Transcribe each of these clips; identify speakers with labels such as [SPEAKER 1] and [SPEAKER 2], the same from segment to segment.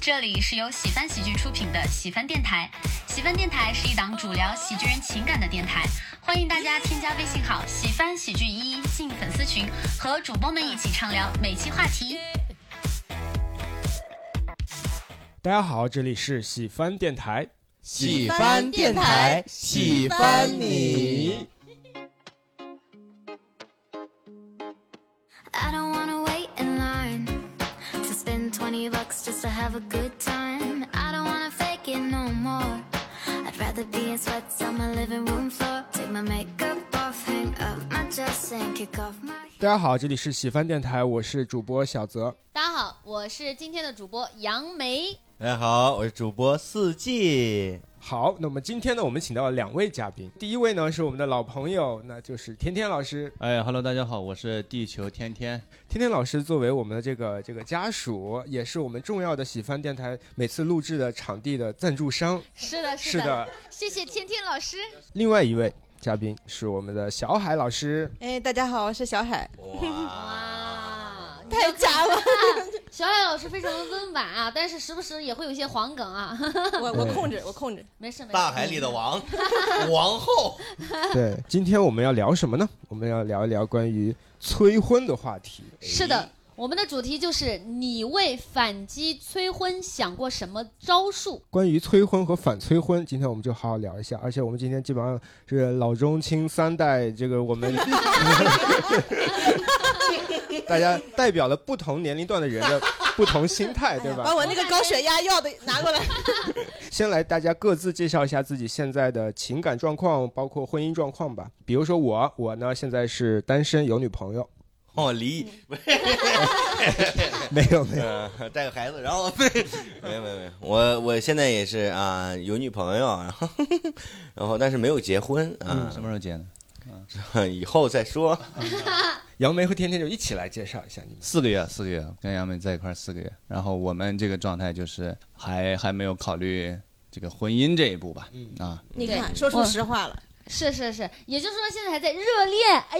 [SPEAKER 1] 这里是由喜翻喜剧出品的喜翻电台。喜翻电台是一档主聊喜剧人情感的电台，欢迎大家添加微信号“喜翻喜剧一”进粉丝群，和主播们一起畅聊每期话题。
[SPEAKER 2] 大家好，这里是喜翻电台，
[SPEAKER 3] 喜翻电台，喜欢你。
[SPEAKER 4] I don't wanna wait in line to spend 20 bucks just to have a good time. I don't wanna fake it no more. I'd rather be in sweats on my living room floor. Take my makeup off, hang up my dress, and kick off my.
[SPEAKER 2] 大家好，这里是喜翻电台，我是主播小泽。
[SPEAKER 5] 大家好，我是今天的主播杨梅。
[SPEAKER 3] 大家好，我是主播四季。
[SPEAKER 2] 好，那么今天呢，我们请到了两位嘉宾，第一位呢是我们的老朋友，那就是天天老师。
[SPEAKER 6] 哎哈喽，大家好，我是地球天天。
[SPEAKER 2] 天天老师作为我们的这个这个家属，也是我们重要的喜翻电台每次录制的场地的赞助商。
[SPEAKER 5] 是的，
[SPEAKER 2] 是
[SPEAKER 5] 的，
[SPEAKER 2] 的，
[SPEAKER 5] 谢谢天天老师。
[SPEAKER 2] 另外一位嘉宾是我们的小海老师。
[SPEAKER 7] 哎，大家好，我是小海。
[SPEAKER 5] 哇，
[SPEAKER 7] 太假了，
[SPEAKER 5] 小海老师非常的温婉啊，但是时不时也会有一些黄梗啊。
[SPEAKER 7] 我我控制，我控制。
[SPEAKER 5] 没事没事，
[SPEAKER 3] 大海里的 王，王后。
[SPEAKER 2] 对，今天我们要聊什么呢？我们要聊一聊关于催婚的话题。
[SPEAKER 5] 嗯是的，我们的主题就是你为反击催婚想过什么招数？
[SPEAKER 2] 关于催婚和反催婚，今天我们就好好聊一下。而且我们今天基本上是老中青三代，这个我 们大家代表了不同年龄段的人的不同心态，对
[SPEAKER 7] 把
[SPEAKER 2] 吧？
[SPEAKER 7] 我那个高血压药的拿过来。
[SPEAKER 2] 先来大家各自介绍一下自己现在的情感状况，包括婚姻状况吧。比如说我，我呢现在是单身，有女朋友，
[SPEAKER 3] 哦，离异，
[SPEAKER 2] 没有没有。
[SPEAKER 3] 嗯，带个孩子，然后没有没有没有，我我现在也是啊、有女朋友， 然后然后但是没有结婚啊
[SPEAKER 6] 嗯，、什么时候结的？
[SPEAKER 3] 以后再说。
[SPEAKER 2] 杨梅和天天就一起来介绍一下你们。
[SPEAKER 6] 四个月，四个月，跟杨梅在一块儿四个月。然后哦我们 这个状态就是还还没有考虑这个婚姻这一步吧。
[SPEAKER 3] 嗯
[SPEAKER 6] 啊，
[SPEAKER 7] 你看，说出实话了。
[SPEAKER 5] 是是是，也就是说现在还在热恋。哎，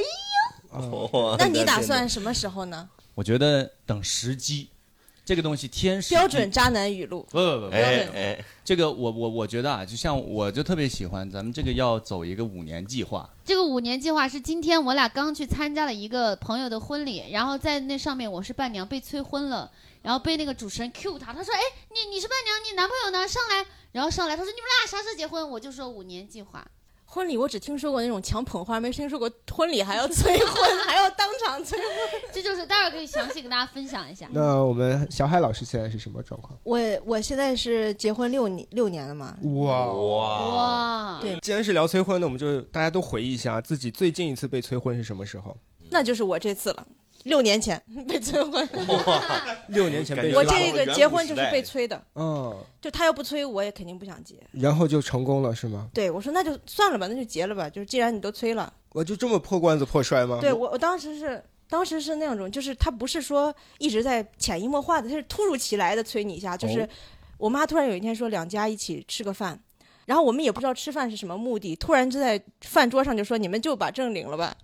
[SPEAKER 3] 哦
[SPEAKER 7] 那你打算什么时候呢？
[SPEAKER 6] 我觉得等时机，这个东西天时
[SPEAKER 7] 标准。渣男语录。
[SPEAKER 6] 不不不，不
[SPEAKER 3] 哎哎，
[SPEAKER 6] 这个我我我觉得啊，就像我就特别喜欢咱们这个要走一个五年计划，
[SPEAKER 5] 这个五年计划是今天我俩刚去参加了一个朋友的婚礼，然后在那上面我是伴娘，被催婚了，然后被那个主持人 Q 他，他说：“哎，你你是伴娘，你男朋友呢？上来。”然后上来，他说：“你们俩啥时候结婚？”我就说五年计划。
[SPEAKER 7] 婚礼我只听说过那种抢捧花，没听说过婚礼还要催婚，还要当场催婚。
[SPEAKER 5] 这就是待会儿可以详细跟大家分享一下。
[SPEAKER 2] 那我们小海老师现在是什么状况？
[SPEAKER 7] 我我现在是结婚六年六年了嘛，
[SPEAKER 2] 哇！哦
[SPEAKER 5] 哇，
[SPEAKER 7] 对
[SPEAKER 2] 既然是聊催婚，那我们就大家都回忆一下自己最近一次被催婚是什么时候？
[SPEAKER 7] 那就是我这次了。六年前 被催婚，
[SPEAKER 2] 六年前被
[SPEAKER 3] 感觉
[SPEAKER 7] 我
[SPEAKER 2] 催
[SPEAKER 3] 拉
[SPEAKER 7] 这
[SPEAKER 3] 回
[SPEAKER 7] 个
[SPEAKER 3] 远
[SPEAKER 7] 结
[SPEAKER 3] 古
[SPEAKER 7] 婚
[SPEAKER 3] 时
[SPEAKER 7] 就是
[SPEAKER 3] 代
[SPEAKER 7] 被催的，
[SPEAKER 2] 嗯，
[SPEAKER 7] 就他要不催我也肯定不想结。
[SPEAKER 2] 然后就成功了是吗？
[SPEAKER 7] 对我说那就算了吧，那就结了吧。就是既然你都催了，
[SPEAKER 2] 我就这么破罐子破摔吗？
[SPEAKER 7] 对我，我当时是当时是那种，就是他不是说一直在潜移默化的，他是突如其来的催你一下。就是
[SPEAKER 2] 哦
[SPEAKER 7] 我妈突然有一天说两家一起吃个饭，然后我们也不知道吃饭是什么目的，突然就在饭桌上就说你们就把证领了吧，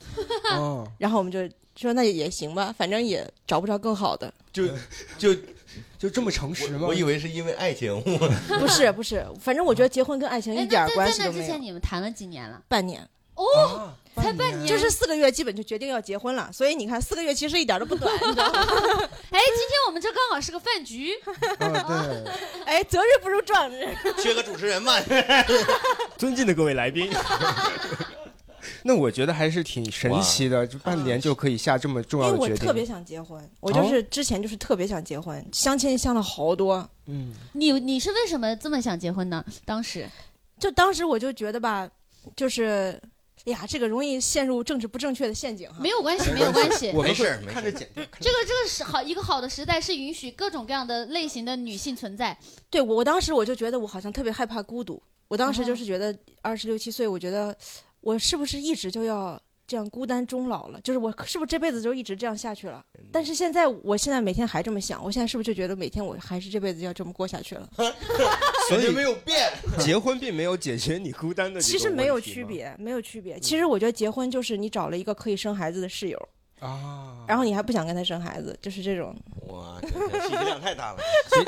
[SPEAKER 2] 哦，
[SPEAKER 7] 然后我们就说那也行吧，反正也找不着更 好的。
[SPEAKER 3] 就就
[SPEAKER 2] 就这么诚实吗？
[SPEAKER 3] 我以为是因为爱情，
[SPEAKER 7] 不是不是，反正我觉得结婚跟爱情
[SPEAKER 5] 哎
[SPEAKER 7] 一
[SPEAKER 5] 那
[SPEAKER 7] 点儿
[SPEAKER 5] 在
[SPEAKER 7] 关
[SPEAKER 5] 在
[SPEAKER 7] 系
[SPEAKER 5] 那
[SPEAKER 7] 都
[SPEAKER 5] 之
[SPEAKER 7] 没有
[SPEAKER 5] 前。你们谈了几年了？
[SPEAKER 7] 半年
[SPEAKER 5] 哦，
[SPEAKER 2] 啊
[SPEAKER 5] 才半年
[SPEAKER 7] 就是四个月，基本就决定要结婚了，所以你看四个月其实一点儿都不短，你知道吗？
[SPEAKER 5] 哎，今天我们这刚好是个饭局，
[SPEAKER 2] 啊， 对，
[SPEAKER 7] 哎，择日不如撞日。
[SPEAKER 3] 缺个主持人嘛。
[SPEAKER 2] 尊敬的各位来 宾。那我觉得还是挺神奇的，就半年就可以下这么重要
[SPEAKER 7] 因
[SPEAKER 2] 的
[SPEAKER 7] 为我
[SPEAKER 2] 决定。哦
[SPEAKER 7] 特别想结婚，我就是之前就是特别想结婚，相亲相了好多。
[SPEAKER 2] 嗯，
[SPEAKER 5] 你你是为什么这么想结婚呢？当时
[SPEAKER 7] 就当时我就觉得吧，就是，哎呀，这个容易陷入政治不正确的陷阱哈。
[SPEAKER 5] 没有关系，没有关系。
[SPEAKER 2] 我们
[SPEAKER 3] 没事
[SPEAKER 2] 会
[SPEAKER 3] 儿没事儿
[SPEAKER 2] 看着简单。
[SPEAKER 5] 这个这个是好一个好的时代是允许各种各样的类型的女性存在，
[SPEAKER 7] 对我，我当时我就觉得我好像特别害怕孤独。我当时
[SPEAKER 5] 哦
[SPEAKER 7] 就是觉得二十六七岁，我觉得我是不是一直就要这样孤单终老了？就是我是不是这辈子就一直这样下去了？但是现在，我现在每天还这么想，我现在是不是就觉得每天我还是这辈子要这么过下去了？
[SPEAKER 2] 所以
[SPEAKER 3] 没有变，
[SPEAKER 2] 结婚并没有解决你孤单的，
[SPEAKER 3] 嗯
[SPEAKER 7] 其实没有区。别，没有区别。其实我觉得结婚就是你找了一个可以生孩子的室友，
[SPEAKER 2] 啊，
[SPEAKER 7] 然后你还不想跟他生孩子，就是这种。
[SPEAKER 3] 哇，这这信息量太 大了。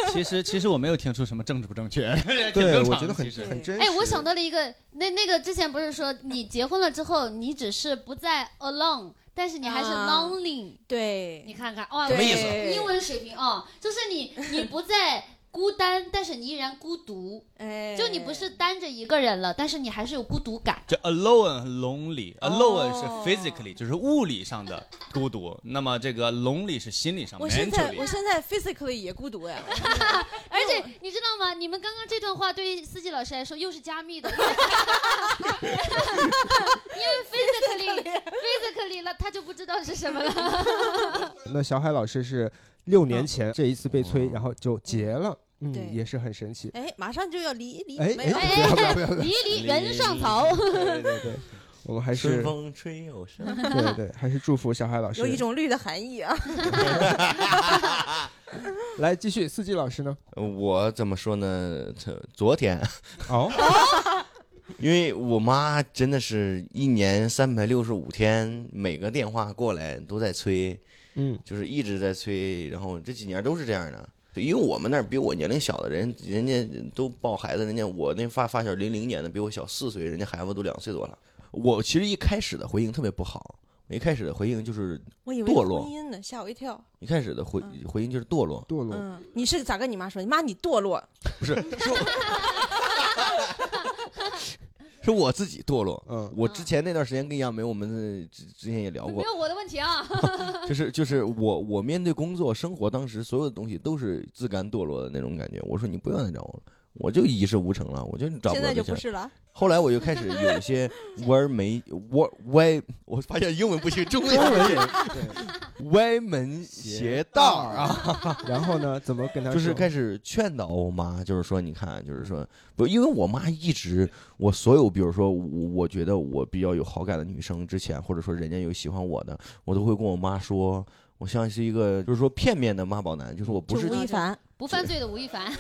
[SPEAKER 6] 其其实其实我没有听出什么正不 正确，挺
[SPEAKER 2] 对，
[SPEAKER 6] 正
[SPEAKER 2] 我
[SPEAKER 6] 常
[SPEAKER 2] 觉得很
[SPEAKER 6] 其实
[SPEAKER 2] 很真实。
[SPEAKER 5] 哎，我想到了一个，那那个之前不是说你结婚了之后，你只是不再 alone，但是你还是
[SPEAKER 7] 啊
[SPEAKER 5] lonely。
[SPEAKER 7] 对
[SPEAKER 5] 你看看，哇，
[SPEAKER 7] 对
[SPEAKER 3] 什么意思
[SPEAKER 5] 英文水平啊、就是你你不再孤单，但是你依然孤独，
[SPEAKER 7] 哎，
[SPEAKER 5] 就你不是单着一个人了，但是你还是有孤独感。
[SPEAKER 6] 就 alone 和 lonely，alone 是
[SPEAKER 7] 哦
[SPEAKER 6] physically，就是物理上的孤独，那么这个 lonely 是心理
[SPEAKER 3] 啊
[SPEAKER 6] 上
[SPEAKER 7] 我现在我
[SPEAKER 6] mentally。
[SPEAKER 7] 现在 physically 也孤独哎，
[SPEAKER 5] 而且
[SPEAKER 2] 嗯
[SPEAKER 5] 你知道吗？你们刚刚这段话对于司机老师来说又是加密的，因 为因为 physically physically 了，他就不知道是什么了。
[SPEAKER 2] 那小海老师是六
[SPEAKER 3] 嗯
[SPEAKER 2] 年前这一次被催，然后就结了，嗯
[SPEAKER 7] 对，
[SPEAKER 2] 也是很神 奇。
[SPEAKER 7] 哎，马上就要离离
[SPEAKER 2] 哎
[SPEAKER 7] 没有
[SPEAKER 2] 哎，不要不要不要！
[SPEAKER 5] 离 离原 上槽，
[SPEAKER 2] 对对对，我们还是
[SPEAKER 3] 春风吹又生，
[SPEAKER 2] 对对，还是祝福小海老师
[SPEAKER 7] 有。一种绿的含义啊。
[SPEAKER 2] 来继续，四季老 师呢？
[SPEAKER 3] 我怎么说呢？这昨天，
[SPEAKER 2] 哦，
[SPEAKER 3] 因为我妈真的是一年三百六十五天，每个电话过来都在催，
[SPEAKER 2] 嗯，
[SPEAKER 3] 就是一直在催，然后这几年都是这样的。对因为我们那儿比我年龄小的人，人家都抱孩子，人家我那发发小零零年的比我小四岁，人家孩子都两岁多了。我其实一开始的回应特别不好，我一开始的回应就是
[SPEAKER 7] 我以为
[SPEAKER 3] 堕落
[SPEAKER 7] 婚姻呢，吓我一跳。
[SPEAKER 3] 一开始的回
[SPEAKER 5] 嗯
[SPEAKER 3] 回应就是堕落，
[SPEAKER 2] 堕落。
[SPEAKER 7] 嗯，你是咋跟你妈说？你妈你堕落，
[SPEAKER 3] 不是，是我， 是我自己堕落。
[SPEAKER 2] 嗯
[SPEAKER 3] 我之前那段时间跟杨梅，我们呃之之前也聊
[SPEAKER 5] 没
[SPEAKER 3] 过，
[SPEAKER 5] 有我的问题啊。
[SPEAKER 3] 就是就是我我面对工作生活，当时所有的东西都是自甘堕落的那种感觉。我说你不要再找我了，我就一事无成了，我就找不
[SPEAKER 7] 现
[SPEAKER 3] 到
[SPEAKER 7] 在就
[SPEAKER 3] 对象。
[SPEAKER 7] 不是了。
[SPEAKER 3] 后来我就开始有一 些歪门歪歪，我发现英文不行，中文
[SPEAKER 2] 中文
[SPEAKER 3] 也
[SPEAKER 2] 也
[SPEAKER 3] 歪门邪道啊。
[SPEAKER 2] 然后呢？怎么跟他
[SPEAKER 3] 就是开
[SPEAKER 2] 始
[SPEAKER 3] 始劝导我妈，就是说，你看，就是说，不，因为我妈一直，我所有，比如说，我我觉得我比较有好感的女生之前，或者说人家有喜欢我的，我都会跟我妈说，我像是一个就是说片面的妈宝男，就是我不是
[SPEAKER 7] 就吴亦凡，
[SPEAKER 5] 不犯罪的吴亦凡，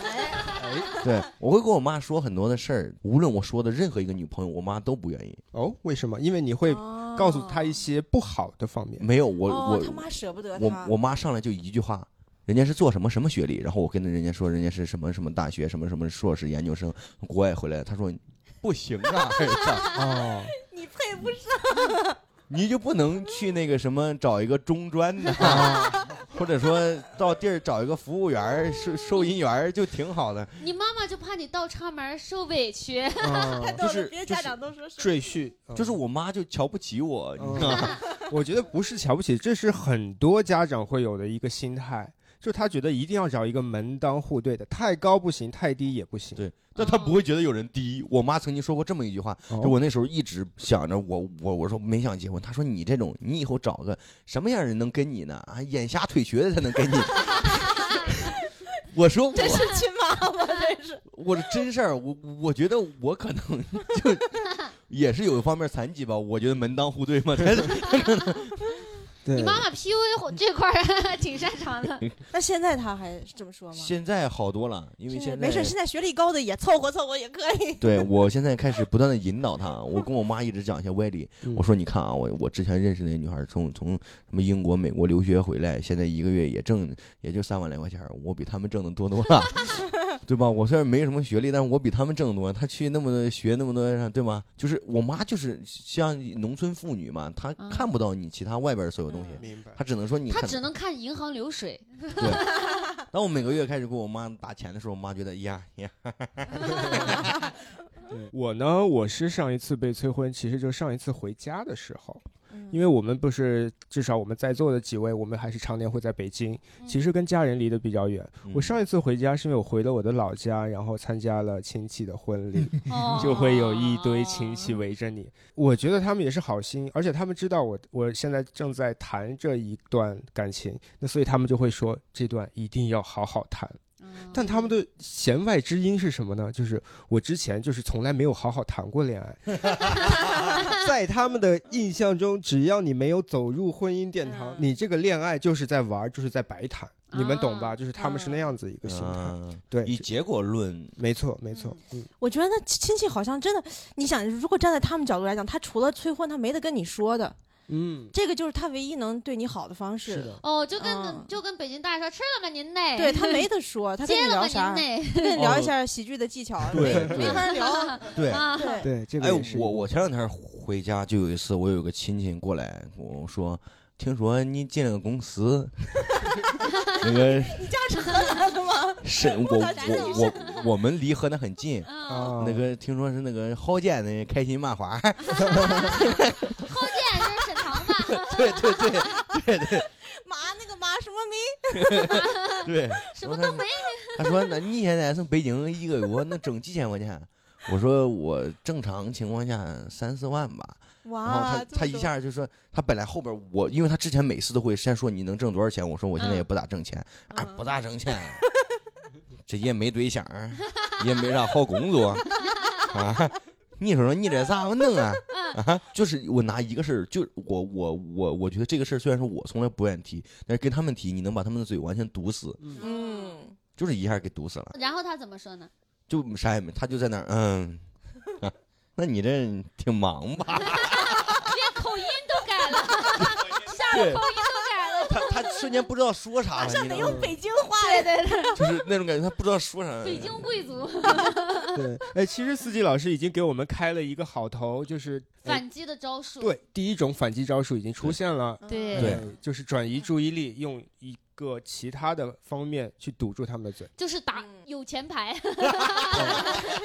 [SPEAKER 3] 对，我会跟我妈说很多的事儿，无论我说的任何一个女朋友，我妈都不愿意。
[SPEAKER 2] 哦？为什么？因为你会告诉他一些不好的方 面。
[SPEAKER 3] 没有，我、
[SPEAKER 7] 哦，他
[SPEAKER 3] 我
[SPEAKER 7] 妈舍不得
[SPEAKER 3] 我
[SPEAKER 7] 他。
[SPEAKER 3] 我妈上来就一句话。人家是做什么什么学历，然后我跟着人家说人家是什么什么大学，什么什么硕士研究生，国外回来，她说不行啊， 儿子
[SPEAKER 2] 哦，
[SPEAKER 7] 你配不上。
[SPEAKER 3] 你就不能去那个什么找一个中专 的，
[SPEAKER 7] 啊
[SPEAKER 3] 或者说到地儿找一个服务员儿、收收银员儿就挺好的。
[SPEAKER 7] 嗯
[SPEAKER 5] 你妈妈就怕你倒插门儿受委屈。
[SPEAKER 2] 哦
[SPEAKER 3] 逗了就是别
[SPEAKER 7] 别
[SPEAKER 3] 的家
[SPEAKER 7] 家
[SPEAKER 3] 长
[SPEAKER 7] 长都说是。
[SPEAKER 2] 赘婿
[SPEAKER 3] 就是我妈就瞧不起我，
[SPEAKER 7] 嗯
[SPEAKER 2] 嗯
[SPEAKER 3] 你知道 吗？
[SPEAKER 2] 我觉得不是瞧不起，这是很多家长会有的一个心态，就他觉得一定要找一个门当户对的，太高不行，太低也不行。
[SPEAKER 3] 对，但她不会觉得有人低。我妈曾经说过这么一句话，
[SPEAKER 7] 嗯
[SPEAKER 2] 哦
[SPEAKER 3] 就我那时候一直想着我我我说没想结婚，她说你这种你以后找个什么样人能跟你呢？啊，眼瞎腿瘸的才能跟你。 我说我
[SPEAKER 7] 这是亲妈 吗？这是
[SPEAKER 3] 我是真事儿，我我觉得我可能就 也是有一方面残疾吧，我觉得门当户对嘛， 才
[SPEAKER 2] 对
[SPEAKER 5] 你妈妈 PUA 这块儿 挺擅长的。
[SPEAKER 7] 那现在他还这么说吗？
[SPEAKER 3] 现在好多了，因为
[SPEAKER 7] 现在
[SPEAKER 3] 现在
[SPEAKER 7] 没事，现在学历高的也凑合凑合也可以。
[SPEAKER 3] 对我现在开始不断的引导她， 我跟我妈一直讲一些歪理，
[SPEAKER 2] 嗯
[SPEAKER 3] 我说你看啊，我我之前认识那女孩儿从从什么英国、美国留学回来，现在一个月也挣也就三万来块钱儿，我比他们挣的多多 了，对吧？我虽然没什么学历，但是我比他们挣得多，她去那么多学那么多，对吗？就是我妈就是像农村妇女嘛，她
[SPEAKER 5] 嗯
[SPEAKER 3] 看不到你其他外边儿所有东西。
[SPEAKER 7] 嗯
[SPEAKER 2] 明白
[SPEAKER 3] 他只能说你
[SPEAKER 5] 她
[SPEAKER 3] 看，
[SPEAKER 5] 只能看银行 流水，
[SPEAKER 3] 当我每个月开始给我妈打钱的时候，我妈觉得呀呀，
[SPEAKER 2] 我呢，我是上一次被催婚，其实就上一次回家的时候，因为
[SPEAKER 5] 嗯
[SPEAKER 7] 为
[SPEAKER 2] 我们不是至少我们在座的几位，我们还是常年会在北京，
[SPEAKER 5] 嗯
[SPEAKER 2] 其实跟家人离得比较远。
[SPEAKER 3] 嗯
[SPEAKER 2] 我上一次回家是因为我回了我的老家，然后参加了亲戚的婚礼，
[SPEAKER 5] 哦
[SPEAKER 2] 就会有一堆亲戚。围着你。我觉得他们也是好心，而且他们知道我我现在正在谈这一段感情，那所以他们就会说这段一定要好好谈。
[SPEAKER 5] 嗯
[SPEAKER 2] 但他们的弦外之音是什么呢？就是我之前就是从来没有好好谈过恋爱， 在他们的印象中，只要你没有走入婚姻殿堂，
[SPEAKER 7] 嗯
[SPEAKER 2] 你这个恋爱就是在玩儿，就是在白谈，你们懂吧？就是他们是那样子一个心态，
[SPEAKER 3] 嗯
[SPEAKER 2] 对，
[SPEAKER 3] 以结果论，
[SPEAKER 2] 没错，没错，嗯，
[SPEAKER 7] 我觉得那亲戚好像真的，你想，如果站在他们角度来讲，他除了催婚，他没得跟你说的。
[SPEAKER 2] 嗯，
[SPEAKER 7] 这个就是他唯一能对你好的方式。
[SPEAKER 2] 是的，
[SPEAKER 5] 哦，就跟、
[SPEAKER 7] 嗯
[SPEAKER 5] 就跟北京大爷说吃了吗您呢？
[SPEAKER 7] 对他没得 说，他跟
[SPEAKER 5] 接
[SPEAKER 7] 你
[SPEAKER 5] 了吗
[SPEAKER 7] 聊啥？
[SPEAKER 5] 您呢？
[SPEAKER 7] 他跟你聊一下喜剧的技巧，
[SPEAKER 3] 哦 对
[SPEAKER 7] 没
[SPEAKER 3] 对
[SPEAKER 7] 没法聊。
[SPEAKER 3] 对
[SPEAKER 5] 啊，
[SPEAKER 7] 对，
[SPEAKER 2] 对这个
[SPEAKER 3] 哎
[SPEAKER 2] 也是，
[SPEAKER 3] 我我前两天回家就有一次，我有个亲戚过来，我说听说你进了个公司， 那个
[SPEAKER 7] 你家成了吗？
[SPEAKER 3] 沈，我
[SPEAKER 7] 咋知道
[SPEAKER 3] 我我我们离河南很近。
[SPEAKER 5] 嗯，
[SPEAKER 2] 啊
[SPEAKER 3] 那个听说是那个郝建的开心麻花，
[SPEAKER 5] 后见就是沈腾吧？
[SPEAKER 3] 对对对
[SPEAKER 7] 麻那个麻什么名？
[SPEAKER 3] 对，
[SPEAKER 5] 什么都没。
[SPEAKER 3] 他说：“那你现在从北京一个月能挣几千块钱？”我说：“我正常情况下三四万吧。”然后
[SPEAKER 7] 哇
[SPEAKER 3] 他，他一下就说，他本来后边我，因为他之前每次都会先说你能挣多少钱，我说我现在也不咋挣钱，啊，不咋挣钱，这也没对象，也没啥好工作，啊，你说说你这咋弄啊？啊，就是我拿一个事儿，就我我我我觉得这个事儿虽然说我从来不愿意提，但是跟他们提，你能把他们的嘴完全堵死，
[SPEAKER 7] 嗯，
[SPEAKER 3] 就是一下给堵死了，
[SPEAKER 5] 然后他怎么说呢？
[SPEAKER 3] 就啥也没，他就在那儿，嗯， 啊那你这挺忙吧？
[SPEAKER 5] 连口音都改 了，下
[SPEAKER 3] 对
[SPEAKER 5] 巴口音都改了。
[SPEAKER 3] 他他瞬间不知道说啥了，你知道吗？
[SPEAKER 7] 北京话呀，对对，
[SPEAKER 3] 就是那种感觉，他不知道说啥。
[SPEAKER 5] 北京贵族
[SPEAKER 2] 对， 哎，其实司机老师已经给我们开了一个好头，就是哎
[SPEAKER 5] 反击的招数，
[SPEAKER 2] 对第一种反击招数已经出现了，
[SPEAKER 5] 对
[SPEAKER 3] 对
[SPEAKER 2] 哎，就是转移注意力，用一个其他的方面去堵住他们的 嘴，
[SPEAKER 5] 就是打
[SPEAKER 7] 嗯
[SPEAKER 5] 有钱牌，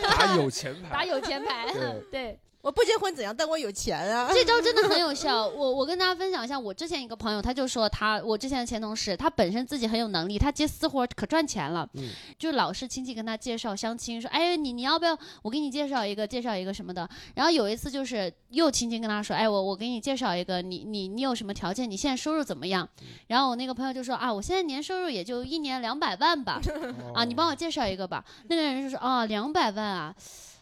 [SPEAKER 2] 打有钱
[SPEAKER 5] 打
[SPEAKER 2] 牌，
[SPEAKER 5] 有钱牌
[SPEAKER 2] 对，
[SPEAKER 5] 对。
[SPEAKER 7] 我不结婚怎样？但我有钱啊。
[SPEAKER 5] 这招真的很有效。我我跟大家分享一下，我之前一个朋友，他就说他我之前的前同事，他本身自己很有能力，他接私活可赚钱了，
[SPEAKER 2] 嗯
[SPEAKER 5] 就老是亲戚跟他介绍相亲，说哎你你要不要我给你介绍一个介绍一个什么的。然后有一次就是又亲戚跟他说，哎我我给你介绍一个，你你你有什么条件？你现在收入怎么样？然后我那个朋友就说啊我现在年收入也就一年两百万吧，
[SPEAKER 2] 哦
[SPEAKER 5] 啊，你帮我介绍一个吧。那个人就说啊，两百万啊，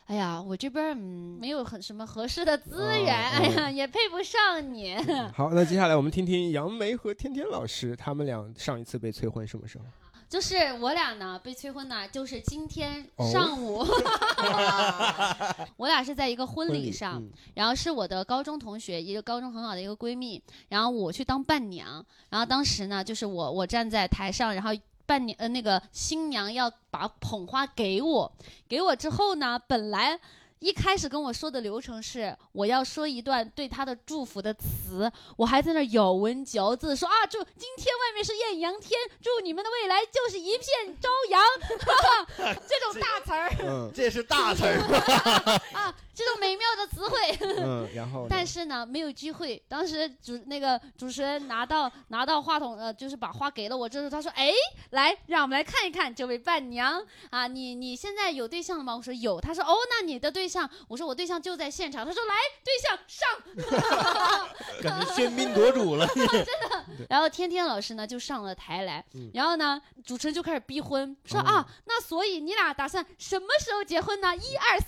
[SPEAKER 5] 哎呀，我这边儿嗯没有很什么合适的资源，
[SPEAKER 2] 哦
[SPEAKER 5] 哎呀，也配不上你。
[SPEAKER 2] 嗯 好，那接下来我们听听杨梅和天天老师他们俩上一次被催婚什么时候？
[SPEAKER 5] 就是我俩呢被催婚呢，就是今天
[SPEAKER 2] 哦
[SPEAKER 5] 上午，
[SPEAKER 7] 哇
[SPEAKER 5] 我俩是在一个婚
[SPEAKER 2] 婚
[SPEAKER 5] 礼上，然后是我的高中同学，一个高中很好的一个闺蜜，然后我去当伴娘，然后当时呢，就是我我站在台上，然后。伴娘呃，那个新娘要把捧花给我，给我之后呢，本来一开始跟我说的流程是我要说一段对她的祝福的词，我还在那儿咬文嚼字说啊，祝今天外面是艳阳天，祝你们的未来就是一片朝阳， 这种大词儿
[SPEAKER 2] 嗯
[SPEAKER 3] 这是大词儿，
[SPEAKER 5] 啊，这种美妙的词汇。
[SPEAKER 2] 嗯，然后呢
[SPEAKER 5] 但是呢，没有聚会。当时主那个主持人拿到拿到话筒，呃，就是把话给了我之后，他说：“哎，来，让我们来看一看这位伴娘啊，你你现在有对象了吗？”我说有。他说：“哦，那你的对象？”我说：“我对象就在现场。”他说：“来，对象上。
[SPEAKER 3] 感觉喧宾夺主了。”
[SPEAKER 5] 然后天天老师呢就上了台来，
[SPEAKER 2] 嗯
[SPEAKER 5] 然后呢，主持人就开始逼婚，说：“
[SPEAKER 2] 哦
[SPEAKER 5] 啊，那所以你俩打算什么时候结婚呢？一二三，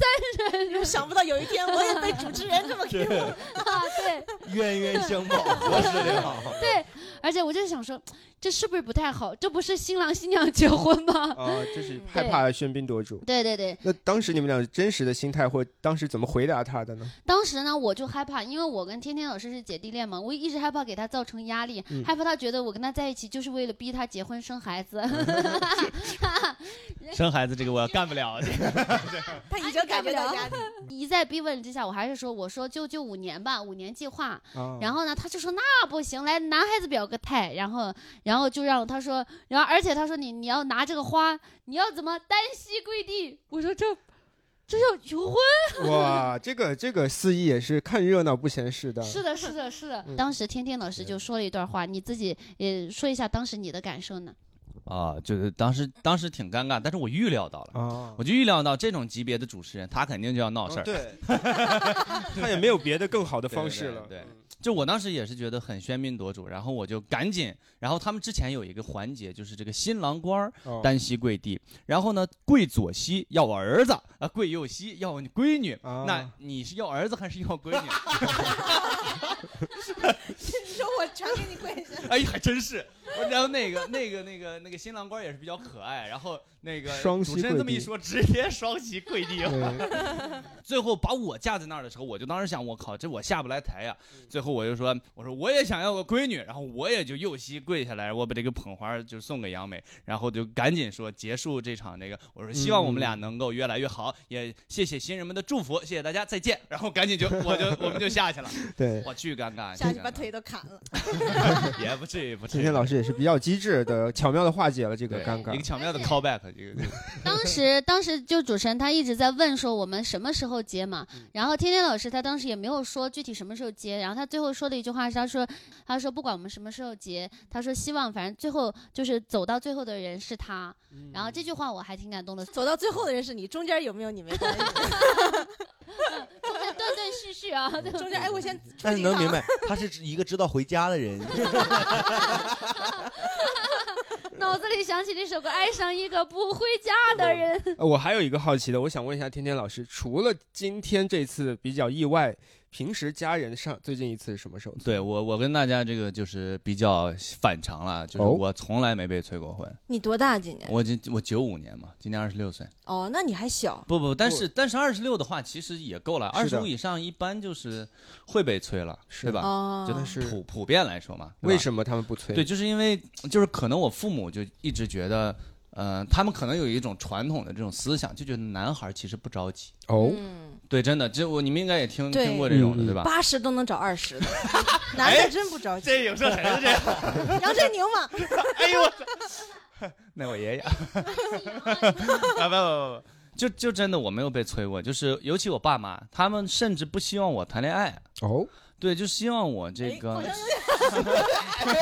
[SPEAKER 7] 想不到有一天我也被主持人这么给我。
[SPEAKER 5] 啊， 对。”
[SPEAKER 3] 冤冤相报何时了？
[SPEAKER 5] 对，而且我就想说，这是不是不太好？这不是新郎新娘结婚吗？
[SPEAKER 2] 啊，就是害怕喧宾夺主。
[SPEAKER 5] 对对对，
[SPEAKER 2] 那当时你们俩真实的心态，或当时怎么回答他的呢？
[SPEAKER 5] 当时呢我就害怕，因为我跟天天老师是姐弟恋嘛，我一直害怕给他造成压力，
[SPEAKER 2] 嗯
[SPEAKER 5] 害怕他觉得我跟他在一起就是为了逼他结婚生孩子。
[SPEAKER 6] 生孩子这个我干不了。
[SPEAKER 7] 他已经感觉到压力，
[SPEAKER 5] 一再逼问之下，我还是说，我说就就五年吧，五年计划。
[SPEAKER 2] 啊，
[SPEAKER 5] 然后呢，他就说那不行，来男孩子表个态，然后然后就让他说，然后而且他说你你要拿这个花，你要怎么单膝跪地？我说这这要求婚。
[SPEAKER 2] 哇，这个这个四意也是看热闹不嫌事的。
[SPEAKER 5] 是的，是的，是的
[SPEAKER 2] 嗯。
[SPEAKER 5] 当时天天老师就说了一段话，你自己也说一下当时你的感受呢？
[SPEAKER 6] 啊，就是当时当时挺尴尬，但是我预料到了，
[SPEAKER 2] 啊
[SPEAKER 6] 我，就预料到这种级别的主持人，他肯定就要闹事儿。
[SPEAKER 2] 哦 对，他也没有别的更好的方式了。
[SPEAKER 6] 对对就我当时也是觉得很喧宾夺主，然后我就赶紧，然后他们之前有一个环节，就是这个新郎官儿
[SPEAKER 2] 哦
[SPEAKER 6] 单膝跪地，然后呢跪左膝要我儿子啊，跪右膝要我闺女。
[SPEAKER 2] 啊
[SPEAKER 6] 那你是要儿子还是要闺女？
[SPEAKER 7] 你说我全给你跪下。
[SPEAKER 6] 哎呀，还真是，然后那个那个那个那个新郎官也是比较可爱，然后那个
[SPEAKER 2] 双膝
[SPEAKER 6] 主持人这么
[SPEAKER 2] 跪
[SPEAKER 6] 一
[SPEAKER 2] 地
[SPEAKER 6] 说，直接双膝跪地了。
[SPEAKER 2] 对，
[SPEAKER 6] 最后把我架在那儿的时候，我就当时想，我靠，这我下不来台呀、
[SPEAKER 7] 嗯
[SPEAKER 6] 最后我就说，我说我也想要个闺女，然后我也就右膝跪下来，我把这个捧花就送给杨梅，然后就赶紧说结束这场这个，我说希望我们
[SPEAKER 2] 嗯
[SPEAKER 6] 俩能够越来越好，也谢谢新人们的祝福，谢谢大家，再见。然后赶紧就我就我们就下去了，
[SPEAKER 2] 对，
[SPEAKER 6] 我巨尴尬，
[SPEAKER 7] 下
[SPEAKER 6] 巨
[SPEAKER 7] 去
[SPEAKER 6] 尴
[SPEAKER 7] 把
[SPEAKER 6] 尬
[SPEAKER 7] 腿都砍了。
[SPEAKER 6] 也不至于不至于。
[SPEAKER 2] 晴天老师也是比较机智的，巧妙的化解了这个
[SPEAKER 6] 对
[SPEAKER 2] 尴
[SPEAKER 6] 一个
[SPEAKER 2] 尬。
[SPEAKER 6] 巧妙的 callback，一个
[SPEAKER 5] 当时当时就主持人他一直在问说我们什么时候接嘛，然后天天老师他当时也没有说具体什么时候接，然后他最后说的一句话是他说他说不管我们什么时候接，他说希望反正最后就是走到最后的人是他，然后这句话我还挺感动的，
[SPEAKER 7] 走到最后的人是你，中间有没有你 没关系。
[SPEAKER 5] 中间断断续续啊，对吧
[SPEAKER 7] 中间哎，我先出
[SPEAKER 3] 但是
[SPEAKER 7] 去一
[SPEAKER 3] 能
[SPEAKER 7] 趟
[SPEAKER 3] 明白，他是一个知道回家的人。
[SPEAKER 5] 脑子里想起那首歌《爱上一个不回家的人》，
[SPEAKER 2] 呃我还有一个好奇的，我想问一下天天老师，除了今天这次比较意外，平时家人上最近一次是什么时候？
[SPEAKER 6] 对我我跟大家这个就是比较反常了，就是
[SPEAKER 2] 哦
[SPEAKER 6] 我从来没被催过婚，
[SPEAKER 7] 你多大今年？
[SPEAKER 6] 我今我九五年嘛，今年二十六岁。
[SPEAKER 7] 哦，那你还小。
[SPEAKER 6] 不不，但是但是二十六的话，其实也够了。二
[SPEAKER 2] 是
[SPEAKER 6] 十
[SPEAKER 2] 的
[SPEAKER 6] 五以上一般就是会被催了，
[SPEAKER 2] 是
[SPEAKER 6] 对吧？
[SPEAKER 7] 哦
[SPEAKER 6] 啊就
[SPEAKER 2] 但是
[SPEAKER 6] 普普遍来说嘛，
[SPEAKER 2] 为
[SPEAKER 6] 么？
[SPEAKER 2] 什么他们不催？
[SPEAKER 6] 对，就是因为就是可能我父母就一直觉得，呃，他们可能有一种传统的这种思想，就觉得男孩其实不着急。
[SPEAKER 2] 哦，
[SPEAKER 7] 嗯，
[SPEAKER 6] 对，真的，这我你们应该也听
[SPEAKER 7] 对
[SPEAKER 6] 听过这种的，
[SPEAKER 2] 嗯
[SPEAKER 6] 对吧？
[SPEAKER 7] 八十都能找二十的，男的真不着急。
[SPEAKER 6] 哦这影射谁了？这？
[SPEAKER 7] 杨振宁嘛，
[SPEAKER 6] 哎呦我操！ 那我 爷爷。啊不不不不，就就真的我没有被催过，就是尤其我爸妈，他们甚至不希望我谈恋爱，
[SPEAKER 2] 哦，
[SPEAKER 6] 对，就希望我
[SPEAKER 7] 哎
[SPEAKER 6] 这个，
[SPEAKER 2] 哎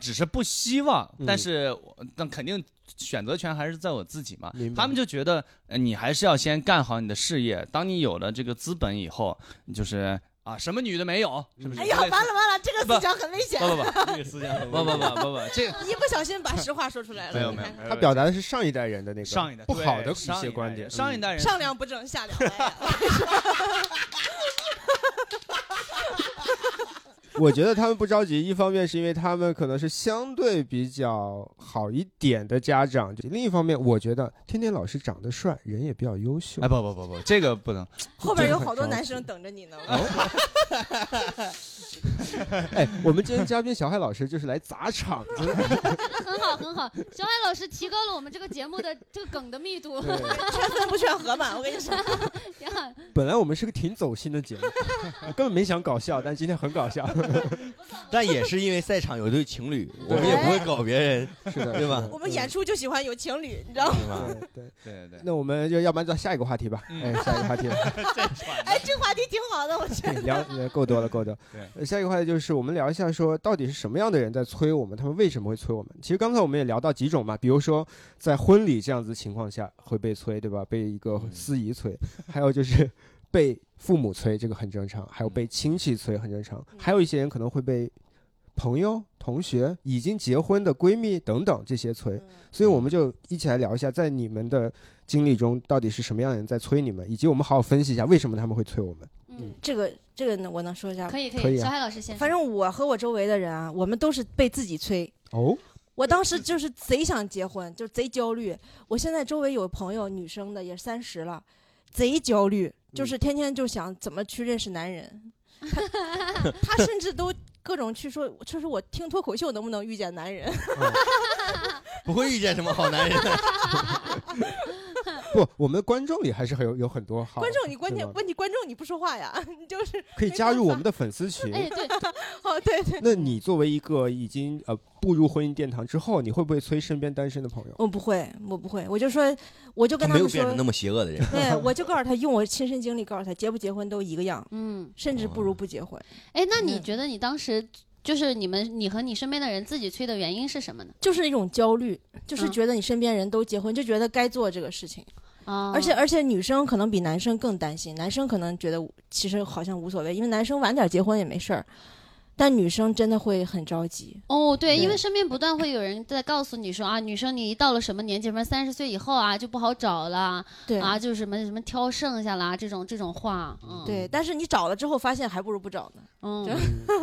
[SPEAKER 6] 只是不希望，
[SPEAKER 2] 嗯
[SPEAKER 6] 但是我但肯定选择权还是在我自己嘛
[SPEAKER 2] 明。白
[SPEAKER 6] 他们就觉得呃你还是要先干好你的事业，当你有了这个资本以后，你就是啊什么女的没有，是不是？
[SPEAKER 7] 哎呀，
[SPEAKER 6] 之
[SPEAKER 7] 完
[SPEAKER 6] 类的
[SPEAKER 7] 了完了，这个思想很危险
[SPEAKER 6] 不，不不，这个思想不不不不不，这个
[SPEAKER 7] 一不小心把实话说出来了。
[SPEAKER 6] 没有
[SPEAKER 7] 你
[SPEAKER 6] 没有
[SPEAKER 7] 看，
[SPEAKER 6] 没有
[SPEAKER 2] 他表达的是上一代人的那个
[SPEAKER 6] 上一代
[SPEAKER 2] 不好的
[SPEAKER 6] 对
[SPEAKER 2] 一
[SPEAKER 6] 上
[SPEAKER 2] 些
[SPEAKER 6] 一代
[SPEAKER 2] 观
[SPEAKER 6] 人
[SPEAKER 2] 点，嗯
[SPEAKER 6] 上一代人
[SPEAKER 7] 上梁不正下梁歪呀。
[SPEAKER 2] 我觉得他们不着急，一方面是因为他们可能是相对比较好一点的家长，就另一方面，我觉得天天老师长得帅，人也比较优秀
[SPEAKER 6] 哎，不不不不，这个不能。
[SPEAKER 7] 后边有好多男生等着你呢。
[SPEAKER 2] 哎， 我们今天嘉宾小海老师就是来砸场子，
[SPEAKER 5] 很好很好，小海老师提高了我们这个节目的这个梗的密度。
[SPEAKER 2] 对
[SPEAKER 7] 劝分不劝和嘛，我跟你说，
[SPEAKER 5] 呀
[SPEAKER 2] 本来我们是个挺走心的节目， 根本没想搞笑，但今天很搞笑，
[SPEAKER 3] 但也是因为赛场有对情侣，我们也不会搞别人，
[SPEAKER 2] 是的，
[SPEAKER 3] 对吧
[SPEAKER 2] 是的
[SPEAKER 7] 我们演出就喜欢有情侣，你知道吗？
[SPEAKER 3] 对吧？
[SPEAKER 2] 对对，
[SPEAKER 6] 对对对，
[SPEAKER 2] 那我们就要不然到下一个话题吧，哎，下一个话题。
[SPEAKER 7] 哎，这话题挺好的，我 觉得。
[SPEAKER 2] 聊也够多了，够多了。
[SPEAKER 6] 对
[SPEAKER 2] 呃，下一个话题就是我们聊一下，说到底是什么样的人在催我们，他们为什么会催我们？其实刚才我们也聊到几种嘛，比如说在婚礼这样子情况下会被催，对吧？被一个司仪催，还有就是被父母催，这个很正常，还有被亲戚催很正常，还有一些人可能会被。朋友、同学、已经结婚的闺蜜等等这些催，
[SPEAKER 7] 嗯
[SPEAKER 2] 所以我们就一起来聊一下，在你们的经历中，到底是什么样的人在催你们，以及我们好好分析一下为什么他们会催我们。
[SPEAKER 5] 嗯，
[SPEAKER 7] 这个这个呢，我能说一下吗
[SPEAKER 5] 可。以可
[SPEAKER 2] 可以啊
[SPEAKER 5] 小海老师先说。
[SPEAKER 7] 反正我和我周围的人啊，我们都是被自己催。
[SPEAKER 2] 哦，
[SPEAKER 7] 我当
[SPEAKER 3] 嗯
[SPEAKER 7] 时就是贼想结婚，就贼焦虑。我现在周围有朋友，女生的也三十了，贼焦虑，
[SPEAKER 3] 嗯
[SPEAKER 7] 就是天天就想怎么去认识 男人。他他甚至都各种去说，就是我听脱口秀能不能遇见男人？
[SPEAKER 3] 哦不会遇见什么好男人的。
[SPEAKER 2] 不，我们观众里还是很有有很多好
[SPEAKER 7] 观众，你关
[SPEAKER 2] 对
[SPEAKER 7] 键
[SPEAKER 2] 吧
[SPEAKER 7] 问题，观众你不说话呀？ 你就是
[SPEAKER 2] 可以加入我们的粉丝群。
[SPEAKER 5] 哎，对，
[SPEAKER 7] 哦，对对，
[SPEAKER 2] 那你作为一个已经呃步入婚姻殿堂之后，你会不会催身边单身的朋友？
[SPEAKER 7] 我不会，我不会，我就说，我就
[SPEAKER 3] 他
[SPEAKER 7] 跟
[SPEAKER 3] 没有
[SPEAKER 7] 们
[SPEAKER 3] 变成那
[SPEAKER 7] 说，
[SPEAKER 3] 么邪恶的人。
[SPEAKER 7] 对， 我就告诉他，用我亲身经历告诉他，结不结婚都一个样，
[SPEAKER 5] 嗯，
[SPEAKER 7] 甚至不
[SPEAKER 3] 哦
[SPEAKER 7] 如不结婚。
[SPEAKER 5] 哎，那你
[SPEAKER 7] 嗯
[SPEAKER 5] 觉得你当时就是你们你和你身边的人自己催的原因是什么呢？
[SPEAKER 7] 就是一种焦虑，就是
[SPEAKER 5] 嗯
[SPEAKER 7] 觉得你身边人都结婚，就觉得该做这个事情，
[SPEAKER 5] 啊，
[SPEAKER 7] 而且而且女生可能比男生更担心，男生可能觉得其实好像无所谓，因为男生晚点结婚也没事儿，但女生真的会很着急，
[SPEAKER 5] 哦，对，因为
[SPEAKER 7] 对
[SPEAKER 5] 身边不断会有人在告诉你说啊，女生你一到了什么年纪，什么三十岁以后啊就不好找了
[SPEAKER 7] 对
[SPEAKER 5] 啊，就是什么什么挑剩下啦这种这种话，嗯，，
[SPEAKER 7] 对。但是你找了之后，发现还不如不找呢。
[SPEAKER 5] 嗯，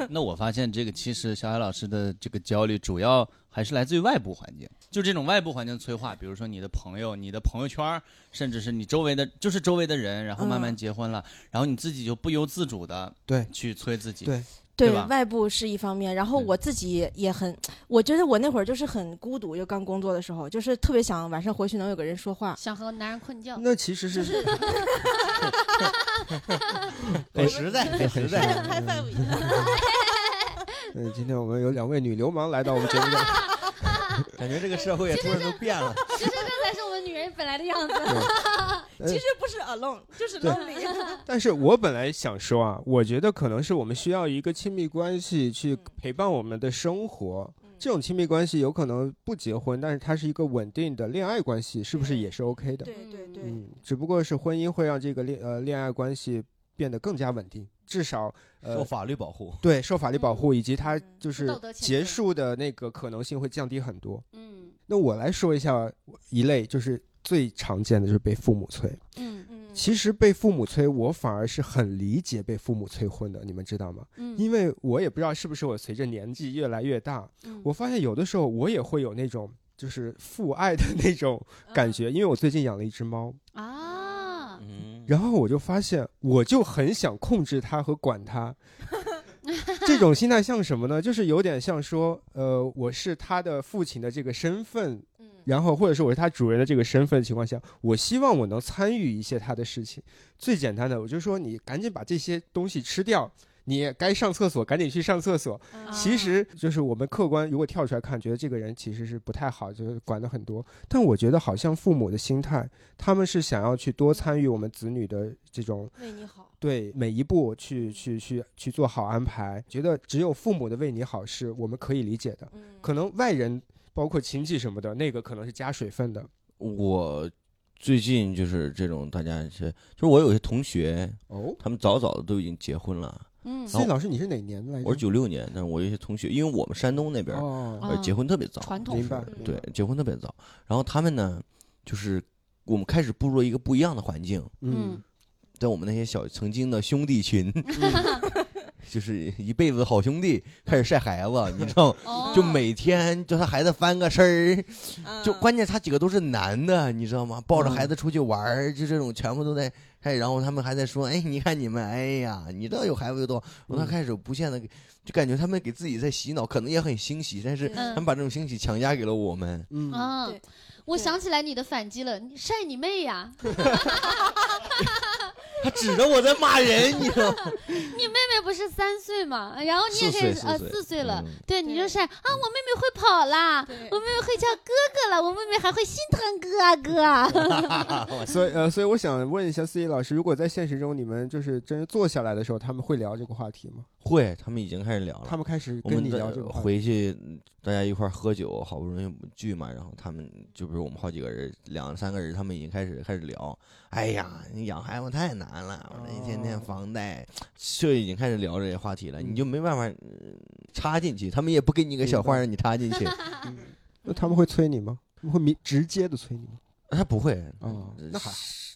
[SPEAKER 6] 那我发现这个其实小海老师的这个焦虑主要还是来自于外部环境，就这种外部环境催化，比如说你的朋友、你的朋友圈儿，甚至是你周围的，就是周围的人，然后慢慢
[SPEAKER 7] 嗯
[SPEAKER 6] 结婚了，然后你自己就不由自主的
[SPEAKER 2] 对
[SPEAKER 6] 去催自己，
[SPEAKER 2] 对
[SPEAKER 6] 对
[SPEAKER 7] 对
[SPEAKER 6] 吧
[SPEAKER 7] 外部是一方面，然后
[SPEAKER 6] 对
[SPEAKER 7] 我自己也很，我觉得我那会儿就是很孤独，就刚工作的时候，就是特别想晚上回去能有个人说话。
[SPEAKER 5] 想和男人 困觉，
[SPEAKER 2] 那其实嗯是
[SPEAKER 3] 很实在，很实在。
[SPEAKER 2] 嗯，今天我们有两位女流氓来到我们节目中，
[SPEAKER 3] 感觉这个社会突然都变 了。
[SPEAKER 5] 其实这才是我们女人本来的样子。
[SPEAKER 2] 其实
[SPEAKER 7] 不是 alone，就是
[SPEAKER 2] 呃对
[SPEAKER 7] lonely。
[SPEAKER 2] 但是我本来想说啊，我觉得可能是我们需要一个亲密关系去陪伴我们的生活。
[SPEAKER 7] 嗯
[SPEAKER 2] 这种亲密关系有可能不结婚，但是它是一个稳定的恋爱关系，是不是也是 OK 的？
[SPEAKER 7] 对对对，
[SPEAKER 2] 嗯，只不过是婚姻会让这个恋呃恋爱关系变得更加稳定，至少
[SPEAKER 3] 受
[SPEAKER 2] 呃
[SPEAKER 3] 法律保护，
[SPEAKER 2] 对受法律保护，以及它
[SPEAKER 7] 嗯
[SPEAKER 2] 就是
[SPEAKER 5] 道德谴责
[SPEAKER 2] 结束的那个可能性会降低很多。
[SPEAKER 5] 嗯
[SPEAKER 2] 那我来说一下一类，就是最常见的就是被父母催。
[SPEAKER 5] 嗯
[SPEAKER 7] 嗯
[SPEAKER 2] 其实被父母催，我反而是很理解被父母催婚的，你们知道吗？
[SPEAKER 5] 嗯
[SPEAKER 2] 因为我也不知道是不是我随着年纪越来越大，
[SPEAKER 5] 嗯，
[SPEAKER 2] 我发现有的时候我也会有那种就是父爱的那种
[SPEAKER 5] 嗯
[SPEAKER 2] 感
[SPEAKER 7] 嗯
[SPEAKER 2] 觉。因为我最近养了一只猫，
[SPEAKER 5] 啊，
[SPEAKER 3] 嗯，
[SPEAKER 2] 然后我就发现我就很想控制它和管它。这种心态像什么呢？就是有点像说，呃，我是它的父亲的这个身份，然后或者是我是他主人的这个身份的情况下，我希望我能参与一些他的事情。最简单的，我就说你赶紧把这些东西吃掉，你也该上厕所，赶紧去上厕所。
[SPEAKER 7] 嗯
[SPEAKER 2] 其
[SPEAKER 5] 啊
[SPEAKER 2] 实就是我们客观如果跳出来看，觉得这个人其实是不太好，就是管的很多。但我觉得好像父母的心态，他们是想要去多参与我们子女的这种
[SPEAKER 7] 为你好，
[SPEAKER 2] 对每一步去去去去做好安排。觉得只有父母的为你好是我们可以理解的，
[SPEAKER 7] 嗯
[SPEAKER 2] 可能外人。包括亲戚什么的，那个可能是加水分的，
[SPEAKER 3] 我最近就是这种，大家是就是我有些同学，
[SPEAKER 2] 哦，
[SPEAKER 3] 他们早早的都已经结婚了。
[SPEAKER 5] 嗯
[SPEAKER 2] 所以老师你是哪年来着？
[SPEAKER 3] 哦我是九六年，但是我有些同学，因为我们山东那边、
[SPEAKER 2] 哦，
[SPEAKER 3] 呃
[SPEAKER 5] 啊
[SPEAKER 3] 结婚特别早，
[SPEAKER 5] 传
[SPEAKER 7] 哦
[SPEAKER 5] 统
[SPEAKER 2] 明白，明白
[SPEAKER 3] 对，，结婚特别早。然后他们呢，就是我们开始步入一个不一样的环境，
[SPEAKER 2] 嗯
[SPEAKER 3] 在我们那些小曾经的兄弟群，
[SPEAKER 7] 嗯
[SPEAKER 3] 就是一辈子好兄弟，开始晒孩子，你知道吗？
[SPEAKER 5] 哦
[SPEAKER 3] 就每天叫他孩子翻个身儿，就
[SPEAKER 7] 嗯
[SPEAKER 3] 关键他几个都是男的，你知道吗？抱着
[SPEAKER 2] 嗯
[SPEAKER 3] 孩子出去玩儿，就这种全部都在哎，然后他们还在说，哎，你看你们，哎呀，你知道有孩子有多好，然后他
[SPEAKER 2] 嗯
[SPEAKER 3] 开始不限的，就感觉他们给自己在洗脑，可能也很欣喜，但是
[SPEAKER 7] 对
[SPEAKER 3] 他
[SPEAKER 5] 嗯
[SPEAKER 3] 们把这种欣喜强加给了我们。
[SPEAKER 2] 嗯，
[SPEAKER 5] 啊
[SPEAKER 7] 对，
[SPEAKER 5] 我
[SPEAKER 7] 对
[SPEAKER 5] 想起来你的反击了，你晒你妹呀！
[SPEAKER 3] 他指着我在骂人，你知道吗？
[SPEAKER 5] 你妹妹不是三岁嘛，然后你
[SPEAKER 3] 四
[SPEAKER 5] 也可
[SPEAKER 3] 岁
[SPEAKER 5] 以
[SPEAKER 3] 四
[SPEAKER 5] 呃
[SPEAKER 3] 岁
[SPEAKER 5] 四岁了
[SPEAKER 3] 嗯，
[SPEAKER 5] 对，你就
[SPEAKER 7] 对
[SPEAKER 5] 晒啊，我妹妹会跑啦，
[SPEAKER 7] 对
[SPEAKER 5] 我妹妹会叫哥哥了，我妹妹还会心疼哥啊
[SPEAKER 3] 哦
[SPEAKER 5] 哥。
[SPEAKER 2] 所以呃，所以我想问一下司仪老师，如果在现实中你们就是真是坐下来的时候，他们会聊这个话题吗？
[SPEAKER 3] 会，他们已经开始聊了。
[SPEAKER 2] 他们开始
[SPEAKER 3] 我
[SPEAKER 2] 跟
[SPEAKER 3] 们
[SPEAKER 2] 你
[SPEAKER 3] 在
[SPEAKER 2] 聊这个话题，
[SPEAKER 3] 回去，嗯大家一块儿喝酒，好不容易聚嘛，然后他们就比如我们好几个人，两三个人，他们已经开始开始聊。哎呀，你养孩子太难了，我这一天天
[SPEAKER 2] 哦
[SPEAKER 3] 房贷，就已经开始聊这些话题了，你
[SPEAKER 2] 嗯
[SPEAKER 3] 就没办法嗯插进去，他们也不给你个小话让你插 进去，
[SPEAKER 5] 嗯
[SPEAKER 2] 那他们会催你吗？他们会明直接的催你吗？
[SPEAKER 3] 他不会，
[SPEAKER 2] 哦，那还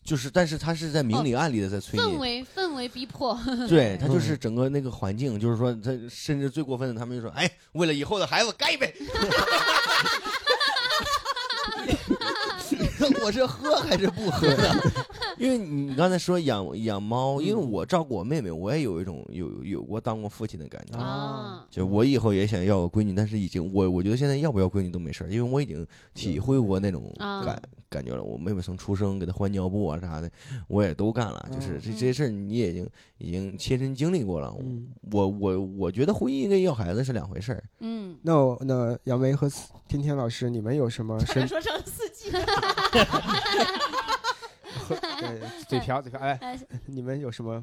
[SPEAKER 3] 就是，但是他是在明里
[SPEAKER 5] 哦
[SPEAKER 3] 暗里的在催
[SPEAKER 5] 氛
[SPEAKER 3] 你，
[SPEAKER 5] 围氛围逼迫，
[SPEAKER 3] 对他就是整个那个环境，就是说他甚至最过分的，他们就说，哎，为了以后的孩子干一杯。 我是喝还是不喝呢？ 因为你刚才说养养猫，因为我照顾我妹妹，我也有一种有有过当过父亲的感觉。
[SPEAKER 5] 啊
[SPEAKER 2] 啊，
[SPEAKER 3] 就我以后也想要个闺女，但是已经我我觉得现在要不要闺女都没事儿，因为我已经体会过那种
[SPEAKER 5] 啊
[SPEAKER 3] 感、感觉了。我妹妹从出生给她换尿布啊啥的，我也都干了，就是这这些事儿你也已经已经亲身经历过了。
[SPEAKER 2] 嗯，
[SPEAKER 3] 我我我觉得婚姻跟要孩子是两回事儿。
[SPEAKER 5] 嗯，
[SPEAKER 2] 那我那杨梅和司天天老师，你们有什 么
[SPEAKER 7] 差
[SPEAKER 2] 身
[SPEAKER 7] 点说成 司机。
[SPEAKER 2] 对嘴瓢嘴瓢？哎，你们有什么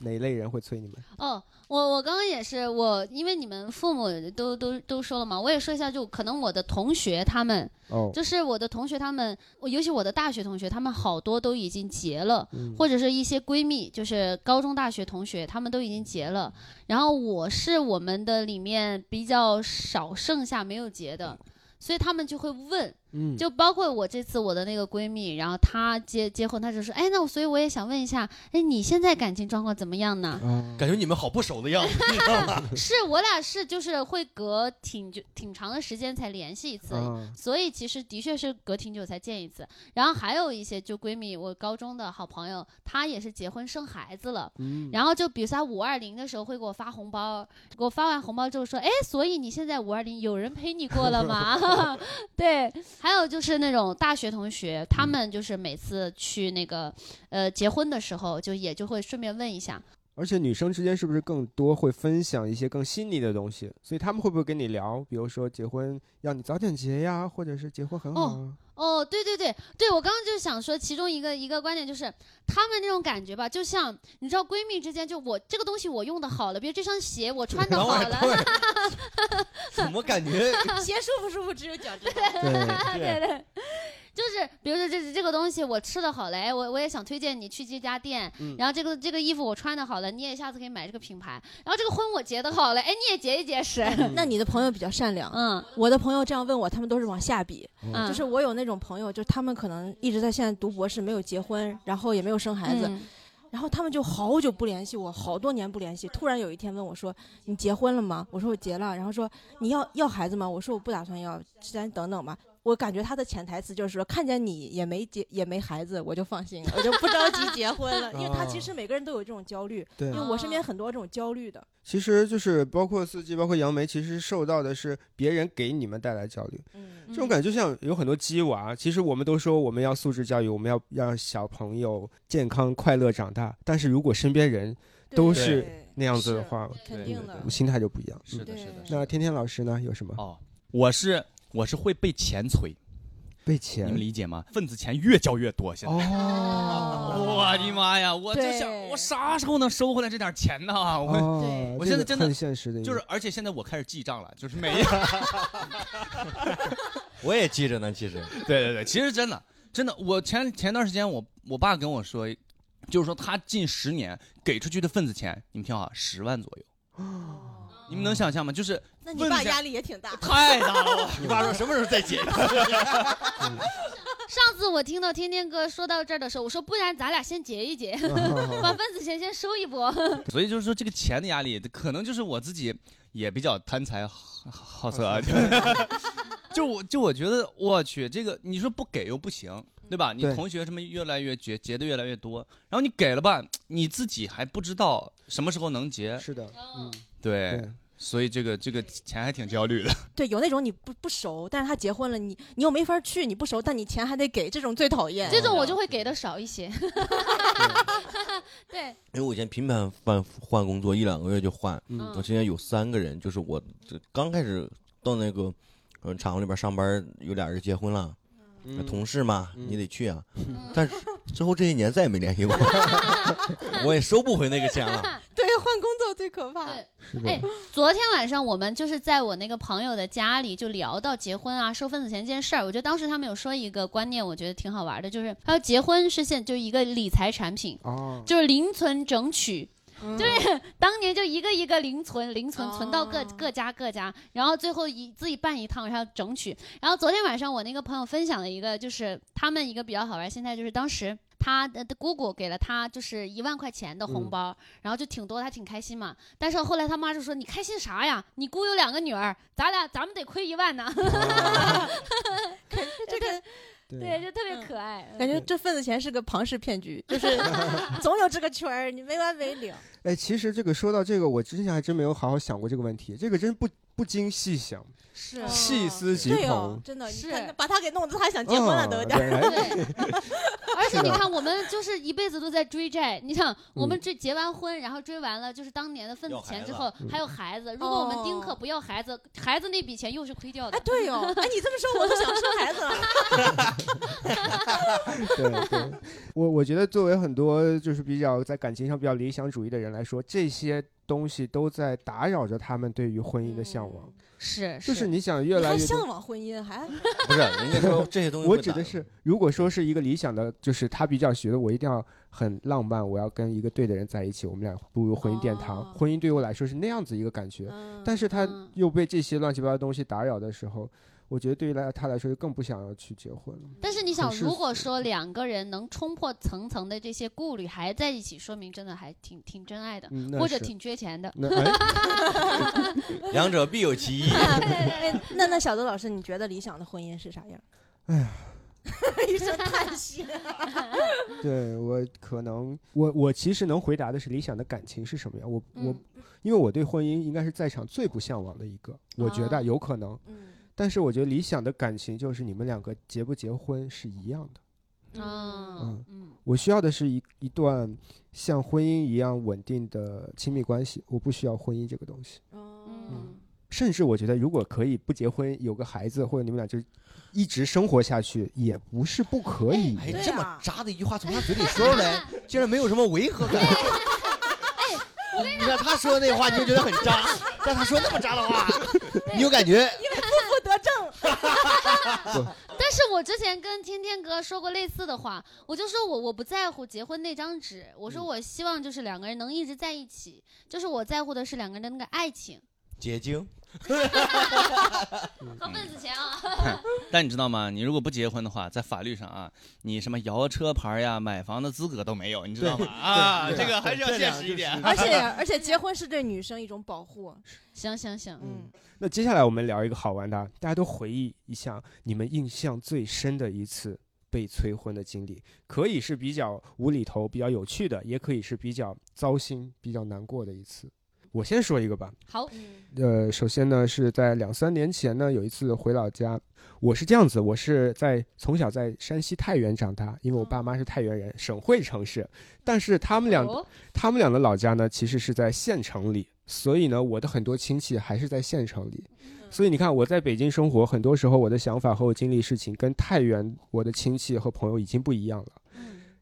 [SPEAKER 2] 哪一类人会催你们？
[SPEAKER 5] 哦，我我刚刚也是我，因为你们父母都都都说了嘛，我也说一下，就可能我的同学他们，
[SPEAKER 2] 哦，
[SPEAKER 5] 就是我的同学他们，我尤其我的大学同学，他们好多都已经结了，
[SPEAKER 2] 嗯
[SPEAKER 5] 或者是一些闺蜜，就是高中、大学同学，他们都已经结了。然后我是我们的里面比较少剩下没有结的，所以他们就会问，
[SPEAKER 2] 嗯，
[SPEAKER 5] 就包括我这次我的那个闺蜜，然后她结结婚，她就说，哎，那我所以我也想问一下，哎，你现在感情状况怎么样呢？
[SPEAKER 2] 啊，
[SPEAKER 3] 感觉你们好不熟的样子，你 知道吗？
[SPEAKER 5] 是我俩是就是会隔挺久挺长的时间才联系一次，
[SPEAKER 2] 啊
[SPEAKER 5] 所以其实的确是隔挺久才见一次。然后还有一些就闺蜜，我高中的好朋友，她也是结婚生孩子了。
[SPEAKER 2] 嗯，
[SPEAKER 5] 然后就比如说她五二零的时候会给我发红包，给我发完红包之后说，哎，所以你现在五二零有人陪你过了吗？ 对，还有就是那种大学同学，他们就是每次去那个呃结婚的时候，就也就会顺便问一下，
[SPEAKER 2] 而且女生之间是不是更多会分享一些更细腻的东西？所以他们会不会跟你聊，比如说结婚要你早点结呀，或者是结婚很好啊？
[SPEAKER 5] 哦，对对对对，我刚刚就想说，其中一个一个观点就是，她们那种感觉吧，就像你知道闺蜜之间，就我这个东西我用的好了，比如这双鞋我穿的
[SPEAKER 3] 然后
[SPEAKER 5] 好
[SPEAKER 3] 还
[SPEAKER 5] 了，
[SPEAKER 3] 怎么感觉
[SPEAKER 7] 鞋舒服舒服，只有脚趾头。
[SPEAKER 2] 对，
[SPEAKER 5] 对对，就是比如说这这个东西我吃的好了，哎，我我也想推荐你去这家店，
[SPEAKER 2] 嗯
[SPEAKER 5] 然后这个这个衣服我穿的好了，你也下次可以买这个品牌，然后这个婚我结的好了，哎，你也结一结实，
[SPEAKER 7] 那你的朋友比较善良，
[SPEAKER 5] 嗯
[SPEAKER 7] 我的朋友这样问我，他们都是往下比。
[SPEAKER 5] 嗯，
[SPEAKER 7] 就是我有那种朋友，就是他们可能一直在现在读博士，没有结婚，然后也没有生孩子，
[SPEAKER 5] 嗯
[SPEAKER 7] 然后他们就好久不联系我，好多年不联系。突然有一天问我说：“你结婚了吗？”我说：“我结了。”然后说：“你要要孩子吗？”我说：“我不打算要，先等等吧。”我感觉他的潜台词就是说，看见你也没结也没孩子，我就放心了，我就不着急结婚 了。因为
[SPEAKER 5] 哦
[SPEAKER 7] 他其实每个人都有这种焦虑，
[SPEAKER 2] 对
[SPEAKER 7] 因为我身边很多这种焦虑的。
[SPEAKER 2] 其实就是包括四季，包括杨梅，其实受到的是别人给你们带来焦虑。
[SPEAKER 7] 嗯，
[SPEAKER 2] 这种感觉就像有很多鸡娃，其实我们都说我们要素质教育，我们要让小朋友健康快乐长大，但是如果身边人都是那样子的话，
[SPEAKER 7] 嗯肯
[SPEAKER 6] 对
[SPEAKER 7] 定
[SPEAKER 6] 对
[SPEAKER 7] 的
[SPEAKER 2] 我们心态就不一样。嗯
[SPEAKER 6] 是的，
[SPEAKER 7] 对
[SPEAKER 6] 是的。是的
[SPEAKER 2] 那天天老师呢，有什么
[SPEAKER 6] 哦，我是我是会被钱催，
[SPEAKER 2] 被
[SPEAKER 6] 你们
[SPEAKER 2] 钱？
[SPEAKER 6] 理解吗？份子钱越交越多，现在。
[SPEAKER 2] 哦，
[SPEAKER 6] 我的妈呀！我就想，
[SPEAKER 7] 对
[SPEAKER 6] 我啥时候能收回来这点钱呢？我
[SPEAKER 2] 哦
[SPEAKER 7] 对
[SPEAKER 6] 我现在
[SPEAKER 2] 这
[SPEAKER 6] 真
[SPEAKER 2] 个
[SPEAKER 6] 的
[SPEAKER 2] 很现实的一个，
[SPEAKER 6] 就是，而且现在我开始记账了，就是每一
[SPEAKER 3] 我也记着呢，其实
[SPEAKER 6] 对对对，其实真的真的，我前前段时间我我爸跟我说，就是说他近十年给出去的份子钱，你们听好，啊十万左右。你们能想象吗？就是
[SPEAKER 7] 哦那
[SPEAKER 6] 问一下
[SPEAKER 7] 力也挺大。
[SPEAKER 6] 太大了，
[SPEAKER 3] 你爸说什么时候再结？
[SPEAKER 5] 上次我听到天天哥说到这儿的时候，我说不然咱俩先结一结，把份子钱先收一波。
[SPEAKER 6] 所以就是说这个钱的压力，可能就是我自己也比较贪财好好色啊。就 就我就我觉得我去这个，你说不给又不行，对吧？你
[SPEAKER 2] 对
[SPEAKER 6] 同学什么越来越结结的越来越多，然后你给了吧，你自己还不知道什么时候能结，
[SPEAKER 2] 是的，嗯，
[SPEAKER 6] 哦对，
[SPEAKER 2] 对，
[SPEAKER 6] 所以这个这个钱还挺焦虑的。
[SPEAKER 7] 对，有那种你不不熟，但是他结婚了，你你又没法去，你不熟，但你钱还得给，这种最讨厌。
[SPEAKER 5] 这种我就会给的少一些。对，
[SPEAKER 3] 因为我以前频繁换换工作，一两个月就换。
[SPEAKER 2] 嗯
[SPEAKER 3] 我之前有三个人，就是我这刚开始到那个嗯厂子里边上班，有俩人结婚了，同事嘛，
[SPEAKER 2] 嗯
[SPEAKER 3] 你得去啊。但是之后这些年再也没联 系过，我也收不回那个钱了。
[SPEAKER 7] 对换工作最可怕。
[SPEAKER 5] 对
[SPEAKER 2] 是
[SPEAKER 5] 哎
[SPEAKER 2] 的，，
[SPEAKER 5] 昨天晚上我们就是在我那个朋友的家里就聊到结婚啊、收份子钱这件事儿。我觉得当时他们有说一个观念，我觉得挺好玩的，就是还有结婚是现就是一个理财产品，
[SPEAKER 2] 哦，
[SPEAKER 5] 就是零存整取。
[SPEAKER 7] 嗯
[SPEAKER 5] 对，当年就一个一个零存，零存
[SPEAKER 7] 哦
[SPEAKER 5] 存到各各家各家，然后最后一自己办一趟，然后整取。然后昨天晚上我那个朋友分享了一个，就是他们一个比较好玩，现在就是当时。他的的姑姑给了他就是一万块钱的
[SPEAKER 2] 嗯
[SPEAKER 5] 红包，然后就挺多，他挺开心嘛。但是后来他妈就说：“你开心啥呀？你姑有两个女儿，咱俩咱们得亏一万呢。
[SPEAKER 7] 这个
[SPEAKER 5] 对，，就特别
[SPEAKER 7] 嗯
[SPEAKER 5] 可爱。嗯
[SPEAKER 7] 感觉这份子钱是个庞氏骗局，就是 总有这个圈儿，你没完没了。
[SPEAKER 2] 哎，其实这个说到这个，我之前还真没有好好想过这个问题，这个真不不经细想，
[SPEAKER 7] 哦
[SPEAKER 5] 是
[SPEAKER 2] 细思极
[SPEAKER 7] 对哦
[SPEAKER 2] 恐，。
[SPEAKER 7] 真的，你
[SPEAKER 5] 是
[SPEAKER 7] 看把他给弄得他想结婚了都有
[SPEAKER 2] 嗯
[SPEAKER 7] 点儿。
[SPEAKER 2] 对 哎
[SPEAKER 5] 对， 而且
[SPEAKER 2] 是
[SPEAKER 5] 你
[SPEAKER 2] 的嗯
[SPEAKER 5] 看，我们就是一辈子都在追债。你想，我们追结完婚，然后追完了，就是当年的份子钱之后，
[SPEAKER 2] 嗯
[SPEAKER 5] 还有孩子。如果我们丁克不要孩子，孩子那笔钱又是亏掉的
[SPEAKER 7] 哎，。对哦，哎，你这么说我都想生孩子了。
[SPEAKER 2] 对对，我我觉得作为很多就是比较在感情上比较理想主义的人来说，这些东西都在打扰着他们对于婚姻的向往。
[SPEAKER 5] 是
[SPEAKER 2] 就是你想越
[SPEAKER 7] 嗯你
[SPEAKER 2] 来
[SPEAKER 7] 还
[SPEAKER 2] 越多
[SPEAKER 7] 向往婚姻，还
[SPEAKER 3] 不是，人家说这些东西
[SPEAKER 2] 我
[SPEAKER 3] 会
[SPEAKER 2] 指
[SPEAKER 3] 打
[SPEAKER 2] 的是，如果说是一个理想的，就是他比较觉得我一定要很浪漫，我要跟一个对的人在一起，我们俩步入婚姻殿堂。
[SPEAKER 7] 哦
[SPEAKER 2] 婚姻对我来说是那样子一个感觉，但
[SPEAKER 7] 是
[SPEAKER 2] 是他
[SPEAKER 5] 嗯
[SPEAKER 2] 又被这些乱七八糟的东西打扰的时候，我觉得对于来他来说就更不想要去结婚了。
[SPEAKER 5] 但是你想，
[SPEAKER 2] 很世
[SPEAKER 5] 如果说两个人能冲破层层的这些顾虑，还在一起，说明真的还挺挺真爱的，
[SPEAKER 2] 嗯，那
[SPEAKER 5] 或者
[SPEAKER 2] 是
[SPEAKER 5] 挺缺钱的。
[SPEAKER 2] 那哎，
[SPEAKER 3] 两者必有其一。
[SPEAKER 2] 啊
[SPEAKER 7] 哎那那小德老师，你觉得理想的婚姻是啥样？
[SPEAKER 2] 哎
[SPEAKER 7] 呀，一声叹息。
[SPEAKER 2] 对我可能我我其实能回答的是理想的感情是什么样。我我
[SPEAKER 5] 嗯
[SPEAKER 2] 因为我对婚姻应该是在场最不向往的一个，我觉得
[SPEAKER 5] 哦
[SPEAKER 2] 有可能。
[SPEAKER 7] 嗯
[SPEAKER 2] 但是我觉得理想的感情就是你们两个结不结婚是一样的。
[SPEAKER 5] 啊，嗯
[SPEAKER 2] 我需要的是一一段像婚姻一样稳定的亲密关系，我不需要婚姻这个东西。
[SPEAKER 5] 嗯
[SPEAKER 2] 甚至我觉得，如果可以不结婚，有个孩子，或者你们俩就一直生活下去，也不是不可以。
[SPEAKER 3] 哎，
[SPEAKER 7] 对
[SPEAKER 3] 这么
[SPEAKER 7] 啊
[SPEAKER 3] 渣的一句话从他嘴里说出来，
[SPEAKER 2] 啊
[SPEAKER 3] 竟然没有什么违和感。哎你看他说那话，你就觉得很渣；但他说那么渣的话，你有感觉。
[SPEAKER 7] 不得正，
[SPEAKER 5] 但是我之前跟天天哥说过类似的话，我就说我我不在乎结婚那张纸，我
[SPEAKER 7] 嗯
[SPEAKER 5] 说我希望就是两个人能一直在一起，就是我在乎的是两个人的那个爱情。
[SPEAKER 3] 结晶，
[SPEAKER 5] 靠份子钱啊！
[SPEAKER 6] 但你知道吗？你如果不结婚的话，在法律上啊，你什么摇车牌呀、买房的资格都没有，你知道吗？啊，
[SPEAKER 2] 对
[SPEAKER 6] 这个还是要
[SPEAKER 3] 这
[SPEAKER 6] 现
[SPEAKER 3] 俩
[SPEAKER 6] 实
[SPEAKER 3] 就
[SPEAKER 6] 一点
[SPEAKER 3] 是。
[SPEAKER 7] 而且而且结婚是对女生一种保护。 啊
[SPEAKER 5] 行行行，
[SPEAKER 7] 嗯，
[SPEAKER 2] 那接下来我们聊一个好玩的啊，大家都回忆一下你们印象最深的一次被催婚的经历，可以是比较无厘头、比较有趣的，也可以是比较糟心、比较难过的一次。我先说一个吧，
[SPEAKER 5] 好，
[SPEAKER 2] 呃，首先呢是在两三年前呢，有一次回老家，我是这样子，我是在从小在山西太原长大，因为我爸妈是太原人，省会城市，但是他们俩、
[SPEAKER 5] 哦
[SPEAKER 2] 他们俩的老家呢，其实是在县城里，所以呢，我的很多亲戚还是在县城里，所以你看我在北京生活，很多时候我的想法和我经历事情跟太原我的亲戚和朋友已经不一样了，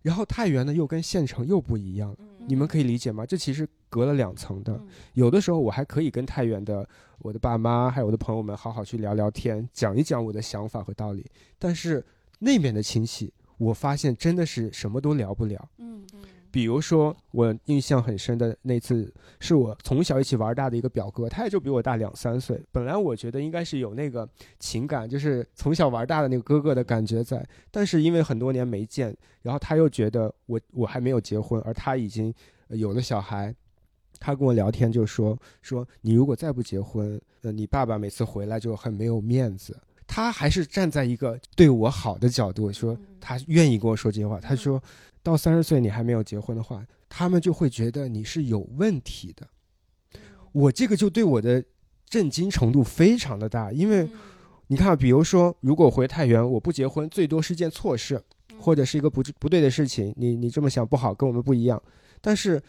[SPEAKER 2] 然后太原呢又跟县城又不一样了，你们可以理解吗？这其实隔了两层的。
[SPEAKER 5] 嗯
[SPEAKER 2] 有的时候我还可以跟太原的我的爸妈还有我的朋友们好好去聊聊天，讲一讲我的想法和道理。但是那边的亲戚，我发现真的是什么都聊不了。
[SPEAKER 5] 嗯
[SPEAKER 2] 比如说，我印象很深的那次，是我从小一起玩大的一个表哥，他也就比我大两三岁。本来我觉得应该是有那个情感，就是从小玩大的那个哥哥的感觉在，但是因为很多年没见，然后他又觉得我我还没有结婚，而他已经呃有了小孩。他跟我聊天就说说你如果再不结婚，呃，你爸爸每次回来就很没有面子。他还是站在一个对我好的角度说，他愿意跟我说这些话。他说，到三十岁你还没有结婚的话，他们就会觉得你是有问题的。我这个就对我的震惊程度非常的大，因为你看啊，比如说，如果回太原，我不结婚，最多是件错事，或者是一个不不对的事情。你你这么想不好，跟我们不一样。但是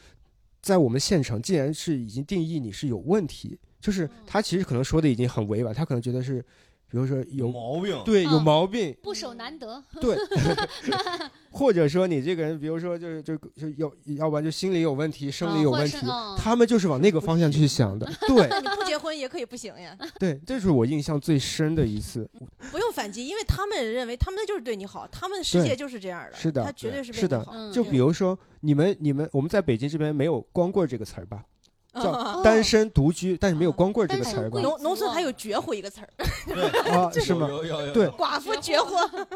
[SPEAKER 2] 在我们县城，竟然是已经定义你是有问题，就是他其实可能说的已经很委婉，他可能觉得是，比如说有
[SPEAKER 3] 毛病。
[SPEAKER 2] 对有
[SPEAKER 5] 嗯
[SPEAKER 2] 毛病，
[SPEAKER 5] 不守难
[SPEAKER 7] 嗯
[SPEAKER 5] 得，
[SPEAKER 2] 对，或者说你这个人，比如说就是就就有，要不然就心理有问题，生理有问题，
[SPEAKER 5] 嗯或者是嗯哦
[SPEAKER 2] 他们就是往那个方向去想的。对
[SPEAKER 7] 那你不结婚也可以不行呀，
[SPEAKER 2] 对，这是我印象最深的一次。
[SPEAKER 5] 嗯
[SPEAKER 7] 不用反击，因为他们认为他们就是对你好，他们的世界
[SPEAKER 2] 对
[SPEAKER 7] 就是这样的，
[SPEAKER 2] 是的
[SPEAKER 7] 他绝对是为
[SPEAKER 2] 是
[SPEAKER 7] 你
[SPEAKER 2] 的
[SPEAKER 7] 好
[SPEAKER 5] 嗯
[SPEAKER 2] 就比如说你们你们我们在北京这边没有“光棍”这个词儿吧？叫
[SPEAKER 5] 哦
[SPEAKER 2] 单身独居，但是没有“光棍”这个
[SPEAKER 5] 单
[SPEAKER 2] 词儿
[SPEAKER 5] 身
[SPEAKER 2] 吧？
[SPEAKER 5] 贵
[SPEAKER 7] 嗯 农农村还有绝户一个词儿，
[SPEAKER 2] 啊，是吗？
[SPEAKER 3] 有有有
[SPEAKER 2] 对
[SPEAKER 7] 寡妇绝户。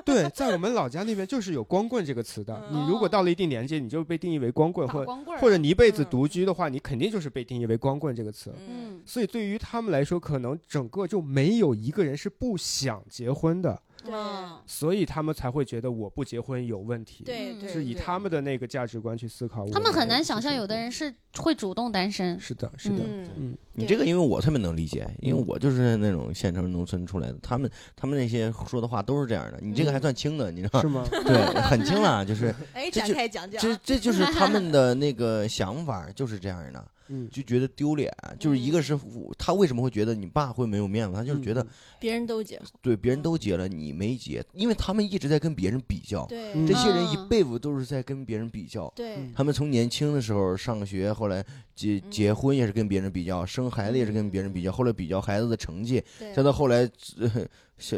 [SPEAKER 2] 对，在我们老家那边就是有“光棍”这个词的。你如果到了一定年纪，你就被定义为光棍，
[SPEAKER 5] 哦打
[SPEAKER 2] 或
[SPEAKER 5] 光棍儿
[SPEAKER 2] 或者你一辈子
[SPEAKER 7] 嗯
[SPEAKER 2] 独居的话，你肯定就是被定义为“光棍”这个词。
[SPEAKER 7] 嗯，
[SPEAKER 5] 嗯，
[SPEAKER 2] 所以对于他们来说，可能整个就没有一个人是不想结婚的，
[SPEAKER 7] 对
[SPEAKER 1] 嗯
[SPEAKER 5] 哦
[SPEAKER 2] 所以他们才会觉得我不结婚有问题。
[SPEAKER 7] 对
[SPEAKER 5] 嗯
[SPEAKER 7] 对，
[SPEAKER 2] 是以
[SPEAKER 7] 对
[SPEAKER 2] 他们的那个价值观去思考。
[SPEAKER 5] 他们很难想象有的。人是会主动单身。
[SPEAKER 2] 嗯是的，是的，
[SPEAKER 7] 嗯
[SPEAKER 2] 嗯，
[SPEAKER 3] 你这个，因为我特别能理解，因为我就是那种县城农村出来的，他们他们那些说的话都是这样的。你这个还算轻的，你
[SPEAKER 8] 嗯
[SPEAKER 3] 知道
[SPEAKER 2] 是
[SPEAKER 3] 吗？
[SPEAKER 2] 吗？
[SPEAKER 3] 对，很轻了，就是
[SPEAKER 7] 哎，
[SPEAKER 3] 这
[SPEAKER 7] 展
[SPEAKER 3] 就
[SPEAKER 7] 开讲讲
[SPEAKER 3] 这
[SPEAKER 7] 啊，
[SPEAKER 3] 这就是他们的那个想法，就是这样的。
[SPEAKER 2] 嗯，
[SPEAKER 3] 就觉得丢脸。啊就是一个是他为什么会觉得你爸会没有面子，他就是觉
[SPEAKER 2] 嗯
[SPEAKER 3] 得
[SPEAKER 7] 别人都结婚，
[SPEAKER 3] 对别人都结了，你没结，因为他们一直在跟别人比较，
[SPEAKER 7] 对
[SPEAKER 2] 嗯
[SPEAKER 3] 这些人一
[SPEAKER 5] 嗯
[SPEAKER 3] 辈子都是在跟别人比较。
[SPEAKER 7] 对
[SPEAKER 3] 他们从年轻的时候上学，后来结
[SPEAKER 7] 嗯
[SPEAKER 3] 结婚也是跟别人比较，生孩子也是跟别人比较，后来比较孩子的成绩，
[SPEAKER 7] 对
[SPEAKER 3] 再到后来，呃小、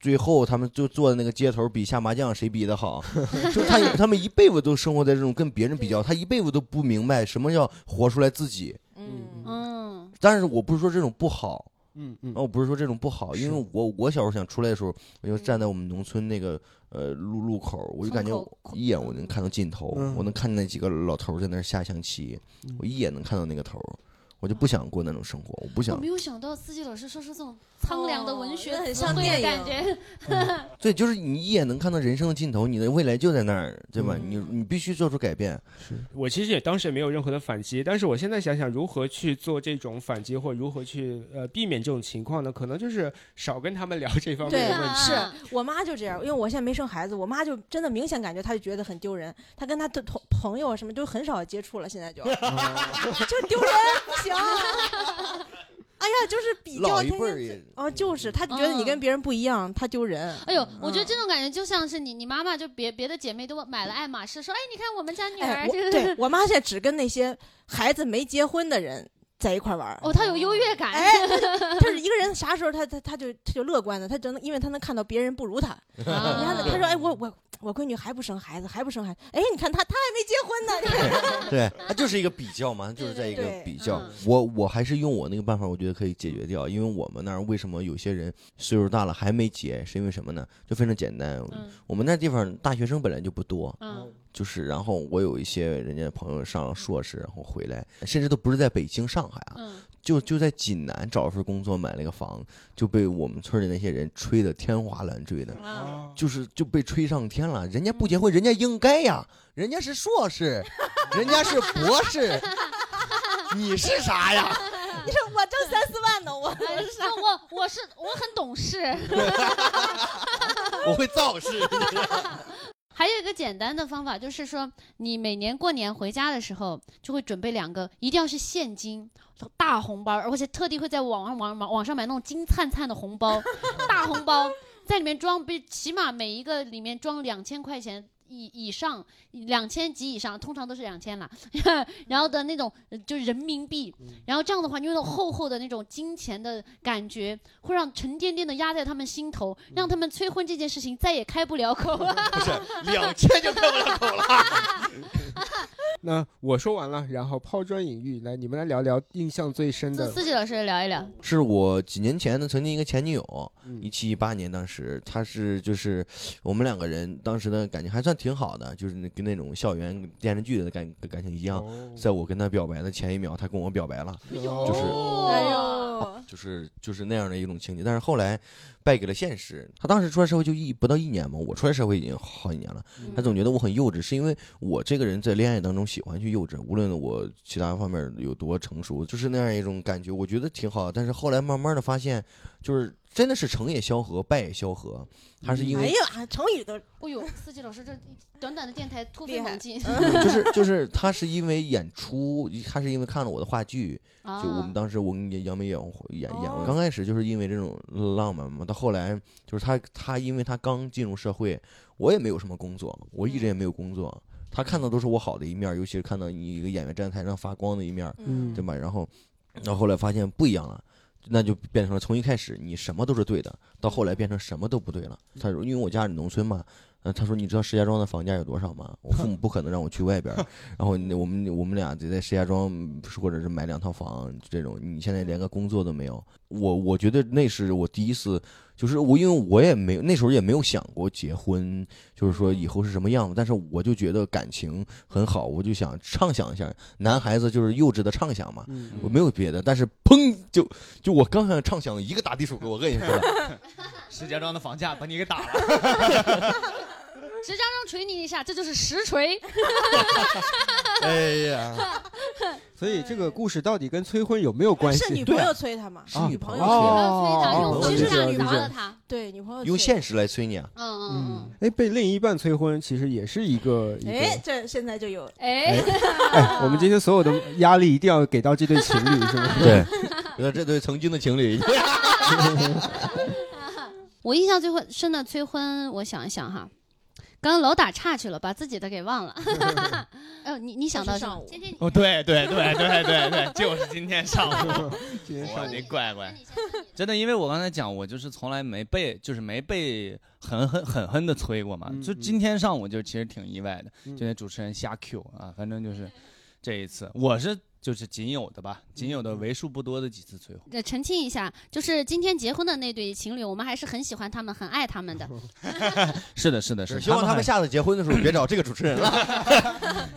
[SPEAKER 3] 最后他们就坐在那个街头比下麻将谁比的 好，就他也他们一辈子都生活在这种跟别人比较，他一辈子都不明白什么叫活出来自己。
[SPEAKER 2] 嗯
[SPEAKER 7] 嗯
[SPEAKER 5] 嗯
[SPEAKER 3] 但是我不是说这种不好，
[SPEAKER 2] 嗯嗯
[SPEAKER 3] 啊，
[SPEAKER 8] 哦
[SPEAKER 3] 我不是说这种不好，因为
[SPEAKER 2] 是
[SPEAKER 3] 我我小时候想出来的时候，我就站在我们农村那个呃路路口，我就感觉
[SPEAKER 7] 村口
[SPEAKER 3] 一眼我能看到尽头，
[SPEAKER 2] 嗯
[SPEAKER 3] 我能看见那几个老头儿在那儿下象棋，
[SPEAKER 2] 嗯
[SPEAKER 3] 我一眼能看到那个头儿，我就不想过那种生活，我不
[SPEAKER 5] 我
[SPEAKER 3] 想
[SPEAKER 5] 没。有想到司机老师说出这种苍凉的文学
[SPEAKER 7] 哦那很
[SPEAKER 5] 词
[SPEAKER 7] 像
[SPEAKER 5] 汇的
[SPEAKER 7] 电
[SPEAKER 5] 感
[SPEAKER 7] 影
[SPEAKER 5] 觉，
[SPEAKER 2] 嗯
[SPEAKER 3] 对，就是你一眼能看到人生的尽头，你的未来就在那儿，对吧？
[SPEAKER 2] 嗯
[SPEAKER 3] 你你必须做出改变。
[SPEAKER 2] 是
[SPEAKER 8] 我其实也当时也没有任何的反击，但是我现在想想如何去做这种反击，或如何去呃避免这种情况呢？可能就是少跟他们聊这方 面
[SPEAKER 7] 对
[SPEAKER 8] 的问题。
[SPEAKER 5] 啊
[SPEAKER 7] 是我妈就这样，因为我现在没生孩子，我妈就真的明显感觉她就觉得很丢人，她跟她的同朋友啊什么就很少接触了，现在就就丢人不行。 哎呀，就是比较
[SPEAKER 3] 老一
[SPEAKER 7] 天
[SPEAKER 3] 辈
[SPEAKER 7] 天
[SPEAKER 3] 儿也
[SPEAKER 7] 哦，就是她觉得
[SPEAKER 5] 嗯
[SPEAKER 7] 你跟别人不一样，她丢人。
[SPEAKER 5] 哎呦，我觉
[SPEAKER 7] 嗯
[SPEAKER 5] 得这种感觉就像是你，你妈妈就别别的姐妹都买了爱马仕，说哎，你看我们家女
[SPEAKER 7] 哎，
[SPEAKER 5] 儿
[SPEAKER 7] 我
[SPEAKER 5] 这个，
[SPEAKER 7] 对我妈现在只跟那些孩子没结婚的人在一块儿玩儿。
[SPEAKER 5] 哦，她有优越感，
[SPEAKER 7] 哎，她就她是一个人，啥时候她她她就她就乐观的，她就能，因为她能看到别人不如她。
[SPEAKER 5] 啊
[SPEAKER 7] 你看她，她说，哎，我我我闺女还不生孩子，还不生孩子，哎，你看她她还没结婚呢。
[SPEAKER 3] 对，它就是一个比较嘛，就是在一个
[SPEAKER 7] 对
[SPEAKER 3] 比较
[SPEAKER 5] 嗯。
[SPEAKER 3] 我我还是用我那个办法，我觉得可以解决掉。因为我们那儿为什么有些人岁数大了还没结，是因为什么呢？就非常简单，
[SPEAKER 5] 嗯
[SPEAKER 3] 我们那地方大学生本来就不多，
[SPEAKER 5] 嗯
[SPEAKER 3] 就是然后我有一些人家朋友上硕士，然后回来，甚至都不是在北京、上海啊，
[SPEAKER 5] 嗯，
[SPEAKER 3] 就就在济南找了份工作，买了个房，就被我们村里那些人吹得天花乱坠的。
[SPEAKER 5] 啊，
[SPEAKER 3] 就是就被吹上天了。人家不结婚，人家应该呀，人家是硕士，人家是博士， 你是啥呀？
[SPEAKER 7] 你说 我挣三四万呢，我
[SPEAKER 5] 哎那我我是我很懂事。
[SPEAKER 3] 我会造势。
[SPEAKER 5] 还有一个简单的方法，就是说你每年过年回家的时候，就会准备两个，一定要是现金大红包，而且特地会在网上网网网上买那种金灿灿的红包，大红包在里面装，比起码每一个里面装两千块钱。以以上两千及以上，通常都是两千啦。 然后的那种呃就人民币，然后这样的话，你有那种厚厚的那种金钱的感觉，会让沉甸甸的压在他们心头，让他们催婚这件事情再也开不了口。
[SPEAKER 3] 不是两千就开不了口了。
[SPEAKER 2] 那我说完了，然后抛砖引玉，来你们来聊聊印象最深
[SPEAKER 5] 自
[SPEAKER 2] 的。
[SPEAKER 5] 自己老师聊一聊，
[SPEAKER 3] 是我几年前的曾经一个前女友，一
[SPEAKER 2] 嗯
[SPEAKER 3] 七一八年当时，她是就是我们两个人当时的感情还算挺好的，就是那跟那种校园电视剧的感感情一样。
[SPEAKER 2] 哦
[SPEAKER 3] 在我跟她表白的前一秒，她跟我表白了。就是
[SPEAKER 5] 哦
[SPEAKER 7] 哎，呦，
[SPEAKER 3] 就是就是那样的一种情景。但是后来败给了现实。他当时出来社会就一不到一年嘛，我出来社会已经好几年了。
[SPEAKER 7] 嗯
[SPEAKER 3] 他总觉得我很幼稚，是因为我这个人在恋爱当中喜欢去幼稚，无论我其他方面有多成熟，就是那样一种感觉，我觉得挺好。但是后来慢慢的发现，就是真的是成也萧何，败也萧何。他是因
[SPEAKER 7] 哎
[SPEAKER 3] 为
[SPEAKER 7] 呀，成 语都嗯
[SPEAKER 5] 哎呦，司机老师这短短的电台突飞
[SPEAKER 7] 厉害
[SPEAKER 5] 猛进，
[SPEAKER 3] 就是就是他是因为演出，他是因为看了我的话剧，
[SPEAKER 5] 啊
[SPEAKER 3] 就我们当时我跟杨杨梅演演演
[SPEAKER 7] 哦，
[SPEAKER 3] 刚开始就是因为这种浪漫嘛，到后来就是他他因为他刚进入社会，我也没有什么工作，我一直也没有工作，他看到都是我好的一面，尤其是看到你一个演员站在台上发光的一面，
[SPEAKER 2] 嗯
[SPEAKER 3] 对吧？然后到后来发现不一样了。那就变成了从一开始你什么都是对的，到后来变成什么都不对了。他说，因为我家是农村嘛，呃，他说你知道石家庄的房价有多少吗？我父母不可能让我去外边儿，然后那我们我们俩得在石家庄嗯或者是买两套房这种，你现在连个工作都没有。我我觉得那是我第一次，就是我因为我也没有那时候也没有想过结婚，就是说以后是什么样子，但是我就觉得感情很好，我就想畅想一下，男孩子就是幼稚的畅想嘛。
[SPEAKER 2] 嗯
[SPEAKER 3] 我没有别的，但是砰就就我刚想畅想一个 打地鼠给我摁下去了，
[SPEAKER 6] 石家庄的房价把你给打了。
[SPEAKER 5] 石家庄捶你一下，这就是实锤。
[SPEAKER 3] 哎呀，
[SPEAKER 2] 所以这个故事到底跟催婚有没有关
[SPEAKER 7] 是
[SPEAKER 2] 系？啊
[SPEAKER 7] 女朋友催他嘛？
[SPEAKER 3] 是
[SPEAKER 7] 女
[SPEAKER 3] 女朋
[SPEAKER 7] 朋友
[SPEAKER 3] 友
[SPEAKER 7] 催，
[SPEAKER 3] 催
[SPEAKER 5] 哦，
[SPEAKER 3] 哦
[SPEAKER 5] 用
[SPEAKER 3] 理
[SPEAKER 5] 手
[SPEAKER 3] 解了
[SPEAKER 5] 机砸
[SPEAKER 3] 理解
[SPEAKER 5] 了
[SPEAKER 3] 了
[SPEAKER 5] 他。
[SPEAKER 7] 对女朋友
[SPEAKER 3] 用
[SPEAKER 7] 催
[SPEAKER 3] 现实来催你啊！
[SPEAKER 5] 嗯嗯
[SPEAKER 2] 哎，被另一半催婚其实也是一个一个。
[SPEAKER 7] 哎，这现在 就有
[SPEAKER 5] 嗯，哎，
[SPEAKER 2] 哎，我们今天所有的压力一定要给到这对情侣，是 吗？
[SPEAKER 3] 对， 那这对曾经的情侣，
[SPEAKER 5] 我印象最婚深的催婚，我想一想哈，刚刚老打岔去了，把自己的给忘了。 哦，你你想到什
[SPEAKER 7] 上
[SPEAKER 5] 么
[SPEAKER 7] 午？
[SPEAKER 5] 今天你
[SPEAKER 6] 哦，对对对对对对，就是今天上午，
[SPEAKER 2] 今天
[SPEAKER 6] 我的乖乖
[SPEAKER 5] 那。你先说你
[SPEAKER 6] 真的，因为我刚才讲，我就是从来没被，就是没被狠狠狠狠的催过嘛。
[SPEAKER 2] 嗯
[SPEAKER 6] 就
[SPEAKER 2] 嗯
[SPEAKER 6] 今天上午就其实挺意外的，
[SPEAKER 2] 嗯
[SPEAKER 6] 就那主持人瞎 Q 啊，反正就是这一次，我是就是仅有的吧，仅有的为数不多的几次催婚。
[SPEAKER 5] 呃，澄清一下，就是今天结婚的那对情侣，我们还是很喜欢他们，很爱他 们的。
[SPEAKER 6] 是的，是的，是 的。
[SPEAKER 3] 希望他
[SPEAKER 6] 还
[SPEAKER 3] 们下次结婚的时候别找这个主持人了。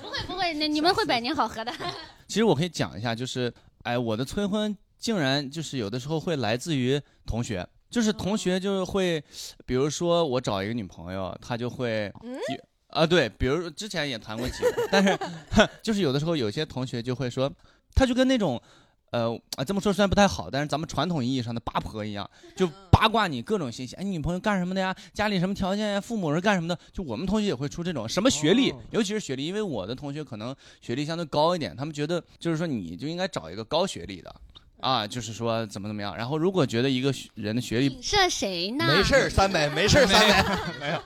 [SPEAKER 5] 不会不会，那你们会百年好合的。
[SPEAKER 6] 其实我可以讲一下，就是哎，我的催婚竟然就是有的时候会来自于同学，就是同学就会，比如说我找一个女朋友，她就会。
[SPEAKER 7] 嗯
[SPEAKER 6] 啊，对，比如之前也谈过几个，但是 就是有的时候有些同学就会说，他就跟那种，呃，啊这么说虽然不太好，但是咱们传统意义上的八婆一样，就八卦你各种信息，哎，你女朋友干什么的呀？家里什么条件呀？父母是干什么的？就我们同学也会出这种什么学历，
[SPEAKER 2] 哦
[SPEAKER 6] 尤其是学历，因为我的同学可能学历相对高一点，他们觉得就是说你就应该找一个高学历的。啊，就是说怎么怎么样，然后如果觉得一个学人的学历
[SPEAKER 5] 影射谁 呢？
[SPEAKER 3] 没事儿，三百，没事儿，三百，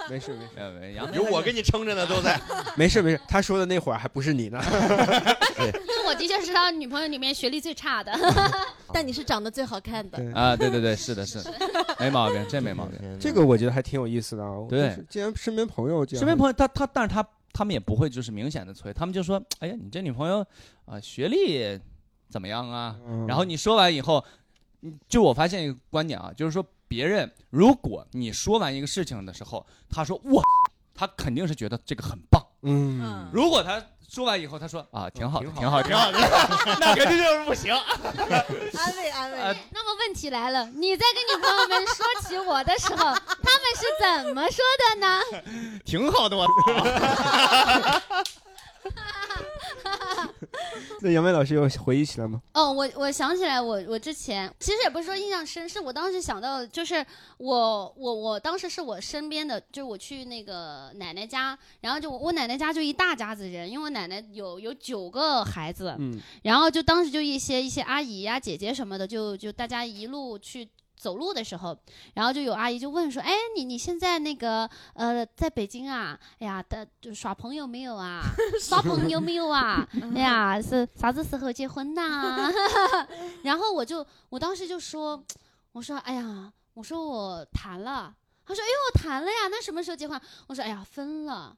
[SPEAKER 2] 没事没事
[SPEAKER 6] 没有呃没有，杨梅
[SPEAKER 3] 有
[SPEAKER 6] 她
[SPEAKER 3] 我
[SPEAKER 6] 就
[SPEAKER 3] 给你撑着呢，都在。
[SPEAKER 2] 没事没事，他说的那会儿还不是你 呢。
[SPEAKER 5] 因为我的确是他女朋友里面学历最差的。
[SPEAKER 7] 但你是长得最好看的，
[SPEAKER 6] 啊，对对对，是的是，的，没毛病，这没毛病。
[SPEAKER 2] 这个我觉得还挺有意思的啊。
[SPEAKER 6] 对，
[SPEAKER 2] 既然身边朋友这样，
[SPEAKER 6] 身边朋友他他，但是他他们也不会就是明显的催，他们就说，哎呀，你这女朋友啊、学历怎么样啊？
[SPEAKER 2] 嗯
[SPEAKER 6] 然后你说完以后，嗯就我发现一个观点啊，就是说别人如果你说完一个事情的时候，他说哇，他肯定是觉得这个很棒。
[SPEAKER 2] 嗯，
[SPEAKER 6] 如果他说完以后，他说啊，挺好的，
[SPEAKER 2] 挺
[SPEAKER 6] 挺好的，挺好的， 那肯定就是不行。
[SPEAKER 7] 安慰安慰。
[SPEAKER 5] 那么问题来了，你在跟女朋友们说起我的时候，他们是怎么说的呢？
[SPEAKER 6] 挺好的，我
[SPEAKER 2] 那杨梅老师有回忆起来吗？
[SPEAKER 5] 哦，我我想起来我，我之前其实也不是说印象深，是我当时想到，就是我我我当时是我身边的，就是我去那个奶奶家，然后就我我奶奶家就一大家子人，因为我奶奶有有九个孩子，
[SPEAKER 2] 嗯，
[SPEAKER 5] 然后就当时就一些一些阿姨呀、姐姐什么的，就就大家一路去。走路的时候，然后就有阿姨就问说：“哎，你你现在那个呃，在北京啊？哎呀，的就耍朋友没有啊？耍朋友没有啊？哎呀，是啥子时候结婚呐、 然后我就我当时就说，我说哎呀，我说我谈了。他说哎呦谈了呀，那什么时候结婚？我说哎呀分了。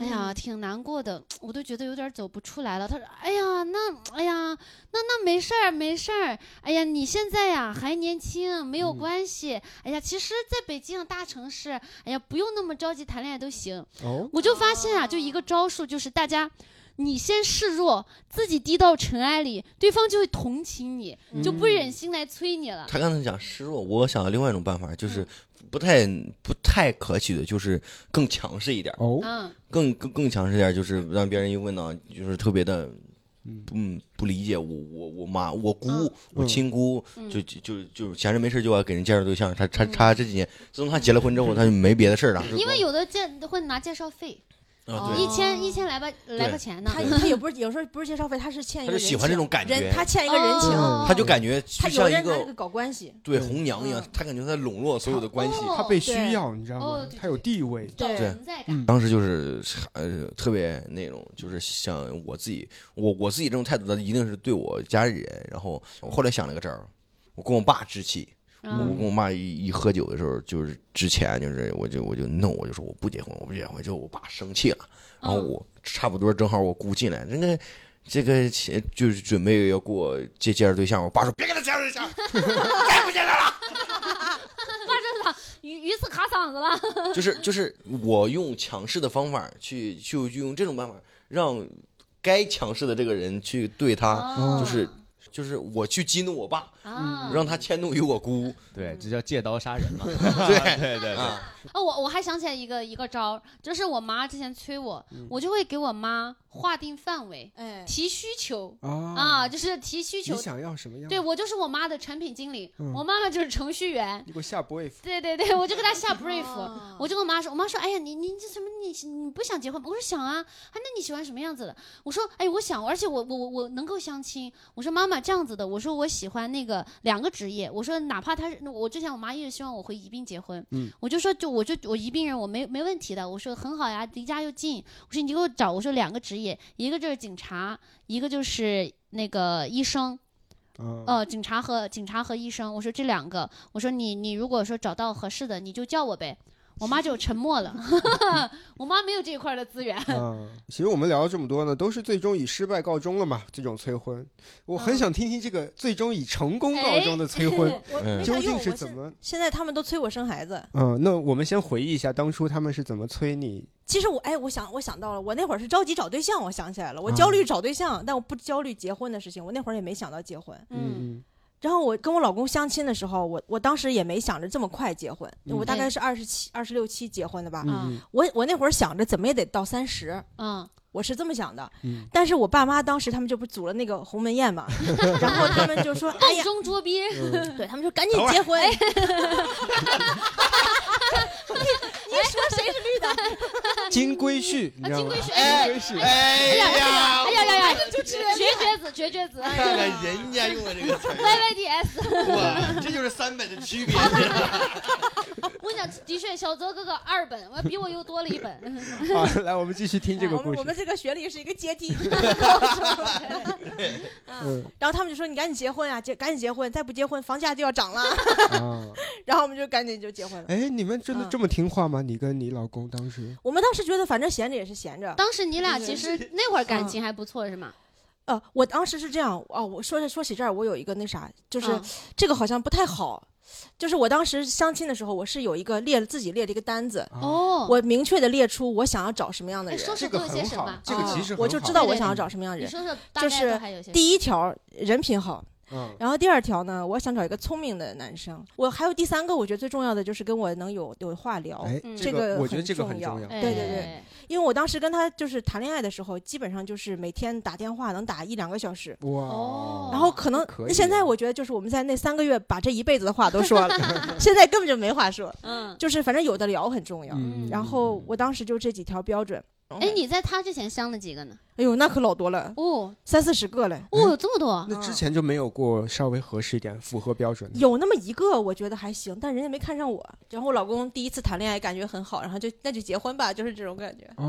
[SPEAKER 5] 哎呀，挺难过的，我都觉得有点走不出来了。他说：“哎呀，那哎呀，那那没事儿，没事儿。哎呀，你现在呀还年轻，没有
[SPEAKER 2] 嗯
[SPEAKER 5] 关系。哎呀，其实在北京大城市，哎呀，不用那么着急谈恋爱都行。
[SPEAKER 2] 哦，
[SPEAKER 5] 我就发现啊，就一个招数，就是大家，你先示弱，自己低到尘埃里，对方就会同情你，就
[SPEAKER 2] 嗯
[SPEAKER 5] 不忍心来催你了。
[SPEAKER 3] 他刚才讲示弱，我想到另外一种办法，就是不太不太可取的，就是更强势一点儿，
[SPEAKER 2] 哦，
[SPEAKER 5] 嗯，
[SPEAKER 3] 更更更强势一点儿，就是让别人一问呢，就是特别的。嗯，不理解我我我妈我姑、
[SPEAKER 5] 嗯
[SPEAKER 3] 我亲姑，
[SPEAKER 5] 嗯
[SPEAKER 3] 就就就就闲着没事就要给人介绍对象，他他他这几年自从他结了婚之后，他就没别的事儿了。
[SPEAKER 5] 因为有的介会拿介绍费，
[SPEAKER 3] 啊，对
[SPEAKER 5] 一千一千来吧来块钱呢
[SPEAKER 7] 他。他也不是有时候不是介绍费，他是欠一
[SPEAKER 3] 他
[SPEAKER 7] 个
[SPEAKER 3] 就
[SPEAKER 7] 人
[SPEAKER 3] 喜欢这
[SPEAKER 7] 情
[SPEAKER 3] 种感觉
[SPEAKER 7] 人，，他欠一个人情，
[SPEAKER 5] 哦
[SPEAKER 3] 他就感觉
[SPEAKER 7] 他
[SPEAKER 3] 就像
[SPEAKER 7] 有人
[SPEAKER 3] 一
[SPEAKER 7] 拿这个
[SPEAKER 3] 个
[SPEAKER 7] 搞关系，
[SPEAKER 3] 对红娘一样
[SPEAKER 7] 嗯，
[SPEAKER 3] 他感觉他笼络所有的关系。
[SPEAKER 5] 哦
[SPEAKER 2] 他被
[SPEAKER 7] 对
[SPEAKER 2] 需要，你知道
[SPEAKER 5] 哦
[SPEAKER 2] 吗
[SPEAKER 5] 对？
[SPEAKER 2] 他有地位，
[SPEAKER 5] 找
[SPEAKER 7] 对
[SPEAKER 5] 存在感。
[SPEAKER 3] 当时就是呃特别那种，就是像我自己，我我自己这种态度，的一定是对我家里人。然后我后来想了个招儿，我跟我爸置气，我
[SPEAKER 5] 嗯
[SPEAKER 3] 跟我妈一一喝酒的时候，就是之前就是我就我就弄、我就说我不结婚，我不结婚，就我爸生气了，然
[SPEAKER 5] 哦
[SPEAKER 3] 后我差不多正好我姑进来，那个。这个前就是准备要给我介介绍对象，我爸说别给他介绍对象，再不介绍了。
[SPEAKER 5] 鱼鱼刺卡嗓子了。
[SPEAKER 3] 就是就是我用强势的方法去就就用这种办法让该强势的这个人去对他
[SPEAKER 5] 哦
[SPEAKER 3] 就是就是我去激怒我爸，
[SPEAKER 5] 啊，
[SPEAKER 3] 让他迁怒于我 姑。
[SPEAKER 6] 对，这叫借刀杀人嘛。
[SPEAKER 3] 对啊
[SPEAKER 6] 对对对，
[SPEAKER 5] 哦，我我还想起来一个一个招儿，就是我妈之前催我，我就会给我妈划定范围，
[SPEAKER 7] 哎，
[SPEAKER 5] 提需求
[SPEAKER 2] 啊
[SPEAKER 5] 啊，就是提需
[SPEAKER 2] 你
[SPEAKER 5] 求。
[SPEAKER 2] 想要什么样？
[SPEAKER 5] 对，我就是我妈的产品经理，
[SPEAKER 2] 嗯
[SPEAKER 5] 我妈妈就是程序员。
[SPEAKER 2] 你给我下 brief，
[SPEAKER 5] 对对对，我就给她下 brief，、
[SPEAKER 7] 哦
[SPEAKER 5] 我就跟我妈说，我妈说，哎呀，你你这什么你你不想结婚吗？我说想啊，啊那你喜欢什么样子的？我说，哎，我想，而且我我我我能够相亲。我说妈妈这样子的，我说我喜欢那个两个职业，我说哪怕他是那我之前我妈一直希望我回宜宾结婚，
[SPEAKER 2] 嗯
[SPEAKER 5] 我就说就我就我宜宾人我没没问题的，我说很好呀，离家又近，我说你给我找，我说两个职业，一个就是警察，一个就是那个医生。
[SPEAKER 2] 嗯，
[SPEAKER 5] 呃，警察和警察和医生，我说这两个，我说你你如果说找到合适的，你就叫我呗。我妈就沉默 了， 我妈没有这一块儿的资源。
[SPEAKER 2] 嗯，其实我们聊了这么多呢，都是最终以失败告终了嘛？这种催婚，我很
[SPEAKER 5] 嗯哎
[SPEAKER 2] 想听听这个最终以成功告终的催 婚、
[SPEAKER 7] 我
[SPEAKER 3] 嗯
[SPEAKER 7] 没
[SPEAKER 2] 究
[SPEAKER 7] 啥用
[SPEAKER 2] 竟是
[SPEAKER 7] 我
[SPEAKER 2] 怎
[SPEAKER 7] 现
[SPEAKER 2] 么？
[SPEAKER 7] 现在他们都催我生孩子，
[SPEAKER 2] 嗯，那我们先回忆一下当初他们是怎么催你。
[SPEAKER 7] 其实我哎，我想我想到了，我那会儿是着急找对象，我想起来了，我
[SPEAKER 2] 啊
[SPEAKER 7] 焦虑找对象，但我不焦虑结婚的事情，我那会儿也没想到结婚。
[SPEAKER 5] 嗯，
[SPEAKER 2] 嗯
[SPEAKER 7] 然后我跟我老公相亲的时候，我我当时也没想着这么快结婚，
[SPEAKER 2] 嗯
[SPEAKER 7] 我大概是二十七、二十六七结婚的吧。
[SPEAKER 2] 嗯嗯
[SPEAKER 5] 啊
[SPEAKER 7] 我我那会儿想着怎么也得到三十，
[SPEAKER 5] 嗯，
[SPEAKER 7] 我是这么想的。
[SPEAKER 2] 嗯
[SPEAKER 7] 但是我爸妈当时他们这不组了那个鸿门 宴嘛，然后他们就说：“哎
[SPEAKER 5] 暗
[SPEAKER 7] 呀，
[SPEAKER 5] 中捉鳖，
[SPEAKER 2] 嗯，
[SPEAKER 7] 对他们说赶紧结婚。
[SPEAKER 2] 哎
[SPEAKER 7] 你” 你说谁是绿的？
[SPEAKER 2] 金龟婿，你知道吗？
[SPEAKER 5] 金龟婿
[SPEAKER 2] 金龟婿，
[SPEAKER 3] 哎呀
[SPEAKER 5] 哎呀呀呀，主持人，绝绝子，绝绝子
[SPEAKER 3] 看看人家用的这个词儿，
[SPEAKER 5] ，YYDS。
[SPEAKER 3] 哇，这就是三本的区别。
[SPEAKER 5] 我想的确，小泽哥哥二本，我比我又多了一本。
[SPEAKER 2] 嗯 好，来，我们继续听这个
[SPEAKER 7] 我
[SPEAKER 2] 故
[SPEAKER 7] 们
[SPEAKER 2] 事
[SPEAKER 7] 我。们这个学历是一个阶梯。
[SPEAKER 2] 嗯
[SPEAKER 7] 然后他们就说：“你赶紧结婚啊，结赶紧结婚，再不结婚房价就要 涨了。
[SPEAKER 2] 啊，”
[SPEAKER 7] 然后我们就赶紧就结婚了。
[SPEAKER 2] 哎，你们真的
[SPEAKER 7] 嗯
[SPEAKER 2] 这么听话吗？你跟你老公当时？
[SPEAKER 7] 我们当时觉得反正闲着也是闲着，
[SPEAKER 5] 当时你俩其实那会儿感情还不错，是吗？
[SPEAKER 7] 呃，我当时是这样哦，我说说起这儿，我有一个那啥，就是、
[SPEAKER 5] 嗯
[SPEAKER 7] 这个好像不太好，就是我当时相亲的时候，我是有一个列了自己列了一个单子，
[SPEAKER 2] 啊，
[SPEAKER 5] 哦，
[SPEAKER 7] 我明确的列出我想要找什么样的
[SPEAKER 5] 哎
[SPEAKER 7] 人，
[SPEAKER 5] 说
[SPEAKER 2] 这
[SPEAKER 5] 说
[SPEAKER 2] 个
[SPEAKER 5] 都有些
[SPEAKER 2] 很
[SPEAKER 5] 什
[SPEAKER 2] 好
[SPEAKER 5] 么，？
[SPEAKER 2] 这个
[SPEAKER 7] 啊
[SPEAKER 2] 其实很
[SPEAKER 7] 我就
[SPEAKER 2] 好
[SPEAKER 7] 知道
[SPEAKER 5] 对
[SPEAKER 7] 我
[SPEAKER 5] 对
[SPEAKER 7] 想要找什么样的
[SPEAKER 5] 你
[SPEAKER 7] 人。
[SPEAKER 5] 说说，大
[SPEAKER 7] 就
[SPEAKER 5] 概
[SPEAKER 7] 是
[SPEAKER 5] 都还有些什么。
[SPEAKER 7] 第一条人品好，
[SPEAKER 2] 嗯
[SPEAKER 7] 然后第二条呢，我想找一个聪明的男生。我还有第三个，我觉得最重要的就是跟我能有有话聊，
[SPEAKER 2] 哎，
[SPEAKER 5] 嗯
[SPEAKER 2] 这
[SPEAKER 7] 这个
[SPEAKER 2] 我觉得
[SPEAKER 7] 很
[SPEAKER 2] 这个
[SPEAKER 7] 重
[SPEAKER 2] 很重
[SPEAKER 7] 要
[SPEAKER 2] 要。
[SPEAKER 5] 哎
[SPEAKER 7] 对对对，因为我当时跟他就是谈恋爱的时候，基本上就是每天打电话能打一两个小时，
[SPEAKER 2] 哇
[SPEAKER 5] 哦，
[SPEAKER 7] 然后可能
[SPEAKER 2] 可以
[SPEAKER 7] 现在
[SPEAKER 2] 啊
[SPEAKER 7] 我觉得就是我们在那三个月把这一辈子的话 都说了，现在根本就没话说，
[SPEAKER 5] 嗯。
[SPEAKER 7] 就是反正有的聊很重要。
[SPEAKER 2] 嗯
[SPEAKER 7] 然后我当时就这几条标准。
[SPEAKER 5] 哎，你在他之前相了几个呢？
[SPEAKER 7] 哎呦，那可老多了，
[SPEAKER 5] 哦，
[SPEAKER 7] 三四十个嘞，
[SPEAKER 2] 嗯
[SPEAKER 5] 哦，这么多，
[SPEAKER 2] 那之前就没有过稍微合适一点、符合标准的。
[SPEAKER 7] 有那么一个我觉得还行，但人家没看上我。然后我老公第一次谈恋爱感觉很好，然后就那就结婚吧，就是这种感觉。
[SPEAKER 2] 哦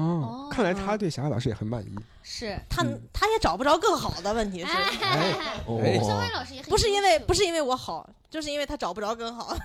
[SPEAKER 5] 哦，
[SPEAKER 2] 看来他对霞霞老师也很满意。
[SPEAKER 5] 是。
[SPEAKER 7] 他、
[SPEAKER 2] 嗯
[SPEAKER 7] 他也找不着更好的，问题是。
[SPEAKER 5] 哎，肖
[SPEAKER 3] 哦
[SPEAKER 5] 薇老师也很
[SPEAKER 7] 不是因为不
[SPEAKER 5] 是
[SPEAKER 7] 是因为我好，就是因为他找不着更好。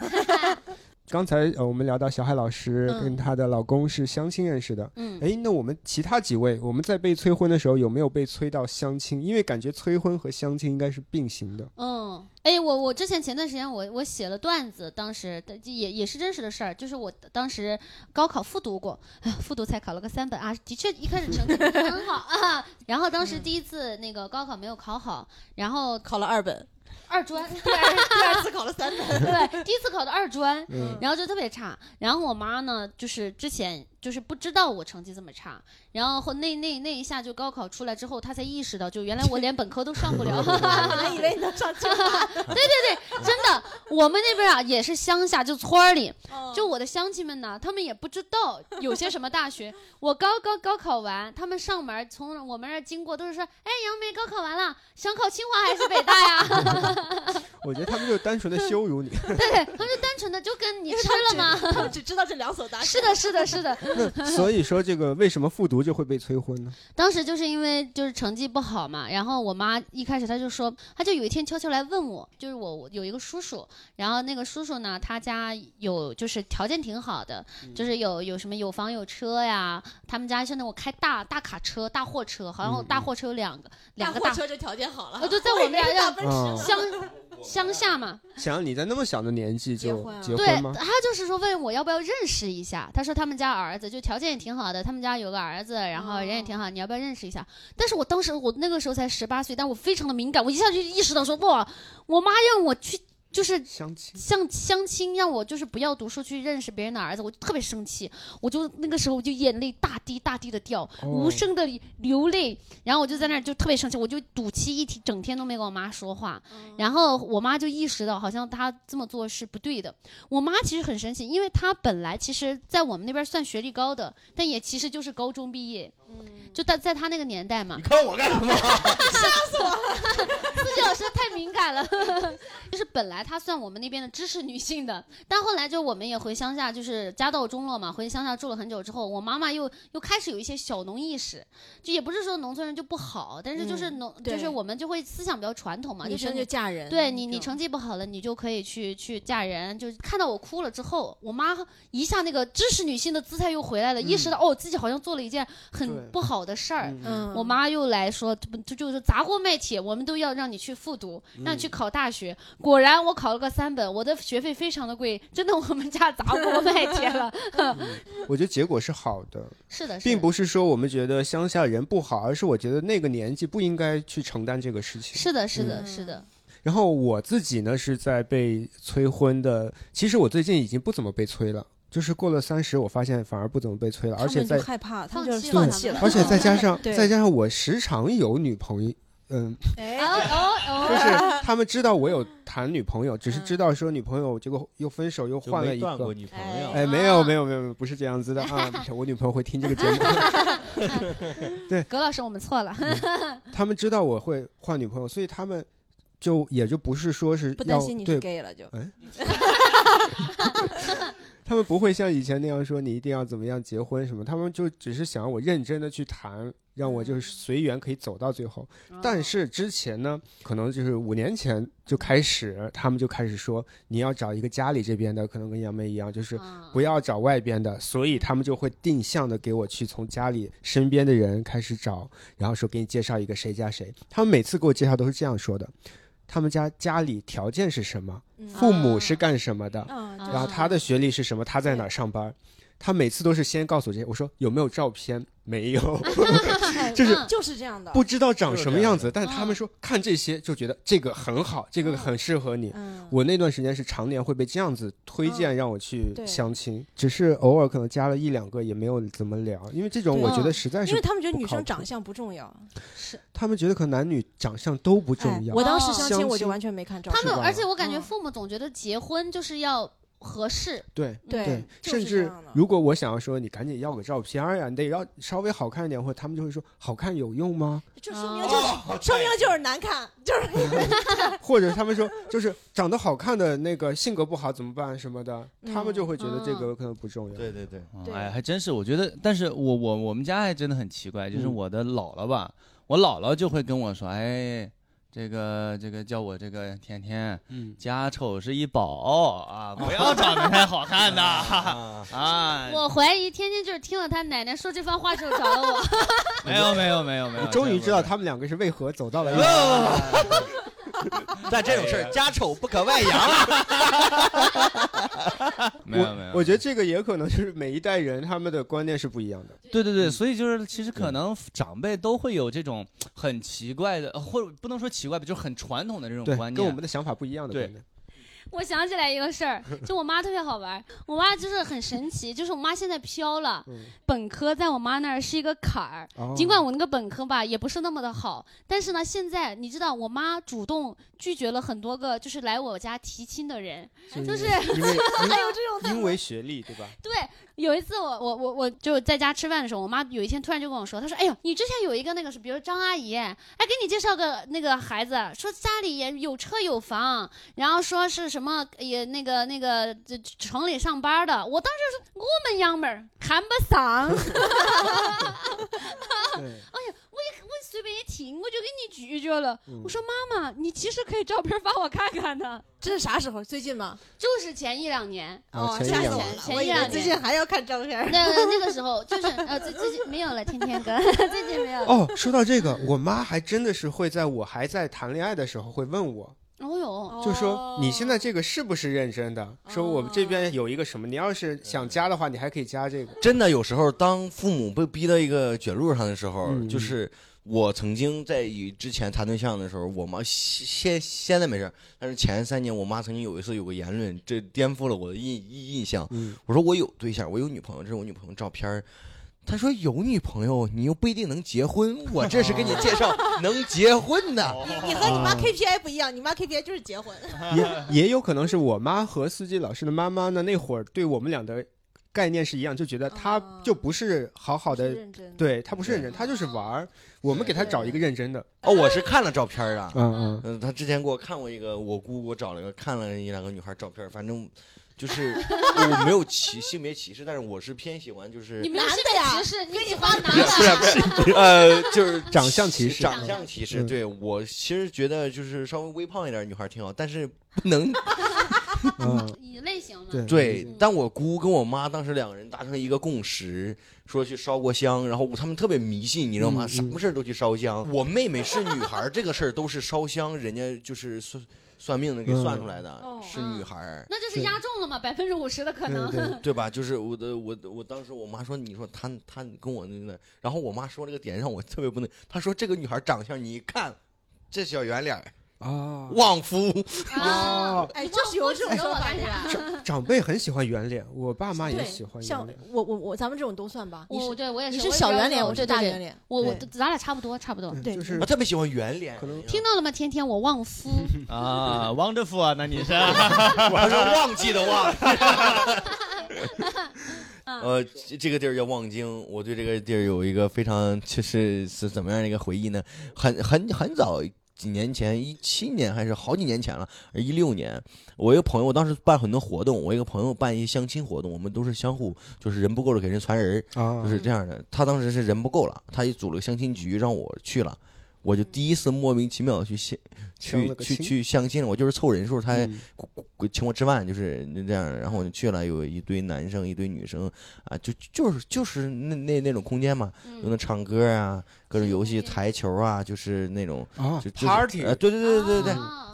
[SPEAKER 2] 刚才呃，我们聊到小海老师
[SPEAKER 5] 嗯
[SPEAKER 2] 跟她的老公是相亲认识的。
[SPEAKER 5] 嗯
[SPEAKER 2] 哎，那我们其他几位，我们在被催婚的时候有没有被催到相亲？因为感觉催婚和相亲应该是并行的。
[SPEAKER 5] 嗯，哎，我我之前前段时间我我写了段子，当时的也也是真实的事儿，就是我当时高考复读过，哎呀，复读才考了个三本啊，的确一开始成绩不是很好啊，然后当时第一次那个高考没有考好，然后
[SPEAKER 7] 考了二本，
[SPEAKER 5] 二专，
[SPEAKER 7] 第二 第二次考了三本。
[SPEAKER 5] 对，第一次考的二专，
[SPEAKER 2] 嗯
[SPEAKER 5] 然后就特别差。然后我妈呢，就是之前就是不知道我成绩这么差，然后后那那那一下就高考出来之后，她才意识到，就原来我连本科都上不了。
[SPEAKER 7] 本来以为你能上清 华，
[SPEAKER 5] 真的，我们那边啊也是乡下，就村儿里，就
[SPEAKER 7] 就
[SPEAKER 5] 我的乡亲们呢，他们也不知 道有些什么大学。我高高高考完，他们上门儿从我们这儿经过，都是说，哎，杨梅高考完了，想考清华还是北大呀？
[SPEAKER 2] 我觉得他们就单纯的羞 辱你。
[SPEAKER 5] 对对，他们就单纯的就跟你吃了吗？
[SPEAKER 7] 他们只知道这两所大学。
[SPEAKER 5] 是的，是的，是的，
[SPEAKER 2] 所以说，这个为什么复读就会被催婚呢？
[SPEAKER 5] 当时就是因为就是成绩不好嘛，然后我妈一开始她就说，她就有一天悄悄来问我，就是我我有一个叔叔，然后那个叔叔呢，他家有就是条件挺好的，
[SPEAKER 2] 嗯
[SPEAKER 5] 就是有有什么有房有车呀，他们家是那种开大大卡车、大货车，
[SPEAKER 2] 嗯
[SPEAKER 5] 好像
[SPEAKER 2] 嗯
[SPEAKER 5] 大货车有两个、两个
[SPEAKER 7] 大
[SPEAKER 5] 大
[SPEAKER 7] 货，车就条件好了，
[SPEAKER 5] 哦就在我们俩
[SPEAKER 7] 大
[SPEAKER 5] 让
[SPEAKER 7] 奔驰呢
[SPEAKER 2] 嗯
[SPEAKER 5] 乡乡下嘛，
[SPEAKER 2] 想让你在那么小的年纪就
[SPEAKER 7] 结婚啊
[SPEAKER 2] 结
[SPEAKER 5] 对，
[SPEAKER 2] 婚吗？
[SPEAKER 5] 他就是说问我要不要认识一下。他说他们家儿子就条件也挺好的，他们家有个儿子，然后人也挺好，你要不要认识一下？但是我当时我那个时候才十八岁，但我非常的敏感，我一下就意识到说哇，我妈让我去就是
[SPEAKER 2] 相亲
[SPEAKER 5] 像相亲让我就是不要读书去认识别人的儿子，我就特别生气，我就那个时候我就眼泪大滴大滴的掉，无声的流泪，然后我就在那儿就特别生气，我就赌气一天整天都没跟我妈说话，然后我妈就意识到好像她这么做是不对的。我妈其实很生气，因为她本来其实在我们那边算学历高的，但也其实就是高中毕业，就在在她那个年代嘛
[SPEAKER 3] 你。看我干什么？
[SPEAKER 5] 自己老师太敏感了， 就是本来她算我们那边的知识女性的，但后来就我们也回乡下，就是家道中落嘛，回乡下住了很久之后，我妈妈又又开始有一些小农意识，就也不是说农村人就不好，但是就是农、
[SPEAKER 7] 嗯对
[SPEAKER 5] 就是我们就会思想比较传统嘛，
[SPEAKER 7] 女
[SPEAKER 5] 就是
[SPEAKER 7] 生就
[SPEAKER 5] 你。
[SPEAKER 7] 嫁人，
[SPEAKER 5] 对你，你
[SPEAKER 7] 成
[SPEAKER 5] 成绩不好了，你就可以去去嫁人。就看到我哭了之后，我妈一下那个知识女性的姿态又回来
[SPEAKER 7] 嗯
[SPEAKER 5] 了，意识到哦，自己好像做了一件
[SPEAKER 2] 对
[SPEAKER 5] 很不好的事儿。
[SPEAKER 2] 嗯，
[SPEAKER 5] 我妈又来说，这不就就是砸锅卖铁，我们都要让你去复读，让你
[SPEAKER 2] 嗯
[SPEAKER 5] 去考大学。果然我考了个三本，我的学费非常的贵，真的我们家砸锅卖铁 了。
[SPEAKER 2] 我觉得结果是好的，
[SPEAKER 5] 是的，是的
[SPEAKER 2] 并不是说我们觉得乡下人不好，而是我觉得那个年纪不应该去承担这个事情。
[SPEAKER 5] 是的，是
[SPEAKER 2] 嗯
[SPEAKER 5] 的，是的。
[SPEAKER 2] 然后我自己呢是在被催婚的，其实我最近已经不怎么被催了，就是过了三十，我发现反而不怎么被催嗯了，而且在
[SPEAKER 7] 害怕，嗯他
[SPEAKER 5] 放
[SPEAKER 7] 们就
[SPEAKER 5] 弃
[SPEAKER 7] 是
[SPEAKER 5] 了
[SPEAKER 7] 放
[SPEAKER 5] 他
[SPEAKER 7] 弃
[SPEAKER 5] 们
[SPEAKER 7] 了，
[SPEAKER 2] 而且 再加上
[SPEAKER 7] 对
[SPEAKER 2] 再加上我时常有女朋友，嗯，
[SPEAKER 5] 哦
[SPEAKER 7] 哎，
[SPEAKER 5] 哦哦，
[SPEAKER 2] 就是他们知道我有谈女朋友，只是知道说女朋友结果又分手又换了一
[SPEAKER 3] 断过
[SPEAKER 2] 个。
[SPEAKER 3] 女朋
[SPEAKER 7] 哦
[SPEAKER 3] 友，
[SPEAKER 2] 哎，没有没有没有，没有不是这样子的 啊！我女朋友会听这个节目，
[SPEAKER 5] 葛老师，我们错了。
[SPEAKER 2] 他们知道我会换女朋友，所以他们就也就不是说是
[SPEAKER 7] 不
[SPEAKER 2] 要
[SPEAKER 7] 担心你
[SPEAKER 2] 对
[SPEAKER 7] 是 gay 了就，
[SPEAKER 2] 他们不会像以前那样说你一定要怎么样结婚什么，他们就只是想让我认真的去谈，让我
[SPEAKER 7] 嗯
[SPEAKER 2] 就是随缘可以走到最后。
[SPEAKER 1] 嗯
[SPEAKER 2] 但是之前呢，可能就是五年前就开始，他们就开始说你要找一个家里这边的，可能跟杨梅一样，就是
[SPEAKER 5] 啊
[SPEAKER 2] 不要找外边的，所以他们就会定向的给我去从家里身边的人开始找，然后说给你介绍一个谁家谁。他们每次给我介绍都是这样说的，他们家家里条件是什么，父母是干什么的。
[SPEAKER 7] 嗯，
[SPEAKER 5] 啊
[SPEAKER 2] 然后他的学历是什么？他在哪儿上班？他每次都是先告诉我这些。我说有没有照片？没有， 就是
[SPEAKER 5] 嗯
[SPEAKER 7] 就是这样的，
[SPEAKER 2] 不知道长什么样子。但
[SPEAKER 5] 样的
[SPEAKER 2] 是他们说看这些就觉得这个很好，这个很适合你。
[SPEAKER 7] 嗯，
[SPEAKER 2] 我那段时间是常年会被这样子推荐让我去
[SPEAKER 7] 对
[SPEAKER 2] 相亲，只是偶尔可能加了一两个，也没有怎么聊，因为这种
[SPEAKER 7] 对啊
[SPEAKER 2] 我觉得实在
[SPEAKER 7] 因
[SPEAKER 2] 是
[SPEAKER 7] 为他们觉得
[SPEAKER 2] 不
[SPEAKER 7] 女
[SPEAKER 2] 靠
[SPEAKER 7] 生
[SPEAKER 2] 谱
[SPEAKER 7] 长相不重要，
[SPEAKER 2] 他们觉得可能男女长相都不
[SPEAKER 7] 哎
[SPEAKER 2] 重，要
[SPEAKER 7] 我。当时
[SPEAKER 5] 哦
[SPEAKER 7] 相
[SPEAKER 2] 相
[SPEAKER 7] 亲我就
[SPEAKER 2] 亲
[SPEAKER 7] 完全没看照
[SPEAKER 5] 他
[SPEAKER 7] 片，
[SPEAKER 5] 们，
[SPEAKER 2] 是吧
[SPEAKER 5] 而且我感觉
[SPEAKER 7] 嗯
[SPEAKER 5] 父母总觉得结婚就是要合适，
[SPEAKER 2] 对
[SPEAKER 7] 对
[SPEAKER 2] 对，
[SPEAKER 7] 就是
[SPEAKER 2] 甚
[SPEAKER 7] 这
[SPEAKER 2] 至
[SPEAKER 7] 样的
[SPEAKER 2] 如果我想要说你赶紧要个照片儿呀，你得要稍微好看一点，或者他们就会说好看有用吗？
[SPEAKER 7] 就
[SPEAKER 5] 哦
[SPEAKER 7] 说明就是说明就是难看，就是
[SPEAKER 2] 或者他们说就是长得好看的那个性格不好怎么办什么的，他们就会觉
[SPEAKER 7] 嗯
[SPEAKER 2] 得这个可能不重要。
[SPEAKER 3] 对对对，
[SPEAKER 6] 嗯
[SPEAKER 7] 对
[SPEAKER 6] 哎，还真是，我觉得，但是我我我们家还真的很奇怪，就是
[SPEAKER 2] 嗯
[SPEAKER 6] 我的姥姥吧，我姥姥就会跟我说，哎，这个这个叫我这个天天，
[SPEAKER 2] 嗯，
[SPEAKER 6] 家丑是一宝啊，不要长得太好看 的
[SPEAKER 2] 哎
[SPEAKER 6] 啊，
[SPEAKER 5] 我怀疑天天就是听了他奶奶说这番话之后找了我。
[SPEAKER 6] 没有没有没有没有，
[SPEAKER 2] 我终于知道他们两个是为何走到了一起。
[SPEAKER 3] 但这种事儿家丑不可外扬啊。
[SPEAKER 6] 没有没有，
[SPEAKER 2] 我我觉得这个也可能就是每一代人他们的观念是不一样的。
[SPEAKER 6] 对对对，所以就是其实可能长辈都会有这种很奇怪的，呃或者不能说奇怪吧，就是很传统的这种
[SPEAKER 2] 对
[SPEAKER 6] 观，念，
[SPEAKER 2] 跟我们的想法不一样的
[SPEAKER 6] 对
[SPEAKER 2] 观念。
[SPEAKER 5] 我想起来一个事儿，就我妈特别好玩儿，我妈就是很神奇，就是我妈现在飘了，
[SPEAKER 2] 嗯
[SPEAKER 5] 本科在我妈那儿是一个坎儿。
[SPEAKER 2] 哦
[SPEAKER 5] 尽管我那个本科吧也不是那么的好，但是呢，现在你知道，我妈主动拒绝了很多个就是来我家提亲的人。就是
[SPEAKER 2] 因为因为学历对吧？
[SPEAKER 5] 对，有一次我我我我就在家吃饭的时候，我妈有一天突然就跟我说，她说：“哎呦，你之前有一个那个是，比如张阿姨，哎，给你介绍个那个孩子，说家里也有车有房，然后说是什么也那个那个这城里上班的。”我当时说：“我们娘们儿看不上，我
[SPEAKER 2] 对，
[SPEAKER 5] 随便一听我就给你拒绝了。
[SPEAKER 2] 嗯
[SPEAKER 5] 我说：“妈妈，你其实可以照片发我看看的。
[SPEAKER 7] 这是啥时候？最近吗？”
[SPEAKER 5] 就是前一两年，
[SPEAKER 9] 哦
[SPEAKER 2] 啊，前一
[SPEAKER 7] 吓
[SPEAKER 2] 两
[SPEAKER 7] 死我
[SPEAKER 2] 年
[SPEAKER 5] 前
[SPEAKER 7] 了！
[SPEAKER 5] 前
[SPEAKER 7] 我
[SPEAKER 5] 一
[SPEAKER 7] 以
[SPEAKER 5] 两
[SPEAKER 7] 为最
[SPEAKER 5] 年
[SPEAKER 7] 近还要看照片，
[SPEAKER 5] 那那个时 候就是呃，最最近没有了，天天 哥，最近没有了。
[SPEAKER 2] 哦，说到这个，我妈还真的是会在我还在谈恋爱的时候会问我，
[SPEAKER 5] 哦哟，
[SPEAKER 2] 就说你现在这个是不是认真的？说我们这边有一个什么，你要是想加的话，你还可以加这个。
[SPEAKER 3] 真的有时候，当父母被逼到一个卷路上的时候，
[SPEAKER 2] 嗯
[SPEAKER 3] 就是我曾经在以之前谈对象的时候，我妈现现在没事儿，但是前三年我妈曾经有一次有个言论，这颠覆了我的印印印象。
[SPEAKER 2] 嗯，
[SPEAKER 3] 我说我有对象，我有女朋友，这是我女朋友照片儿。她说有女朋友，你又不一定能结婚。我这是给你介绍能结婚的。
[SPEAKER 7] 哦
[SPEAKER 9] 你和你
[SPEAKER 7] 嗯
[SPEAKER 9] 妈 KPI 不一样，你妈 KPI 就是结婚。
[SPEAKER 2] 也也有可能是我妈和司机老师的妈妈呢，那会儿对我们俩的概念是一样，就觉得他
[SPEAKER 7] 啊
[SPEAKER 2] 就不是好好
[SPEAKER 7] 是
[SPEAKER 2] 的，
[SPEAKER 7] 认真。
[SPEAKER 2] 对他不是认真，他就是玩儿。我们给他找一个认真的，
[SPEAKER 3] 哦，我是看了照片儿啊。
[SPEAKER 2] 嗯
[SPEAKER 3] 嗯，他之前给我看过一个，我姑给我找了个看了一两个女孩照片，反正就是我没有歧性别歧视，但是我是偏喜欢就是
[SPEAKER 5] 你没有
[SPEAKER 9] 男
[SPEAKER 5] 性
[SPEAKER 9] 的
[SPEAKER 5] 别
[SPEAKER 9] 呀
[SPEAKER 5] 歧视，你
[SPEAKER 9] 跟
[SPEAKER 5] 喜
[SPEAKER 9] 你
[SPEAKER 5] 欢 男
[SPEAKER 3] 不是啊
[SPEAKER 5] 的，
[SPEAKER 3] 不是呃就是
[SPEAKER 2] 长相歧视
[SPEAKER 3] 长相歧视。
[SPEAKER 2] 嗯
[SPEAKER 3] 对我其实觉得就是稍微微胖一点的女孩挺好，但是不能
[SPEAKER 2] 嗯 嗯，
[SPEAKER 5] 以类型嘛。
[SPEAKER 2] 对
[SPEAKER 3] 对，但我姑跟我妈当时两个人达成一个共识，说去烧过香，然后他们特别迷信，你知道
[SPEAKER 2] 嗯
[SPEAKER 3] 吗？
[SPEAKER 2] 嗯
[SPEAKER 3] 什么事儿都去 烧香。我妹妹是女孩儿，这个事儿都是烧香，人家就是算算命的给算出来的，
[SPEAKER 7] 嗯
[SPEAKER 3] 是女孩儿。
[SPEAKER 5] 那就是压中了嘛，百分之五十的可能。
[SPEAKER 2] 对 对
[SPEAKER 3] 对吧？就是我的，我我当时我妈说，你说她她跟我那个，然后我妈说这个点让我特别不能，她说这个女孩长相，你一看这小圆脸儿，
[SPEAKER 2] 啊，
[SPEAKER 3] 旺夫，
[SPEAKER 5] 啊，
[SPEAKER 9] 哎，就是有这种说法
[SPEAKER 5] 我
[SPEAKER 9] 对吧？
[SPEAKER 2] 长长辈很喜欢圆脸，我爸妈也
[SPEAKER 7] 对
[SPEAKER 2] 喜欢圆
[SPEAKER 7] 像
[SPEAKER 2] 脸。
[SPEAKER 7] 我我我咱们这种都算吧。你
[SPEAKER 5] 我
[SPEAKER 7] 是
[SPEAKER 5] 对我也
[SPEAKER 7] 你
[SPEAKER 5] 是，
[SPEAKER 7] 是
[SPEAKER 5] 我也
[SPEAKER 7] 小
[SPEAKER 5] 比较
[SPEAKER 7] 圆脸，
[SPEAKER 5] 瘦
[SPEAKER 7] 我是
[SPEAKER 5] 对
[SPEAKER 7] 大
[SPEAKER 5] 对
[SPEAKER 7] 圆脸。
[SPEAKER 5] 我我
[SPEAKER 7] 对
[SPEAKER 5] 咱俩差不多，差不多。
[SPEAKER 7] 对
[SPEAKER 2] 嗯
[SPEAKER 7] 嗯
[SPEAKER 2] 就是
[SPEAKER 3] 我特别喜欢圆脸。
[SPEAKER 2] 可能
[SPEAKER 5] 听到了吗，天天？我旺夫，
[SPEAKER 6] 啊，wonderful 啊，那你 是
[SPEAKER 3] 我是忘记的忘。
[SPEAKER 5] 嗯
[SPEAKER 3] 呃，这这个地儿叫望京，我对这个地儿有一个非常就是是怎么样的一个回忆呢？很很很早几年前，一七年还是好几年前了，一六年，我一个朋友，我当时办很多活动，我一个朋友办一些相亲活动，我们都是相互就是人不够了给人传人儿，
[SPEAKER 2] 啊
[SPEAKER 3] 就，是这样的。他当时是人不够了，他也组了个相亲局让我去了。我就第一次莫名其妙地去相
[SPEAKER 2] 相了
[SPEAKER 3] 去
[SPEAKER 2] 个
[SPEAKER 3] 去
[SPEAKER 2] 亲
[SPEAKER 3] 去相亲了，我就是凑人数，他
[SPEAKER 2] 嗯
[SPEAKER 3] 请我吃饭，就是那这样的。然后我就去了，有一堆男生，一堆女生啊，就就是就是那那那种空间嘛，
[SPEAKER 5] 嗯
[SPEAKER 3] 有那唱歌啊，各种游戏、台球啊，就是那种
[SPEAKER 2] 啊
[SPEAKER 3] 就就是
[SPEAKER 2] ，party
[SPEAKER 3] 呃对对对对对
[SPEAKER 5] 啊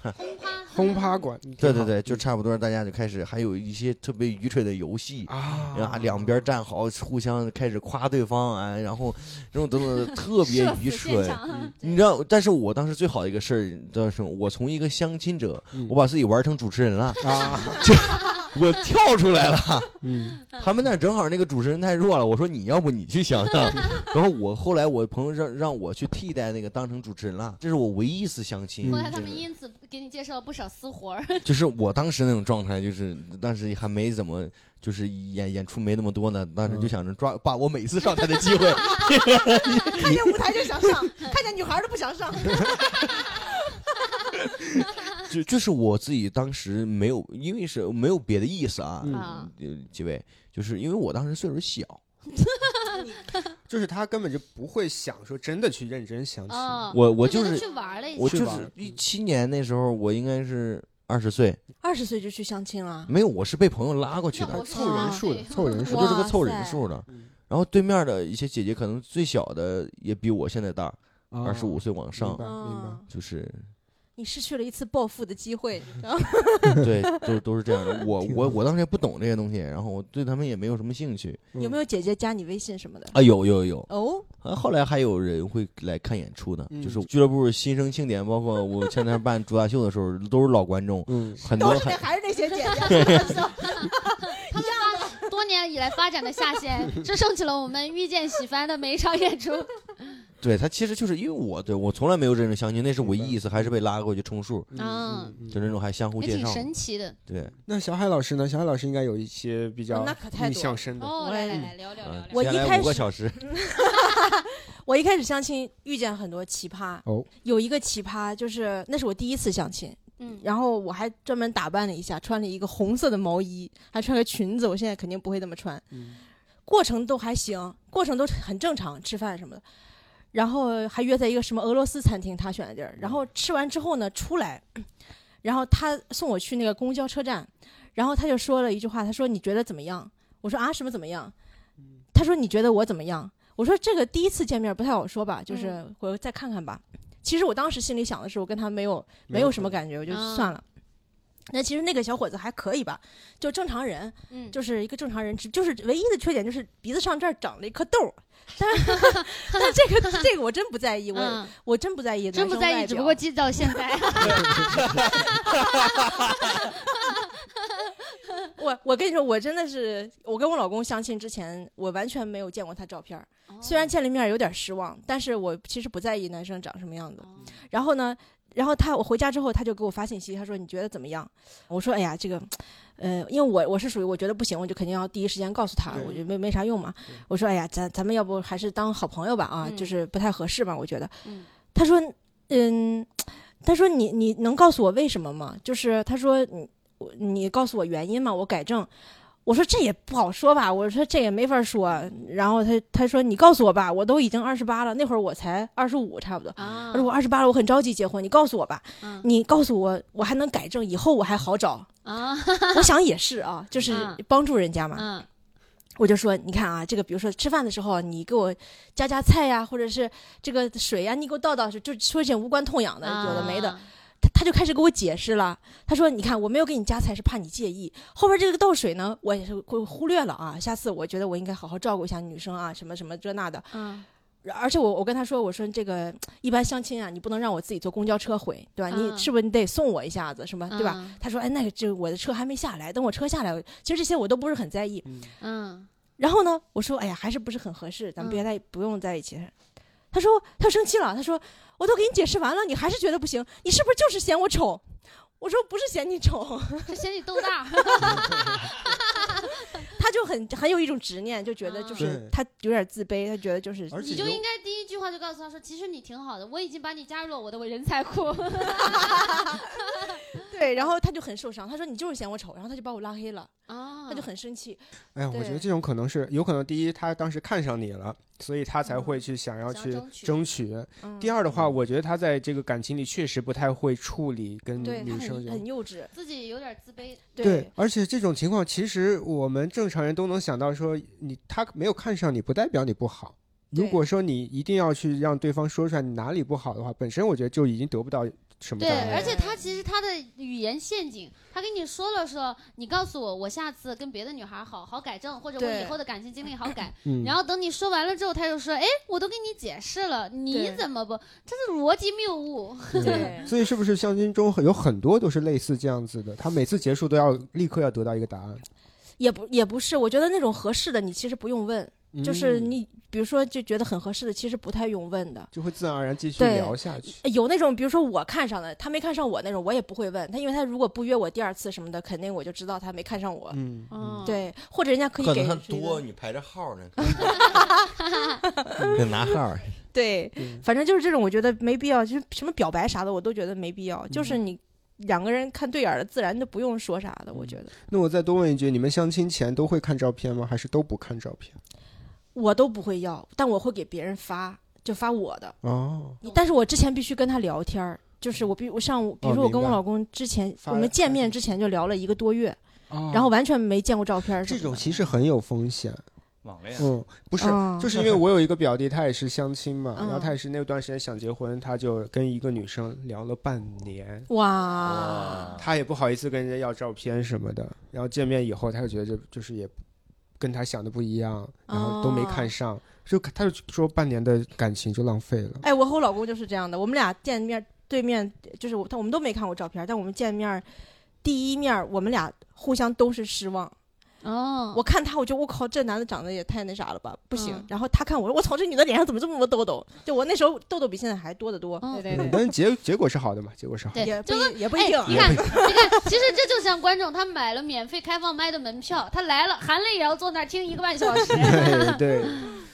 [SPEAKER 5] 轰趴，
[SPEAKER 2] 轰趴馆，挺
[SPEAKER 3] 对对
[SPEAKER 2] 好嗯
[SPEAKER 3] 对对，就差不多，大家就开始还有一些特别愚蠢的游戏。
[SPEAKER 2] 啊
[SPEAKER 3] 啊，两边站好，互相开始夸对方啊，然后这种等等特别
[SPEAKER 5] 社死
[SPEAKER 3] 愚
[SPEAKER 5] 现
[SPEAKER 3] 蠢，
[SPEAKER 5] 场
[SPEAKER 2] 嗯
[SPEAKER 3] 你知道，但是我当时最好的一个事儿，你知道是什么？我从一个相亲者，
[SPEAKER 2] 嗯
[SPEAKER 3] 我把自己玩成主持人 了，
[SPEAKER 2] 啊，
[SPEAKER 3] 我跳出来了。
[SPEAKER 2] 嗯，
[SPEAKER 3] 他们那儿正好那个主持人太弱了，我说你要不你去想 想。然后我后来我朋友让让我去替代那个当成主持人了，这是我唯一一次相亲
[SPEAKER 2] 嗯。
[SPEAKER 5] 后来他们因此给你介绍了不少私活儿，
[SPEAKER 3] 就是我当时那种状态，就是当时还没怎么，就是演演出没那么多呢，当时就想着抓把握每次上台的机 会。
[SPEAKER 9] 看见舞台就想 上，看见女孩都不想上。
[SPEAKER 3] 就就是我自己当时没有，因为是没有别的意思啊，
[SPEAKER 2] 嗯
[SPEAKER 5] 啊
[SPEAKER 3] 呃几位，就是因为我当时岁数小，
[SPEAKER 2] 就是他根本就不会想说真的去认真相亲，
[SPEAKER 5] 哦，
[SPEAKER 3] 我我
[SPEAKER 5] 就
[SPEAKER 3] 就是是
[SPEAKER 5] 去玩了一
[SPEAKER 3] 我
[SPEAKER 5] 下
[SPEAKER 2] 去
[SPEAKER 3] 就
[SPEAKER 2] 玩
[SPEAKER 3] 是
[SPEAKER 2] 儿
[SPEAKER 3] 一七年那时候，我应该是二十岁，
[SPEAKER 7] 二十岁就去相亲了，
[SPEAKER 3] 没有，我是被朋友拉过去
[SPEAKER 5] 那
[SPEAKER 3] 的
[SPEAKER 5] 我，
[SPEAKER 2] 凑人数的，凑人数
[SPEAKER 3] 我
[SPEAKER 2] 的，
[SPEAKER 3] 就是个
[SPEAKER 7] 哦哇
[SPEAKER 3] 凑人
[SPEAKER 7] 塞
[SPEAKER 3] 数的
[SPEAKER 2] 嗯。
[SPEAKER 3] 然后对面的一些姐姐，可能最小的也比我现在大，二十五岁往上
[SPEAKER 2] 啊明，白明白
[SPEAKER 7] 嗯，
[SPEAKER 3] 就是
[SPEAKER 7] 你失去了一次暴富的机会，你 知道吗？
[SPEAKER 3] 对，都都是这样的。我
[SPEAKER 2] 挺
[SPEAKER 3] 我
[SPEAKER 2] 好
[SPEAKER 3] 我当时也不懂这些东西，然后我对他们也没有什么兴趣
[SPEAKER 2] 嗯
[SPEAKER 7] 有没有姐姐加你微信什么的？
[SPEAKER 3] 啊。有有有，
[SPEAKER 7] 哦，
[SPEAKER 3] 啊，后来还有人会来看演出呢，
[SPEAKER 2] 嗯
[SPEAKER 3] 就是俱乐部新生庆典，包括我前段办主打秀的时候，都是老观众，
[SPEAKER 2] 嗯，
[SPEAKER 3] 很多
[SPEAKER 9] 都是那
[SPEAKER 3] 很
[SPEAKER 9] 还是那些姐姐，
[SPEAKER 5] 他们发多年以来发展的下线，支撑起了我们遇见喜欢的每一场演出。
[SPEAKER 3] 对他其实就是因为我对我从来没有认真相亲，那是我
[SPEAKER 2] 明白
[SPEAKER 3] 意思，还是被拉过去充数，
[SPEAKER 2] 嗯
[SPEAKER 5] 啊
[SPEAKER 2] 嗯
[SPEAKER 3] 就那种还相互
[SPEAKER 5] 也
[SPEAKER 3] 介
[SPEAKER 5] 挺
[SPEAKER 3] 绍，
[SPEAKER 5] 神奇的
[SPEAKER 3] 对，
[SPEAKER 2] 那小海老师呢？小海老师应该有一些比较
[SPEAKER 7] 哦那可太
[SPEAKER 2] 印
[SPEAKER 7] 多
[SPEAKER 2] 象
[SPEAKER 7] 了
[SPEAKER 2] 深的，
[SPEAKER 5] 哦！
[SPEAKER 7] 我
[SPEAKER 5] 来
[SPEAKER 7] 也
[SPEAKER 5] 来来，聊聊聊
[SPEAKER 3] 啊，
[SPEAKER 5] 聊。
[SPEAKER 7] 我
[SPEAKER 3] 先
[SPEAKER 7] 一
[SPEAKER 3] 来
[SPEAKER 7] 开
[SPEAKER 3] 五个
[SPEAKER 7] 始
[SPEAKER 3] 小时，
[SPEAKER 7] 我一开始相亲遇见很多奇葩，
[SPEAKER 2] 哦
[SPEAKER 7] 有一个奇葩就是那是我第一次相亲，
[SPEAKER 5] 嗯，
[SPEAKER 7] 然后我还专门打扮了一下，穿了一个红色的毛衣，还穿个裙子，我现在肯定不会那么穿。
[SPEAKER 2] 嗯
[SPEAKER 7] 过程都还行，过程都很正常，吃饭什么的。然后还约在一个什么俄罗斯餐厅，他选的地
[SPEAKER 2] 嗯
[SPEAKER 7] 儿。然后吃完之后呢，出来， 然后他送我去那个公交车站，然后他就说了一句话，他说你觉得怎么样？我说啊什么怎么样？
[SPEAKER 2] 嗯嗯
[SPEAKER 7] 他说你觉得我怎么样？我说这个第一次见面不太好说吧，就是我再看看吧。其实我当时心里想的是，我跟他没有
[SPEAKER 2] 没
[SPEAKER 7] 没
[SPEAKER 2] 有
[SPEAKER 7] 有什么感觉，我就
[SPEAKER 5] 嗯
[SPEAKER 7] 算了。那其实那个小伙子还可以吧，就正常人，
[SPEAKER 5] 嗯，
[SPEAKER 7] 就是一个正常人，只就是唯一的缺点就是鼻子上这儿长了一颗痘儿，但是 但这个这个我真不在意，我、
[SPEAKER 5] 嗯
[SPEAKER 7] 我真不在意，
[SPEAKER 5] 真不在意，只不过记到现在。
[SPEAKER 7] 我我跟你说，我真的是我跟我老公相亲之前，我完全没有见过他照片儿，
[SPEAKER 5] 哦
[SPEAKER 7] 虽然见了面有点失望，但是我其实不在意男生长什么样子。
[SPEAKER 5] 哦
[SPEAKER 7] 然后呢，然后他我回家之后，他就给我发信息，他说你觉得怎么样？我说哎呀，这个，呃，因为我我是属于我觉得不行，我就肯定要第一时间告诉他，
[SPEAKER 2] 对
[SPEAKER 7] 我觉得没没啥用嘛。我说哎呀，咱咱们要不还是当好朋友吧啊，
[SPEAKER 5] 嗯
[SPEAKER 7] 就是不太合适吧，我觉得。
[SPEAKER 5] 嗯
[SPEAKER 7] 他说嗯，他说你你能告诉我为什么吗？就是他说你我你告诉我原因嘛，我改正。我说这也不好说吧，我说这也没法说。然后他他说你告诉我吧，我都已经二十八了，那会儿我才二十五差不多。
[SPEAKER 5] 啊
[SPEAKER 7] 他说我二十八了，我很着急结婚，你告诉我吧，
[SPEAKER 5] 嗯
[SPEAKER 7] 你告诉我，我还能改正，以后我还 好找。
[SPEAKER 5] 啊
[SPEAKER 7] 我想也是啊，就是
[SPEAKER 5] 嗯
[SPEAKER 7] 帮助人家嘛。
[SPEAKER 5] 嗯
[SPEAKER 7] 我就说，你看啊，这个比如说吃饭的时候，你给我加加菜呀、或者是这个水呀、你给我倒倒，就说一些无关痛痒的，有的没
[SPEAKER 5] 啊
[SPEAKER 7] 的。，他他就开始给我解释了，他说：“你看，我没有给你加菜是怕你介意，后边这个倒水呢，我也是会忽略了啊。下次我觉得我应该好好照顾一下女生啊，什么什么这那的。
[SPEAKER 5] 嗯
[SPEAKER 7] 而且我我跟他说，我说这个一般相亲啊，你不能让我自己坐公交车回，对吧？
[SPEAKER 5] 嗯
[SPEAKER 7] 你是不是你得送我一下子，什么对吧？
[SPEAKER 5] 嗯
[SPEAKER 7] 他说：“哎，那个这我的车还没下来，等我车下来，其实这些我都不是很在意。
[SPEAKER 5] 嗯
[SPEAKER 7] 然后呢，我说：哎呀，还是不是很合适，咱们别在、不用在一起。”他说：“他生气了，他说我都给你解释完了，你还是觉得不行，你是不是就是嫌我丑？”我说：“不是嫌你丑。
[SPEAKER 5] 这嫌你豆大，”
[SPEAKER 7] 他就很很有一种执念，就觉得就
[SPEAKER 2] 对
[SPEAKER 7] 是他有点自卑，他觉得就是
[SPEAKER 2] 而且
[SPEAKER 5] 你就
[SPEAKER 2] 有
[SPEAKER 5] 应该第一句话就告诉他说，其实你挺好的，我已经把你加入了我的人才库。
[SPEAKER 7] 对，然后他就很受伤。他说：“你就是嫌我丑。”然后他就把我拉黑了，
[SPEAKER 5] 啊，
[SPEAKER 7] 他就很生气，
[SPEAKER 2] 哎呀，我觉得
[SPEAKER 7] 对
[SPEAKER 2] 这种可能是有可能，第一，他当时看上你了，所以他才会去想要
[SPEAKER 5] 想
[SPEAKER 2] 去
[SPEAKER 5] 争取
[SPEAKER 2] 争取。
[SPEAKER 7] 嗯
[SPEAKER 2] 第二的话，我觉得他在这个感情里确实不太会处理跟
[SPEAKER 7] 对他
[SPEAKER 2] 女生
[SPEAKER 7] 很
[SPEAKER 2] 这
[SPEAKER 7] 很
[SPEAKER 2] 种。
[SPEAKER 7] 幼稚，
[SPEAKER 5] 自己有点自卑，
[SPEAKER 2] 对，而且这种情况，其实我们正常人都能想到说，你他没有看上你，不代表你不好。如
[SPEAKER 7] 对
[SPEAKER 2] 果说你一定要去让对方说出来你哪里不好的话，本身我觉得就已经得不到什么答
[SPEAKER 5] 对，
[SPEAKER 2] 案。
[SPEAKER 5] 而且他其实他的语言陷阱，他跟你说了说，你告诉我，我下次跟别的女孩好好改正，或者我
[SPEAKER 7] 对
[SPEAKER 5] 以后的感情经历 好改。
[SPEAKER 2] 嗯，
[SPEAKER 5] 然后等你说完了之后，他就说，哎，我都跟你解释了，你
[SPEAKER 7] 对
[SPEAKER 5] 怎么不？这是逻辑谬误。
[SPEAKER 7] 对
[SPEAKER 2] 所以是不是相亲中很有很多都是类似这样子的？他每次结束都要立刻要得到一个答案，
[SPEAKER 7] 也不也不是，我觉得那种合适的你其实不用问，就是
[SPEAKER 2] 嗯
[SPEAKER 7] 你比如说就觉得很合适的，其实不太用问的。
[SPEAKER 2] 就会自然而然继续
[SPEAKER 7] 对
[SPEAKER 2] 聊下去。
[SPEAKER 7] 呃有那种，比如说我看上了，他没看上我那种，我也不会问他，因为他如果不约我第二次什么的，肯定我就知道他没看上我。
[SPEAKER 2] 嗯，嗯，
[SPEAKER 7] 对，或者人家可以
[SPEAKER 3] 可
[SPEAKER 7] 给
[SPEAKER 3] 能他
[SPEAKER 7] 谁的
[SPEAKER 3] 多，你排着号呢， 得拿号。
[SPEAKER 7] 对，反正就是这种，我觉得没必要，就是什么表白啥的，我都觉得没必要，就是
[SPEAKER 2] 嗯
[SPEAKER 7] 你。两个人看对眼儿了，自然就不用说啥的。我觉得
[SPEAKER 2] 那我再多问一句，你们相亲前都会看照片吗？还是都不看照片？
[SPEAKER 7] 我都不会要，但我会给别人发，就发我的。
[SPEAKER 2] 哦，
[SPEAKER 7] 但是我之前必须跟他聊天儿，就是我必我上午，比如说我
[SPEAKER 2] 哦明
[SPEAKER 7] 跟我
[SPEAKER 2] 白
[SPEAKER 7] 老公之前，
[SPEAKER 2] 发
[SPEAKER 7] 我们见面
[SPEAKER 2] 发
[SPEAKER 7] 之前就聊了一个多月，
[SPEAKER 2] 哦
[SPEAKER 7] 然后完全没见过照片儿什
[SPEAKER 2] 这
[SPEAKER 7] 么的。
[SPEAKER 2] 种其实很有风险。
[SPEAKER 6] 网恋
[SPEAKER 2] 嗯，不是，
[SPEAKER 7] 嗯
[SPEAKER 2] 就是因为我有一个表弟，他也是相亲嘛，
[SPEAKER 7] 嗯
[SPEAKER 2] 然后他也是那段时间想结婚，他就跟一个女生聊了半年。
[SPEAKER 7] 哇，
[SPEAKER 2] 他也不好意思跟人家要照片什么的，然后见面以后，他就觉得就是也跟他想的不一样，然后都没看
[SPEAKER 5] 哦
[SPEAKER 2] 上，就他就说半年的感情就浪费了。
[SPEAKER 7] 哎，我和我老公就是这样的，我们俩见面对面就是我，但我们都没看过照片儿，但我们见面儿第一面儿，我们俩互相都是失望。
[SPEAKER 5] 哦，
[SPEAKER 7] 我看他，我就我靠，这男的长得也太那啥了吧，不行。
[SPEAKER 5] 嗯
[SPEAKER 7] 然后他看我，我操，这女的脸上怎么这么多痘痘？就我那时候痘痘比现在还多得多。
[SPEAKER 5] 哦
[SPEAKER 7] 对对
[SPEAKER 2] 嗯
[SPEAKER 7] 对，
[SPEAKER 2] 但是结结果是好的嘛，结果是好的。
[SPEAKER 5] 对，
[SPEAKER 7] 也
[SPEAKER 5] 就
[SPEAKER 7] 不一也不一
[SPEAKER 5] 哎，
[SPEAKER 7] 定。
[SPEAKER 5] 你看，你看，其实这就像观众他买了免费开放麦的门票，他来了，含泪也要坐那儿听一个半小时。
[SPEAKER 2] 对对，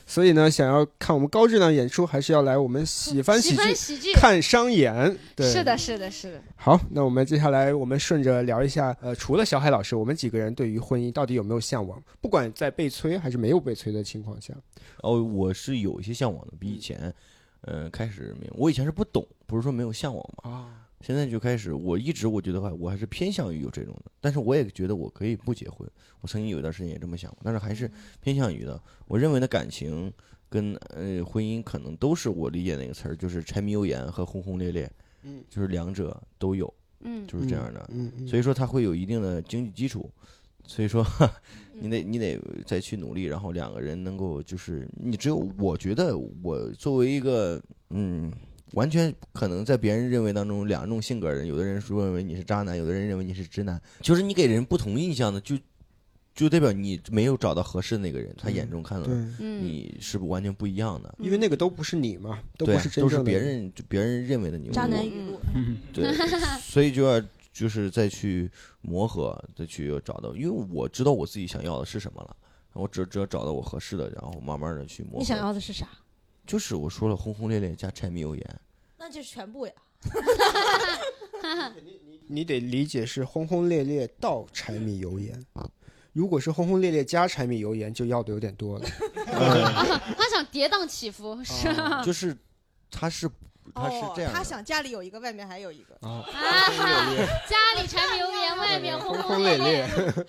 [SPEAKER 2] 所以呢，想要看我们高质量演出，还是要来我们喜翻喜
[SPEAKER 5] 喜欢
[SPEAKER 2] 剧
[SPEAKER 5] 喜剧，
[SPEAKER 2] 看商演。对，
[SPEAKER 5] 是的，。是的，是的。
[SPEAKER 2] 好，那我们接下来我们顺着聊一下，呃，除了小海老师，我们几个人对于婚姻到底有没有向往？不管在被催还是没有被催的情况下，
[SPEAKER 3] 哦，我是有一些向往的，比以前，呃，开始没有。我以前是不懂，不是说没有向往嘛，
[SPEAKER 2] 啊，
[SPEAKER 3] 现在就开始，我一直我觉得话，我还是偏向于有这种的，但是我也觉得我可以
[SPEAKER 7] 嗯
[SPEAKER 3] 不结婚。我曾经有一段时间也这么想过，但是还是偏向于的。我认为呢，感情跟呃婚姻可能都是我理解那个词儿，就是柴米油盐和轰轰烈烈，
[SPEAKER 2] 嗯，
[SPEAKER 3] 就是两者都有，
[SPEAKER 5] 嗯，
[SPEAKER 3] 就是这样的。
[SPEAKER 2] 嗯，
[SPEAKER 3] 所
[SPEAKER 2] 以
[SPEAKER 3] 以说它会有一定的经济基础，所以说
[SPEAKER 2] 嗯
[SPEAKER 3] 你得你得再去努力，然后两个人能够就是你只有我觉得我作为一个嗯。完全可能在别人认为当中，两种性格的人，有的人说认为你是渣男，有的人认为你是直男，就是你给人不同印象的，就就代表你没有找到合适的那个人，他眼中看到的
[SPEAKER 2] 对，
[SPEAKER 5] 嗯，
[SPEAKER 3] 你是不完全不一样的，
[SPEAKER 2] 因为那个都不是你嘛，都
[SPEAKER 3] 对
[SPEAKER 2] 不
[SPEAKER 3] 啊，
[SPEAKER 2] 是真
[SPEAKER 3] 都
[SPEAKER 2] 正的
[SPEAKER 3] 是别
[SPEAKER 2] 你，
[SPEAKER 3] 人就别人认为的你，
[SPEAKER 7] 渣男
[SPEAKER 3] 我
[SPEAKER 7] 语录，
[SPEAKER 3] 对，所以就要就是再去磨合，再去找到，因为我知道我自己想要的是什么了，我只只要找到我合适的，然后慢慢的去磨合。
[SPEAKER 7] 你想要的 是啥？
[SPEAKER 3] 就是我说了，轰轰烈烈加柴米油盐，
[SPEAKER 7] 那就是全部呀。
[SPEAKER 2] 你得理解是轰轰烈烈到柴米油盐。如果是轰轰烈烈加柴米油盐，就要的有点多了。
[SPEAKER 5] 他想跌宕起
[SPEAKER 2] 哦
[SPEAKER 5] 伏，是吧
[SPEAKER 3] 就是他是他是
[SPEAKER 9] 哦
[SPEAKER 3] 这样的，
[SPEAKER 9] 他想家里有一个，外面还有一 个，
[SPEAKER 2] 啊，
[SPEAKER 5] 啊，家里柴米油盐，外面轰
[SPEAKER 2] 轰
[SPEAKER 5] 烈
[SPEAKER 2] 烈烈，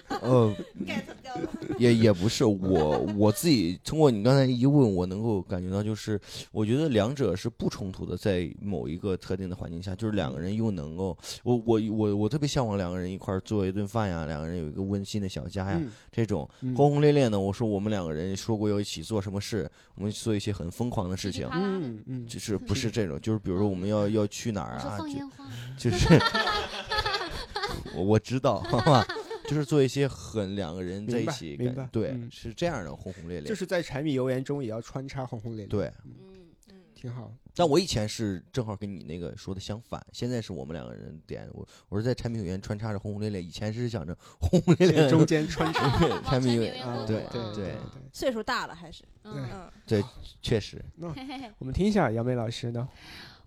[SPEAKER 3] 呃
[SPEAKER 9] get 掉了。
[SPEAKER 3] 也也不是我我自己通过你刚才一问，我能够感觉到，就是我觉得两者是不冲突的，在某一个特定的环境下，就是两个人又能够，我我我我特别向往两个人一块儿做一顿饭呀，两个人有一个温馨的小
[SPEAKER 5] 哎
[SPEAKER 3] 家呀，
[SPEAKER 2] 嗯
[SPEAKER 3] 这种
[SPEAKER 2] 嗯
[SPEAKER 3] 轰轰烈烈呢。我说我们两个人说过要一起做什么事，我们做一些很疯狂的事情。
[SPEAKER 5] 啪啦
[SPEAKER 2] 嗯嗯，
[SPEAKER 3] 就是不是这种，就是比如说我们要要去哪儿
[SPEAKER 5] 我说
[SPEAKER 3] 啊，
[SPEAKER 5] 放
[SPEAKER 3] 就
[SPEAKER 5] 烟花，
[SPEAKER 3] 就是 我我知道，哈哈，就是做一些很两个人在一
[SPEAKER 2] 明白
[SPEAKER 3] 起
[SPEAKER 2] 明
[SPEAKER 3] 感，
[SPEAKER 2] 白
[SPEAKER 3] 对，
[SPEAKER 2] 嗯
[SPEAKER 3] 是这样的轰轰烈烈，
[SPEAKER 2] 就是在柴米油盐中也要穿插轰轰烈烈，，
[SPEAKER 3] 对。
[SPEAKER 5] 嗯，
[SPEAKER 2] 挺 好。
[SPEAKER 3] 但我以前是正好跟你那个说的相反，现在是我们两个人点我，我是在柴米油盐穿插着轰轰烈烈，以前是想着轰轰烈烈的
[SPEAKER 2] 中 间穿插，
[SPEAKER 3] 对柴米油
[SPEAKER 5] 柴米油
[SPEAKER 3] 盐，
[SPEAKER 5] 盐
[SPEAKER 3] 啊
[SPEAKER 5] 互
[SPEAKER 3] 对
[SPEAKER 5] 补
[SPEAKER 2] 对
[SPEAKER 5] 啊
[SPEAKER 3] 对，
[SPEAKER 9] 岁数大了还是，
[SPEAKER 5] 嗯。
[SPEAKER 9] 嗯，
[SPEAKER 3] 确实，
[SPEAKER 5] 嘿嘿嘿
[SPEAKER 2] 我们听一下杨梅老师呢，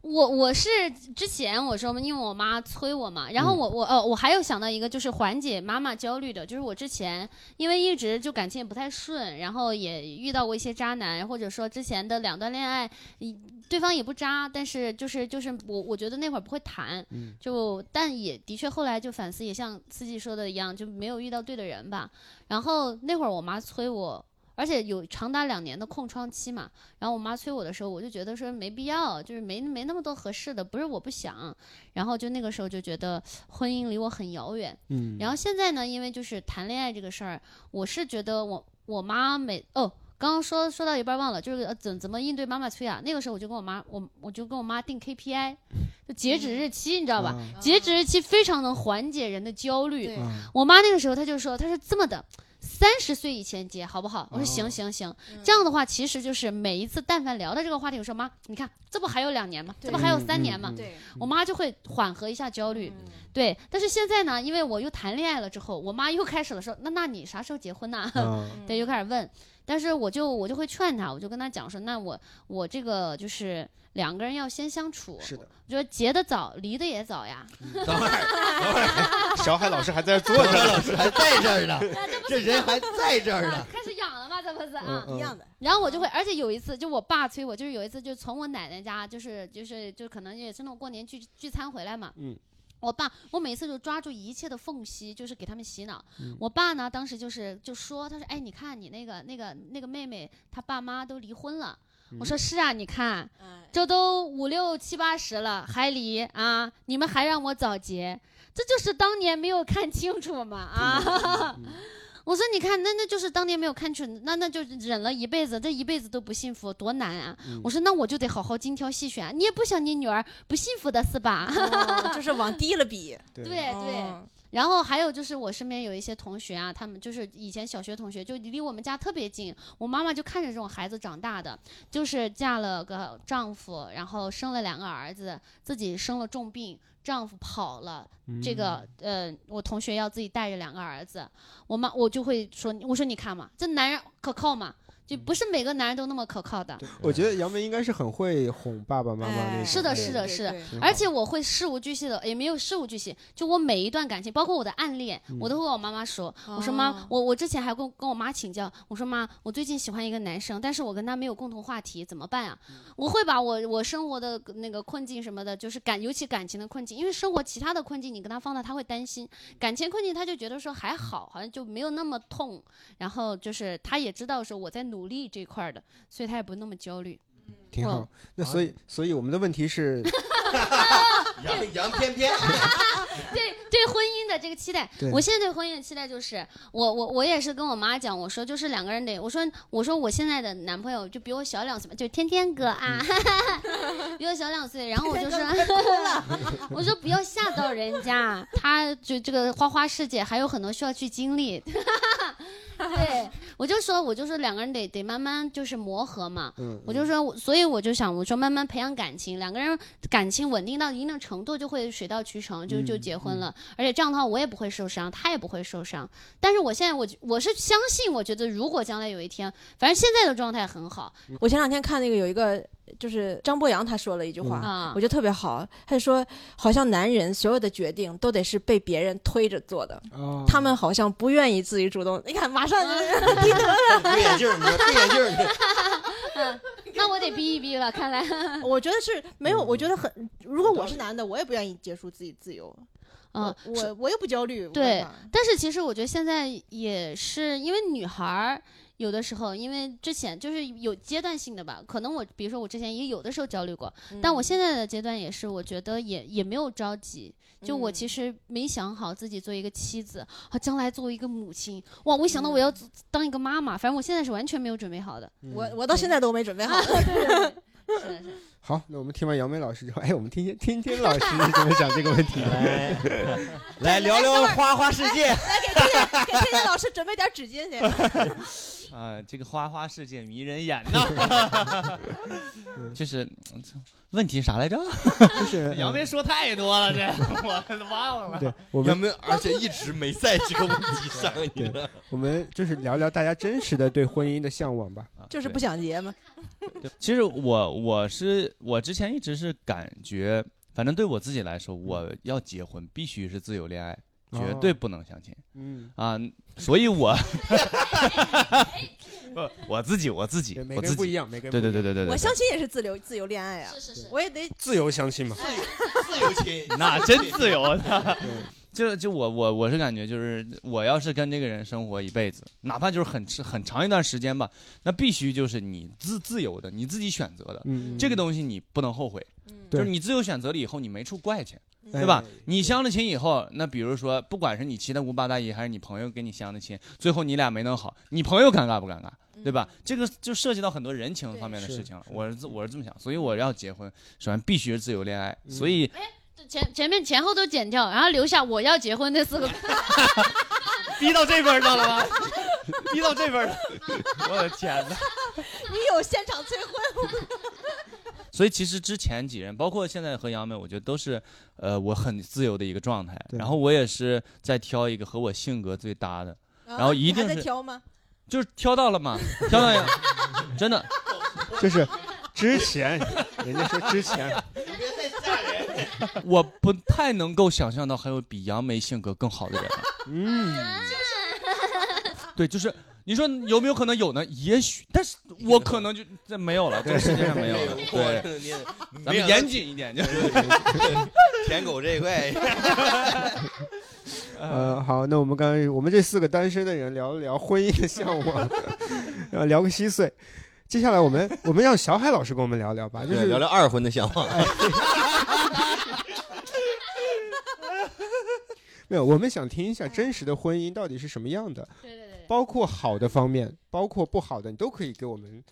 [SPEAKER 5] 我我是之前我说嘛，因为我妈催我嘛，然后我、我呃我还有想到一个就是缓解妈妈焦虑的，就是我之前因为一直就感情也不太顺，然后也遇到过一些渣男，或者说之前的两段恋爱，一对方也不渣，但是就是就是我我觉得那会儿不会谈，
[SPEAKER 2] 嗯
[SPEAKER 5] 就但也的确后来就反思，也像司机说的一样，就没有遇到对的人吧。然后那会儿我妈催我，而且有长达两年的空窗期嘛，然后我妈催我的时候，我就觉得说没必要，就是没没那么多合适的，不是我不想。然后就那个时候就觉得婚姻离我很遥远。
[SPEAKER 2] 嗯，
[SPEAKER 5] 然
[SPEAKER 2] 后
[SPEAKER 5] 后现在呢，因为就是谈恋爱这个事儿，我是觉得我我妈每哦。刚刚说说到一半忘了，就是呃怎怎么应对妈妈催啊？那个时候我就跟我妈，我我就跟我妈定 KPI，就截止日期，你知道吧？
[SPEAKER 4] 嗯
[SPEAKER 5] 截止日期非常能缓解人的焦虑。
[SPEAKER 9] 对
[SPEAKER 2] 啊，
[SPEAKER 5] 我妈那个时候她就说，她说这么的，三十岁以前结好不好？我说
[SPEAKER 2] 哦
[SPEAKER 5] 行行行，
[SPEAKER 9] 嗯
[SPEAKER 5] 这样的话其实就是每一次但凡聊到这个话题，我说妈，你看这不还有两年吗？这
[SPEAKER 9] 对
[SPEAKER 5] 不还有三年吗？
[SPEAKER 2] 嗯嗯
[SPEAKER 9] 对，
[SPEAKER 5] 我妈就会缓和一下焦虑，对。但是现在呢，因为我又谈恋爱了之后，我妈又开始了说，那那你啥时候结婚呐、
[SPEAKER 2] 啊，
[SPEAKER 7] 嗯
[SPEAKER 5] 对，又开始问。但是我就我就会劝她，我就跟她讲说，那我我这个就是两个人要先相处，
[SPEAKER 2] 是的，
[SPEAKER 5] 我觉得结得早，离得也早呀。
[SPEAKER 3] 等会儿
[SPEAKER 2] 小海老师还在坐
[SPEAKER 3] 我
[SPEAKER 2] 着，
[SPEAKER 3] 老师还在这儿呢，啊这人还在这儿
[SPEAKER 5] 啊
[SPEAKER 3] 呢，，
[SPEAKER 5] 开始痒了吗？这不是啊？
[SPEAKER 2] 嗯
[SPEAKER 9] 一样的，
[SPEAKER 5] 然后我就会，而且有一次，就我爸催我，就是有一次，就从我奶奶家，就是就是就可能也是那种过年聚聚餐回来嘛，
[SPEAKER 2] 嗯。
[SPEAKER 5] 我爸，我每次就抓住一切的缝隙，就是给他们洗脑。
[SPEAKER 2] 嗯
[SPEAKER 5] 我爸呢，当时就是就说，他说：“哎，你看你那个那个那个妹妹，她爸妈都离婚了。
[SPEAKER 2] 嗯
[SPEAKER 5] 我说：“是啊，你看，
[SPEAKER 9] 嗯，
[SPEAKER 5] 这都五六七八十了还离啊，你们还让我早结，这就是当年没有看清楚嘛啊！” 我说你看，那那就是当年没有看准，那那就忍了一辈子，这一辈子都不幸福，多难
[SPEAKER 2] 嗯
[SPEAKER 5] 啊！我说那我就得好好精挑细选，啊你也不想你女儿不幸福的是吧？
[SPEAKER 9] 哦就是往低了比，
[SPEAKER 2] 对
[SPEAKER 5] 对对。
[SPEAKER 9] 哦，
[SPEAKER 5] 然后还有就是我身边有一些同学啊，他们就是以前小学同学，就离我们家特别近，我妈妈就看着这种孩子长大的，就是嫁了个丈夫，然后生了两个儿子，自己生了重病，丈夫跑了，
[SPEAKER 2] 嗯
[SPEAKER 5] 这个呃，我同学要自己带着两个儿子，我妈我就会说，我说你看嘛，这男人可靠嘛，就不是每个男人都那么可靠的。
[SPEAKER 2] 我觉得杨梅应该是很会哄爸爸妈妈那
[SPEAKER 9] 哎
[SPEAKER 2] 种，
[SPEAKER 5] 是的
[SPEAKER 9] 对
[SPEAKER 5] 是的
[SPEAKER 9] 对
[SPEAKER 5] 是的
[SPEAKER 9] 对
[SPEAKER 2] 挺好
[SPEAKER 5] 而且我会事无巨细的，也没有事无巨细，就我每一段感情，包括我的暗恋，我都会跟我妈妈说。我说妈
[SPEAKER 9] 哦，
[SPEAKER 5] 我我之前还跟跟我妈请教，我说妈，我最近喜欢一个男生，但是我跟他没有共同话题，怎么办啊？我会把我我生活的那个困境什么的，就是感尤其感情的困境，因为生活其他的困境你跟他放大，他会担心；感情困境他就觉得说还好，好像就没有那么痛。然后就是他也知道说我在努努力这块儿的，所以他也不那么焦虑。
[SPEAKER 2] 挺好。那所以，所以我们的问题是，
[SPEAKER 3] 杨杨偏 偏，
[SPEAKER 5] 对对婚姻的这个期待
[SPEAKER 2] 对，
[SPEAKER 5] 我现在对婚姻的期待就是，我我我也是跟我妈讲，我说就是两个人得，我说我说我现在的男朋友就比我小两岁吧，就天天哥啊，哈哈哈， 比我小两岁，然后我就说，我说不要吓到人家，他就这个花花世界还有很多需要去经历， 对，我就说我就说两个人得得慢慢就是磨合嘛，
[SPEAKER 2] 嗯，
[SPEAKER 5] 我就说我，所以我就想，我说慢慢培养感情，两个人感情稳定到一定程度，就会水到渠成，就就
[SPEAKER 2] 嗯
[SPEAKER 5] 结
[SPEAKER 2] 嗯
[SPEAKER 5] 婚了。而且这样的话，我也不会受伤，他也不会受伤。但是我现在我我是相信，我觉得如果将来有一天，反正现在的状态很好
[SPEAKER 7] 我前两天看那个有一个就是张博洋他说了一句话，
[SPEAKER 5] 啊
[SPEAKER 6] 嗯
[SPEAKER 7] 我，觉得特别好，他就说好像男人所有的决定都得是被别人推着做的，
[SPEAKER 6] 嗯
[SPEAKER 2] 哦
[SPEAKER 7] 他们好像不愿意自己主动。你看，马上就
[SPEAKER 3] 戴眼镜儿，你戴眼镜儿，
[SPEAKER 5] 那我得逼一逼了，看 来
[SPEAKER 7] 我觉得是没有，我觉得很，如果我是男的，我也不愿意结束自己自由。
[SPEAKER 5] 嗯
[SPEAKER 7] 我。我我又不焦虑，我
[SPEAKER 5] 对
[SPEAKER 7] 干嘛
[SPEAKER 5] 但是其实我觉得现在也是因为女孩儿有的时候，因为之前就是有阶段性的吧，可能我比如说我之前也有的时候焦虑过，
[SPEAKER 7] 嗯
[SPEAKER 5] 但我现在的阶段也是，我觉得也也没有着急。就我
[SPEAKER 7] 嗯
[SPEAKER 5] 其实没想好自己做一个妻子，啊，将来作为一个母亲，哇，我一想到我
[SPEAKER 7] 嗯
[SPEAKER 5] 要做当一个妈妈，反正我现在是完全没有准备好的。
[SPEAKER 2] 嗯
[SPEAKER 7] 我我到现在都没准备好。
[SPEAKER 5] 嗯是的，是的。
[SPEAKER 2] 好，那我们听完杨梅老师之后，哎，我们听听听听老师 是 怎么想这个问题的。
[SPEAKER 3] 来 来聊聊花花世界。
[SPEAKER 7] 给天天老师准备点纸巾去。
[SPEAKER 6] 啊、这个花花世界迷人眼呐， 就是嗯问题啥来着？
[SPEAKER 2] 就是 嗯
[SPEAKER 6] 杨梅说太多了，这 我忘了。
[SPEAKER 2] 对我
[SPEAKER 3] 我
[SPEAKER 2] 们
[SPEAKER 3] 们而且一直没在这个问题上，你知道吗
[SPEAKER 2] 我们就是聊聊大家真实的对婚姻的向往吧。
[SPEAKER 6] 啊
[SPEAKER 7] 就是
[SPEAKER 6] 对
[SPEAKER 7] 不想结嘛。
[SPEAKER 6] 其实我我是我之前一直是感觉，反正对我自己来说，我要结婚必须是自由恋爱，绝对不能相亲
[SPEAKER 2] 嗯，
[SPEAKER 6] 啊！所以 我，不我自己我自己
[SPEAKER 2] 对，每
[SPEAKER 6] 我
[SPEAKER 2] 个
[SPEAKER 6] 自
[SPEAKER 2] 人不一
[SPEAKER 6] 己，
[SPEAKER 2] 样，每个人
[SPEAKER 6] 对
[SPEAKER 2] 不
[SPEAKER 6] 对
[SPEAKER 2] 一
[SPEAKER 6] 对
[SPEAKER 2] 样
[SPEAKER 6] 对对对，
[SPEAKER 7] 我
[SPEAKER 6] 对
[SPEAKER 7] 相亲也是自由自由恋爱啊，
[SPEAKER 5] 是是
[SPEAKER 7] 我也得
[SPEAKER 2] 自由相亲嘛。
[SPEAKER 3] 自由亲，
[SPEAKER 6] 那真自由啊的
[SPEAKER 2] 对。嗯
[SPEAKER 6] 就就我我我是感觉就是我要是跟这个人生活一辈子，哪怕就是很很长一段时间吧，那必须就是你自自由的，你自己选择的，
[SPEAKER 2] 嗯，
[SPEAKER 6] 这个东西你不能后悔，
[SPEAKER 2] 对
[SPEAKER 6] 就是你自由选择了以后，你没处怪去，
[SPEAKER 2] 哎
[SPEAKER 6] 对吧？？你相了亲以后，那比如说不管是你七大姑八大姨还是你朋友给你相的亲，最后你俩没弄好，你朋友尴尬不尴尬？对吧？这个就涉及到很多人情方面的
[SPEAKER 2] 对
[SPEAKER 6] 事情了。
[SPEAKER 2] 是是
[SPEAKER 6] 我是这我是这么想，所以我要结婚，首先必须是自由恋爱，
[SPEAKER 2] 嗯
[SPEAKER 6] 所以
[SPEAKER 5] 就前前面前后都剪掉，然后留下我要结婚那四 个字。
[SPEAKER 6] 逼到这份儿上了 吗？逼到这份儿了， 我的天呐！
[SPEAKER 7] 嗯你有现场催婚，
[SPEAKER 6] 所以其实之前几任，包括现在和杨梅，我觉得都是，呃，我很自由的一个状态。
[SPEAKER 2] 对
[SPEAKER 6] 然后我也是在挑一个和我性格最搭的，然后一定
[SPEAKER 7] 啊你还在
[SPEAKER 6] 是
[SPEAKER 7] 挑吗？
[SPEAKER 6] 就是挑到了嘛，挑到了，真的
[SPEAKER 2] 就是 之前，人家说之 前，
[SPEAKER 6] 我不太能够想象到还有比杨梅性格更好的人了。
[SPEAKER 2] 嗯，
[SPEAKER 6] 对，就是你说有没有可能有呢？也许，但是我可能就这没有了，这个世界上没有了。 对，
[SPEAKER 3] 对，你
[SPEAKER 6] 咱们严谨一点，就
[SPEAKER 3] 舔狗这一块，
[SPEAKER 7] 嗯
[SPEAKER 2] 呃，好，那我们刚刚我们这四个单身的人聊一聊婚姻的向 往，然呃后聊个稀碎。接下来我们我们让小海老师跟我们聊聊吧，就
[SPEAKER 3] 对
[SPEAKER 2] 是
[SPEAKER 3] 聊聊二婚的想法。
[SPEAKER 2] 没有，我们想听一下真实的婚姻到底是什么样的，
[SPEAKER 5] 对对
[SPEAKER 7] 嗯
[SPEAKER 5] 对。
[SPEAKER 2] 包括好的方面，包括不好的，你都可以给我们。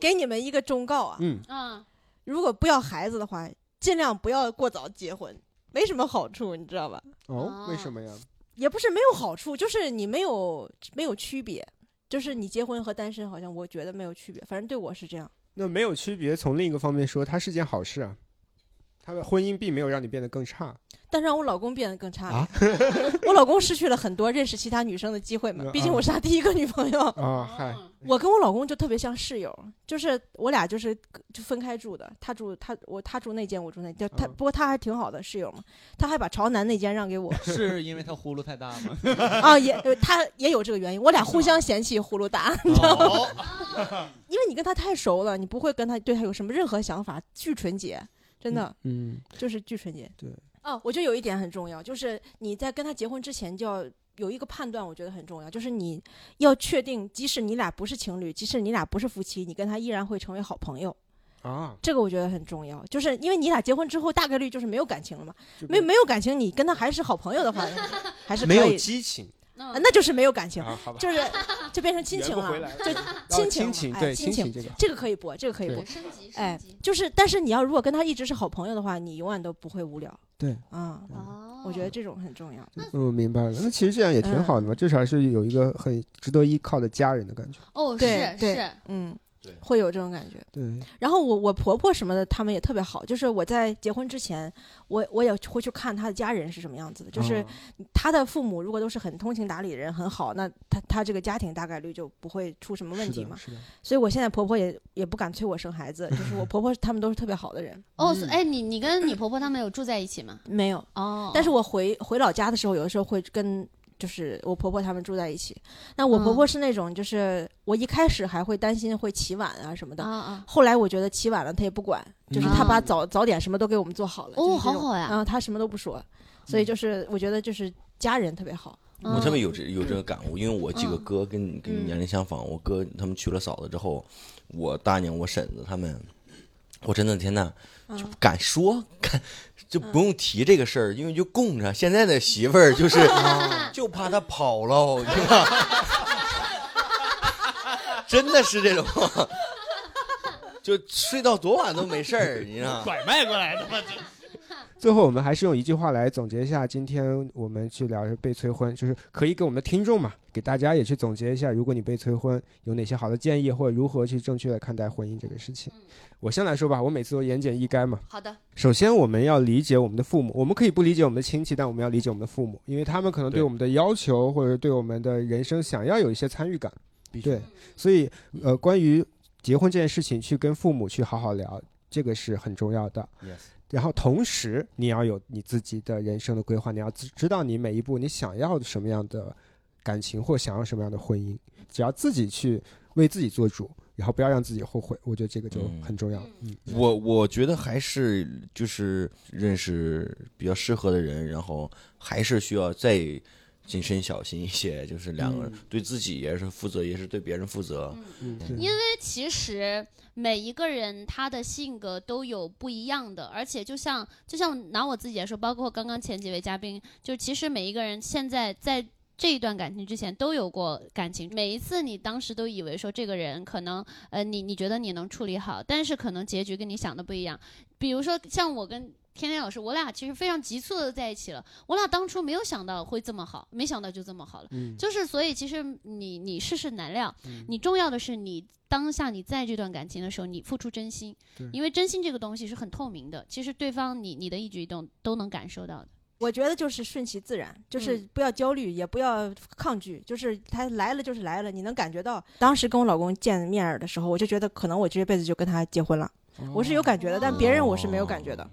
[SPEAKER 7] 给你们一个忠告啊，
[SPEAKER 2] 嗯，
[SPEAKER 5] 嗯，
[SPEAKER 7] 如果不要孩子的话，尽量不要过早结婚，没什么好处，你知道吧？
[SPEAKER 2] 哦
[SPEAKER 5] 哦，
[SPEAKER 7] 啊
[SPEAKER 2] 为什么呀？
[SPEAKER 7] 也不是没有好处，就是你没有没有区别，就是你结婚和单身好像我觉得没有区别，反正对我是这样。
[SPEAKER 2] 那没有区别，从另一个方面说，它是件好事啊。他的婚姻并没有让你变得更差，
[SPEAKER 7] 但是让我老公变得更差了，
[SPEAKER 2] 啊
[SPEAKER 7] 我老公失去了很多认识其他女生的机会嘛
[SPEAKER 2] 嗯，
[SPEAKER 7] 毕竟我是他第一个女朋友。
[SPEAKER 2] 啊，嗨，
[SPEAKER 7] 我跟我老公就特别像室友，就是我俩就是就分开住的，他住他我他住那间，我住那间。就他、
[SPEAKER 2] 嗯
[SPEAKER 7] 不过他还挺好的室友嘛，他还把朝南那间让给我
[SPEAKER 6] 是因为他呼噜太大吗？
[SPEAKER 7] 啊，也呃他也有这个原因，我俩互相嫌弃葫芦大，
[SPEAKER 6] 哦
[SPEAKER 7] 因为你跟他太熟了，你不会跟他对他有什么任何想法，巨纯洁，真的、
[SPEAKER 2] 嗯，
[SPEAKER 7] 就是巨纯洁。
[SPEAKER 2] 对，
[SPEAKER 7] 哦，我觉得有一点很重要，就是你在跟他结婚之前就要有一个判断，我觉得很重要，就是你要确定，即使你俩不是情侣，即使你俩不是夫妻，你跟他依然会成为好朋友。
[SPEAKER 8] 啊，
[SPEAKER 7] 这个我觉得很重要，就是因为你俩结婚之后，大概率就是没有感情了嘛。
[SPEAKER 8] 这个
[SPEAKER 7] 没没有感情，你跟他还是好朋 友的话，还是可
[SPEAKER 2] 没有
[SPEAKER 7] 以，
[SPEAKER 2] 激情
[SPEAKER 7] 啊那就是没有感情，
[SPEAKER 8] 啊，好吧，
[SPEAKER 7] 就是就变成亲情
[SPEAKER 2] 圆不回
[SPEAKER 7] 了
[SPEAKER 2] 来，
[SPEAKER 7] 就
[SPEAKER 2] 哦
[SPEAKER 7] 亲
[SPEAKER 2] 亲
[SPEAKER 7] 情
[SPEAKER 2] 情
[SPEAKER 7] 了，哎，
[SPEAKER 2] 对
[SPEAKER 7] 亲
[SPEAKER 2] 亲
[SPEAKER 7] 情，
[SPEAKER 2] 情这个
[SPEAKER 7] 这个可以播，这个可以
[SPEAKER 2] 对
[SPEAKER 7] 播，
[SPEAKER 10] 升级升
[SPEAKER 7] 哎
[SPEAKER 10] 级，。
[SPEAKER 7] 就是，但是你要如果跟他一直是好朋友的话，你永远都不会无聊。
[SPEAKER 2] 对
[SPEAKER 7] 啊，
[SPEAKER 10] 哦，
[SPEAKER 7] 我觉得这种很重要。
[SPEAKER 2] 嗯，明白了。那其实这样也
[SPEAKER 7] 嗯
[SPEAKER 2] 挺好的嘛，至少是有一个很值得依靠的家人的感觉。
[SPEAKER 10] 哦
[SPEAKER 7] 对
[SPEAKER 10] 是
[SPEAKER 7] 对
[SPEAKER 10] 是，
[SPEAKER 7] 嗯
[SPEAKER 3] 对，
[SPEAKER 7] 会有这种感觉。
[SPEAKER 2] 对，
[SPEAKER 7] 然后我我婆婆什么的，他们也特别好。就是我在结婚之前，我我也会去看她的家人是什么样子的。
[SPEAKER 2] 哦
[SPEAKER 7] 就是她的父母如果都是很通情达理的人，很好，那她她这个家庭大概率就不会出什么问题嘛。
[SPEAKER 2] 是的，
[SPEAKER 7] 所以我现在婆婆也也不敢催我生孩子，就是我婆婆他们都是特别好 的人，
[SPEAKER 10] 哦，所哎，你你跟你婆婆他们有住在一起吗？
[SPEAKER 7] 没有。
[SPEAKER 10] 哦，
[SPEAKER 7] 但是我回回老家的时候，有的时候会跟就是我婆婆他们住在一起。那我婆婆
[SPEAKER 10] 嗯
[SPEAKER 7] 是那种，就是我一开始还会担心会起晚啊什么的，
[SPEAKER 10] 啊啊，
[SPEAKER 7] 后来我觉得起晚了她也不管，就是她把早、早点什么都给我们做好了。
[SPEAKER 10] 哦
[SPEAKER 7] 就是这种
[SPEAKER 10] 好好呀
[SPEAKER 7] 然后她什么都不说，所以就是我觉得就是家人特别好。
[SPEAKER 5] 啊
[SPEAKER 3] 我特
[SPEAKER 10] 嗯
[SPEAKER 3] 别有这有这个感悟，因为我几个
[SPEAKER 10] 嗯
[SPEAKER 3] 哥跟跟你年龄相仿，我哥他们娶了嫂子之后，我大娘、我婶子他们，我真的天呐，
[SPEAKER 10] 嗯
[SPEAKER 3] 就不敢说敢就不用提这个事儿，因为就供着。现在的媳妇儿就是
[SPEAKER 10] 嗯
[SPEAKER 3] 就怕她跑了，你知道吗？ 真的是这种，就睡到多晚都没事儿，你知道吗？
[SPEAKER 6] 拐卖过来的吗？这
[SPEAKER 2] 最后我们还是用一句话来总结一下今天我们去聊被催婚，就是可以给我们的听众嘛，给大家也去总结一下，如果你被催婚，有哪些好的建议，或者如何去正确的看待婚姻这个事
[SPEAKER 7] 嗯
[SPEAKER 2] 情。我先来说吧，我每次都言简意赅嘛。
[SPEAKER 10] 好的，
[SPEAKER 2] 首先，我们要理解我们的父母，我们可以不理解我们的亲戚，但我们要理解我们的父母，因为他们可能对
[SPEAKER 3] 对
[SPEAKER 2] 我们的要求或者对我们的人生想要有一些参与感。对，所以呃，关于结婚这件事情，去跟父母去好好聊，这个是很重要的。然后同时，你要有你自己的人生的规划，你要知知道你每一步你想要什么样的感情或想要什么样的婚姻，只要自己去为自己做主，然后不要让自己后悔，我觉得这个就
[SPEAKER 3] 嗯
[SPEAKER 2] 很重要。嗯
[SPEAKER 3] 我我觉得还是就是认识比较适合的人，然后还是需要再谨慎小心一些，就是两个人对自己也是负责，也是对别人负责。
[SPEAKER 2] 嗯，
[SPEAKER 10] 因为其实每一个人他的性格都有不一样的，而且就像就像拿我自己来说，包括刚刚前几位嘉宾，就其实每一个人现在在。这一段感情之前都有过感情，每一次你当时都以为说这个人可能，呃，你你觉得你能处理好，但是可能结局跟你想的不一样。比如说像我跟天天老师，我俩其实非常急促的在一起了，我俩当初没有想到会这么好，没想到就这么好了。
[SPEAKER 2] 嗯
[SPEAKER 10] 就是所以其实你你世事难料，你重要的是你当下你在这段感情的时候，你付出真心
[SPEAKER 2] 对，
[SPEAKER 10] 因为真心这个东西是很透明的，其实对方你你的一举一动都能感受到的。
[SPEAKER 7] 我觉得就是顺其自然，就是不要焦虑，也不要抗拒，就是他来了就是来了，你能感觉到。当时跟我老公见面儿的时候，我就觉得可能我这辈子就跟他结婚了，我是有感觉的，但别人我是没有感觉的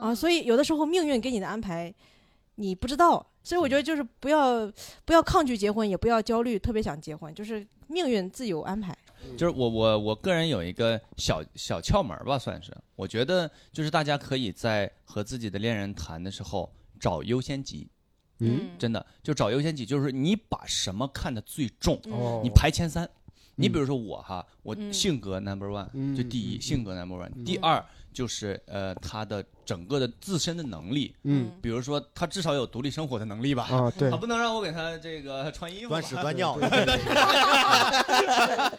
[SPEAKER 7] 啊。所以有的时候命运给你的安排，你不知道。所以我觉得就是不要不要抗拒结婚，也不要焦虑，特别想结婚，就是命运自有安排。
[SPEAKER 6] 就是我我我个人有一个小小窍门儿吧，算是我觉得就是大家可以在和自己的恋人谈的时候找优先级，
[SPEAKER 2] 嗯，
[SPEAKER 6] 真的就找优先级，就是你把什么看得最重，
[SPEAKER 2] 哦，
[SPEAKER 6] 嗯你排前三。你
[SPEAKER 2] 嗯
[SPEAKER 6] 比如说我哈，我
[SPEAKER 7] 嗯
[SPEAKER 6] 性格 number one、
[SPEAKER 2] 嗯
[SPEAKER 6] 就第一，
[SPEAKER 2] 嗯
[SPEAKER 6] 性格 number one，、
[SPEAKER 2] 嗯
[SPEAKER 6] 第二就是呃他的整个的自身的能力，
[SPEAKER 2] 嗯
[SPEAKER 6] 比如说他至少有独立生活的能力吧，
[SPEAKER 2] 啊，对
[SPEAKER 6] 他，不能让我给他这个穿衣服吧，
[SPEAKER 3] 端屎端尿，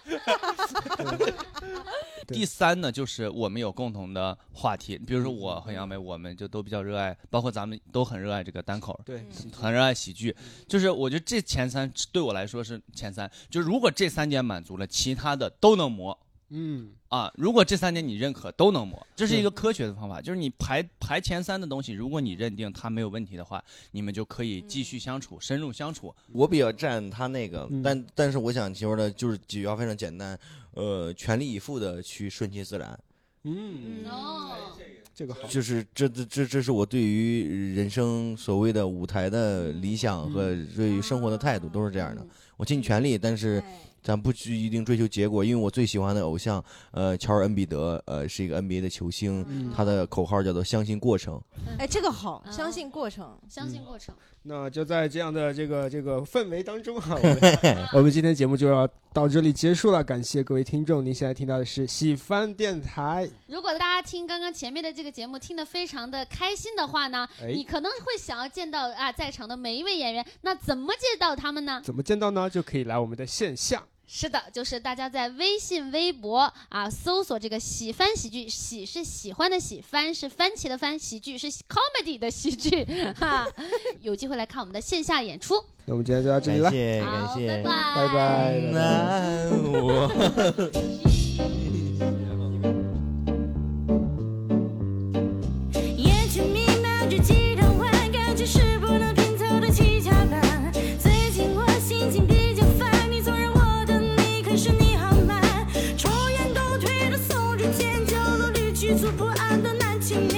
[SPEAKER 2] 对
[SPEAKER 6] 第三呢，就是我们有共同的话题，比如说我和杨梅，我们就都比较热爱，包括咱们都很热爱这个单口，
[SPEAKER 2] 对
[SPEAKER 6] 很热爱喜剧。就是我觉得这前三对我来说是前三，就是如果这三点满足了，其他的都能磨
[SPEAKER 2] 嗯，
[SPEAKER 6] 啊。如果这三点你认可，都能磨，这是一个科学的方法。就是你排排前三的东西，如果你认定它没有问题的话，你们就可以继续相处，深入相处。
[SPEAKER 3] 我比较站他那个，
[SPEAKER 2] 嗯
[SPEAKER 3] 但但是我想媳妇儿的就是几句话非常简单，呃，全力以赴的去顺其自然，
[SPEAKER 2] 嗯，
[SPEAKER 10] 哦，
[SPEAKER 2] 这个好，
[SPEAKER 3] 就是这这这这是我对于人生所谓的舞台的理想和对于生活的态度都是这样的，我尽全力，但是咱不去一定追求结果，因为我最喜欢的偶像，呃，乔尔恩比德，呃，是一个 NBA 的球星，
[SPEAKER 2] 嗯
[SPEAKER 3] 他的口号叫做“相信过程
[SPEAKER 7] 哎，这个好，相信过程，
[SPEAKER 5] 相
[SPEAKER 2] 嗯
[SPEAKER 5] 信过程。
[SPEAKER 2] 那就在这样的这个这个氛围当中啊，我们我们今天节目就要到这里结束了，感谢各位听众。您现在听到的是喜翻电台，
[SPEAKER 5] 如果大家听刚刚前面的这个节目听得非常的开心的话呢，
[SPEAKER 2] 哎
[SPEAKER 5] 你可能会想要见到啊在场的每一位演员，那怎么见到他们呢？
[SPEAKER 2] 怎么见到呢？就可以来我们的线下。
[SPEAKER 5] 是的，就是大家在微信、微博啊搜索这个“喜番喜剧”，喜是喜欢的喜，番是番茄的番，喜剧是 comedy 的喜剧，哈，有机会来看我们的线下演出。
[SPEAKER 2] 那我们今天就到这里了，
[SPEAKER 3] 哎谢
[SPEAKER 5] 好，拜
[SPEAKER 2] 拜拜。拜拜
[SPEAKER 3] 难我。
[SPEAKER 11] 夜曲弥漫着鸡汤花，感觉是不能拼凑的蹊跷吧。最近我心情比较烦，你总让我等你，可是你好慢。抽烟斗退的耸着肩，角落里局促不安的难轻蔑。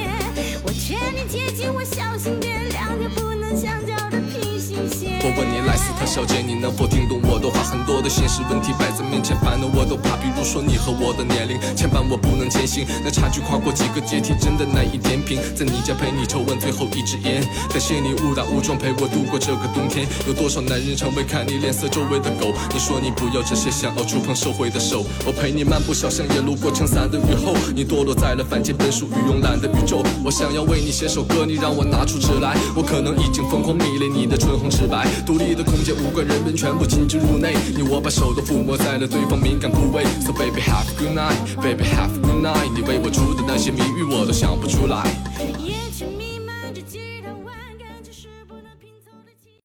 [SPEAKER 11] 我劝你接近我，小心点，两条不能相交的平行线。
[SPEAKER 6] 我问你，莱斯特小姐，你能否听懂我的话？很多的现实问题摆在面前，烦的我都怕。比如说你和我的年龄，牵绊我不能前行，那差距跨过几个阶梯，真的难以填平。在你家陪你抽完最后一支烟，感谢你误打误撞陪我度过这个冬天。有多少男人常为看你脸色周围的狗？你说你不要这些，想要触碰社会的手。我陪你漫步小巷，也路过撑伞的雨后，你堕落在了凡间本属于慵懒的宇宙。我想要为你写首歌，你让我拿出纸来，我可能已经疯狂迷恋你的唇红齿白，独立的空间无关人们全部禁止入内，你我把手都抚摸在了对方敏感部位。So baby have a good night, baby have a good night，你为我出的那些谜语我都想不出来。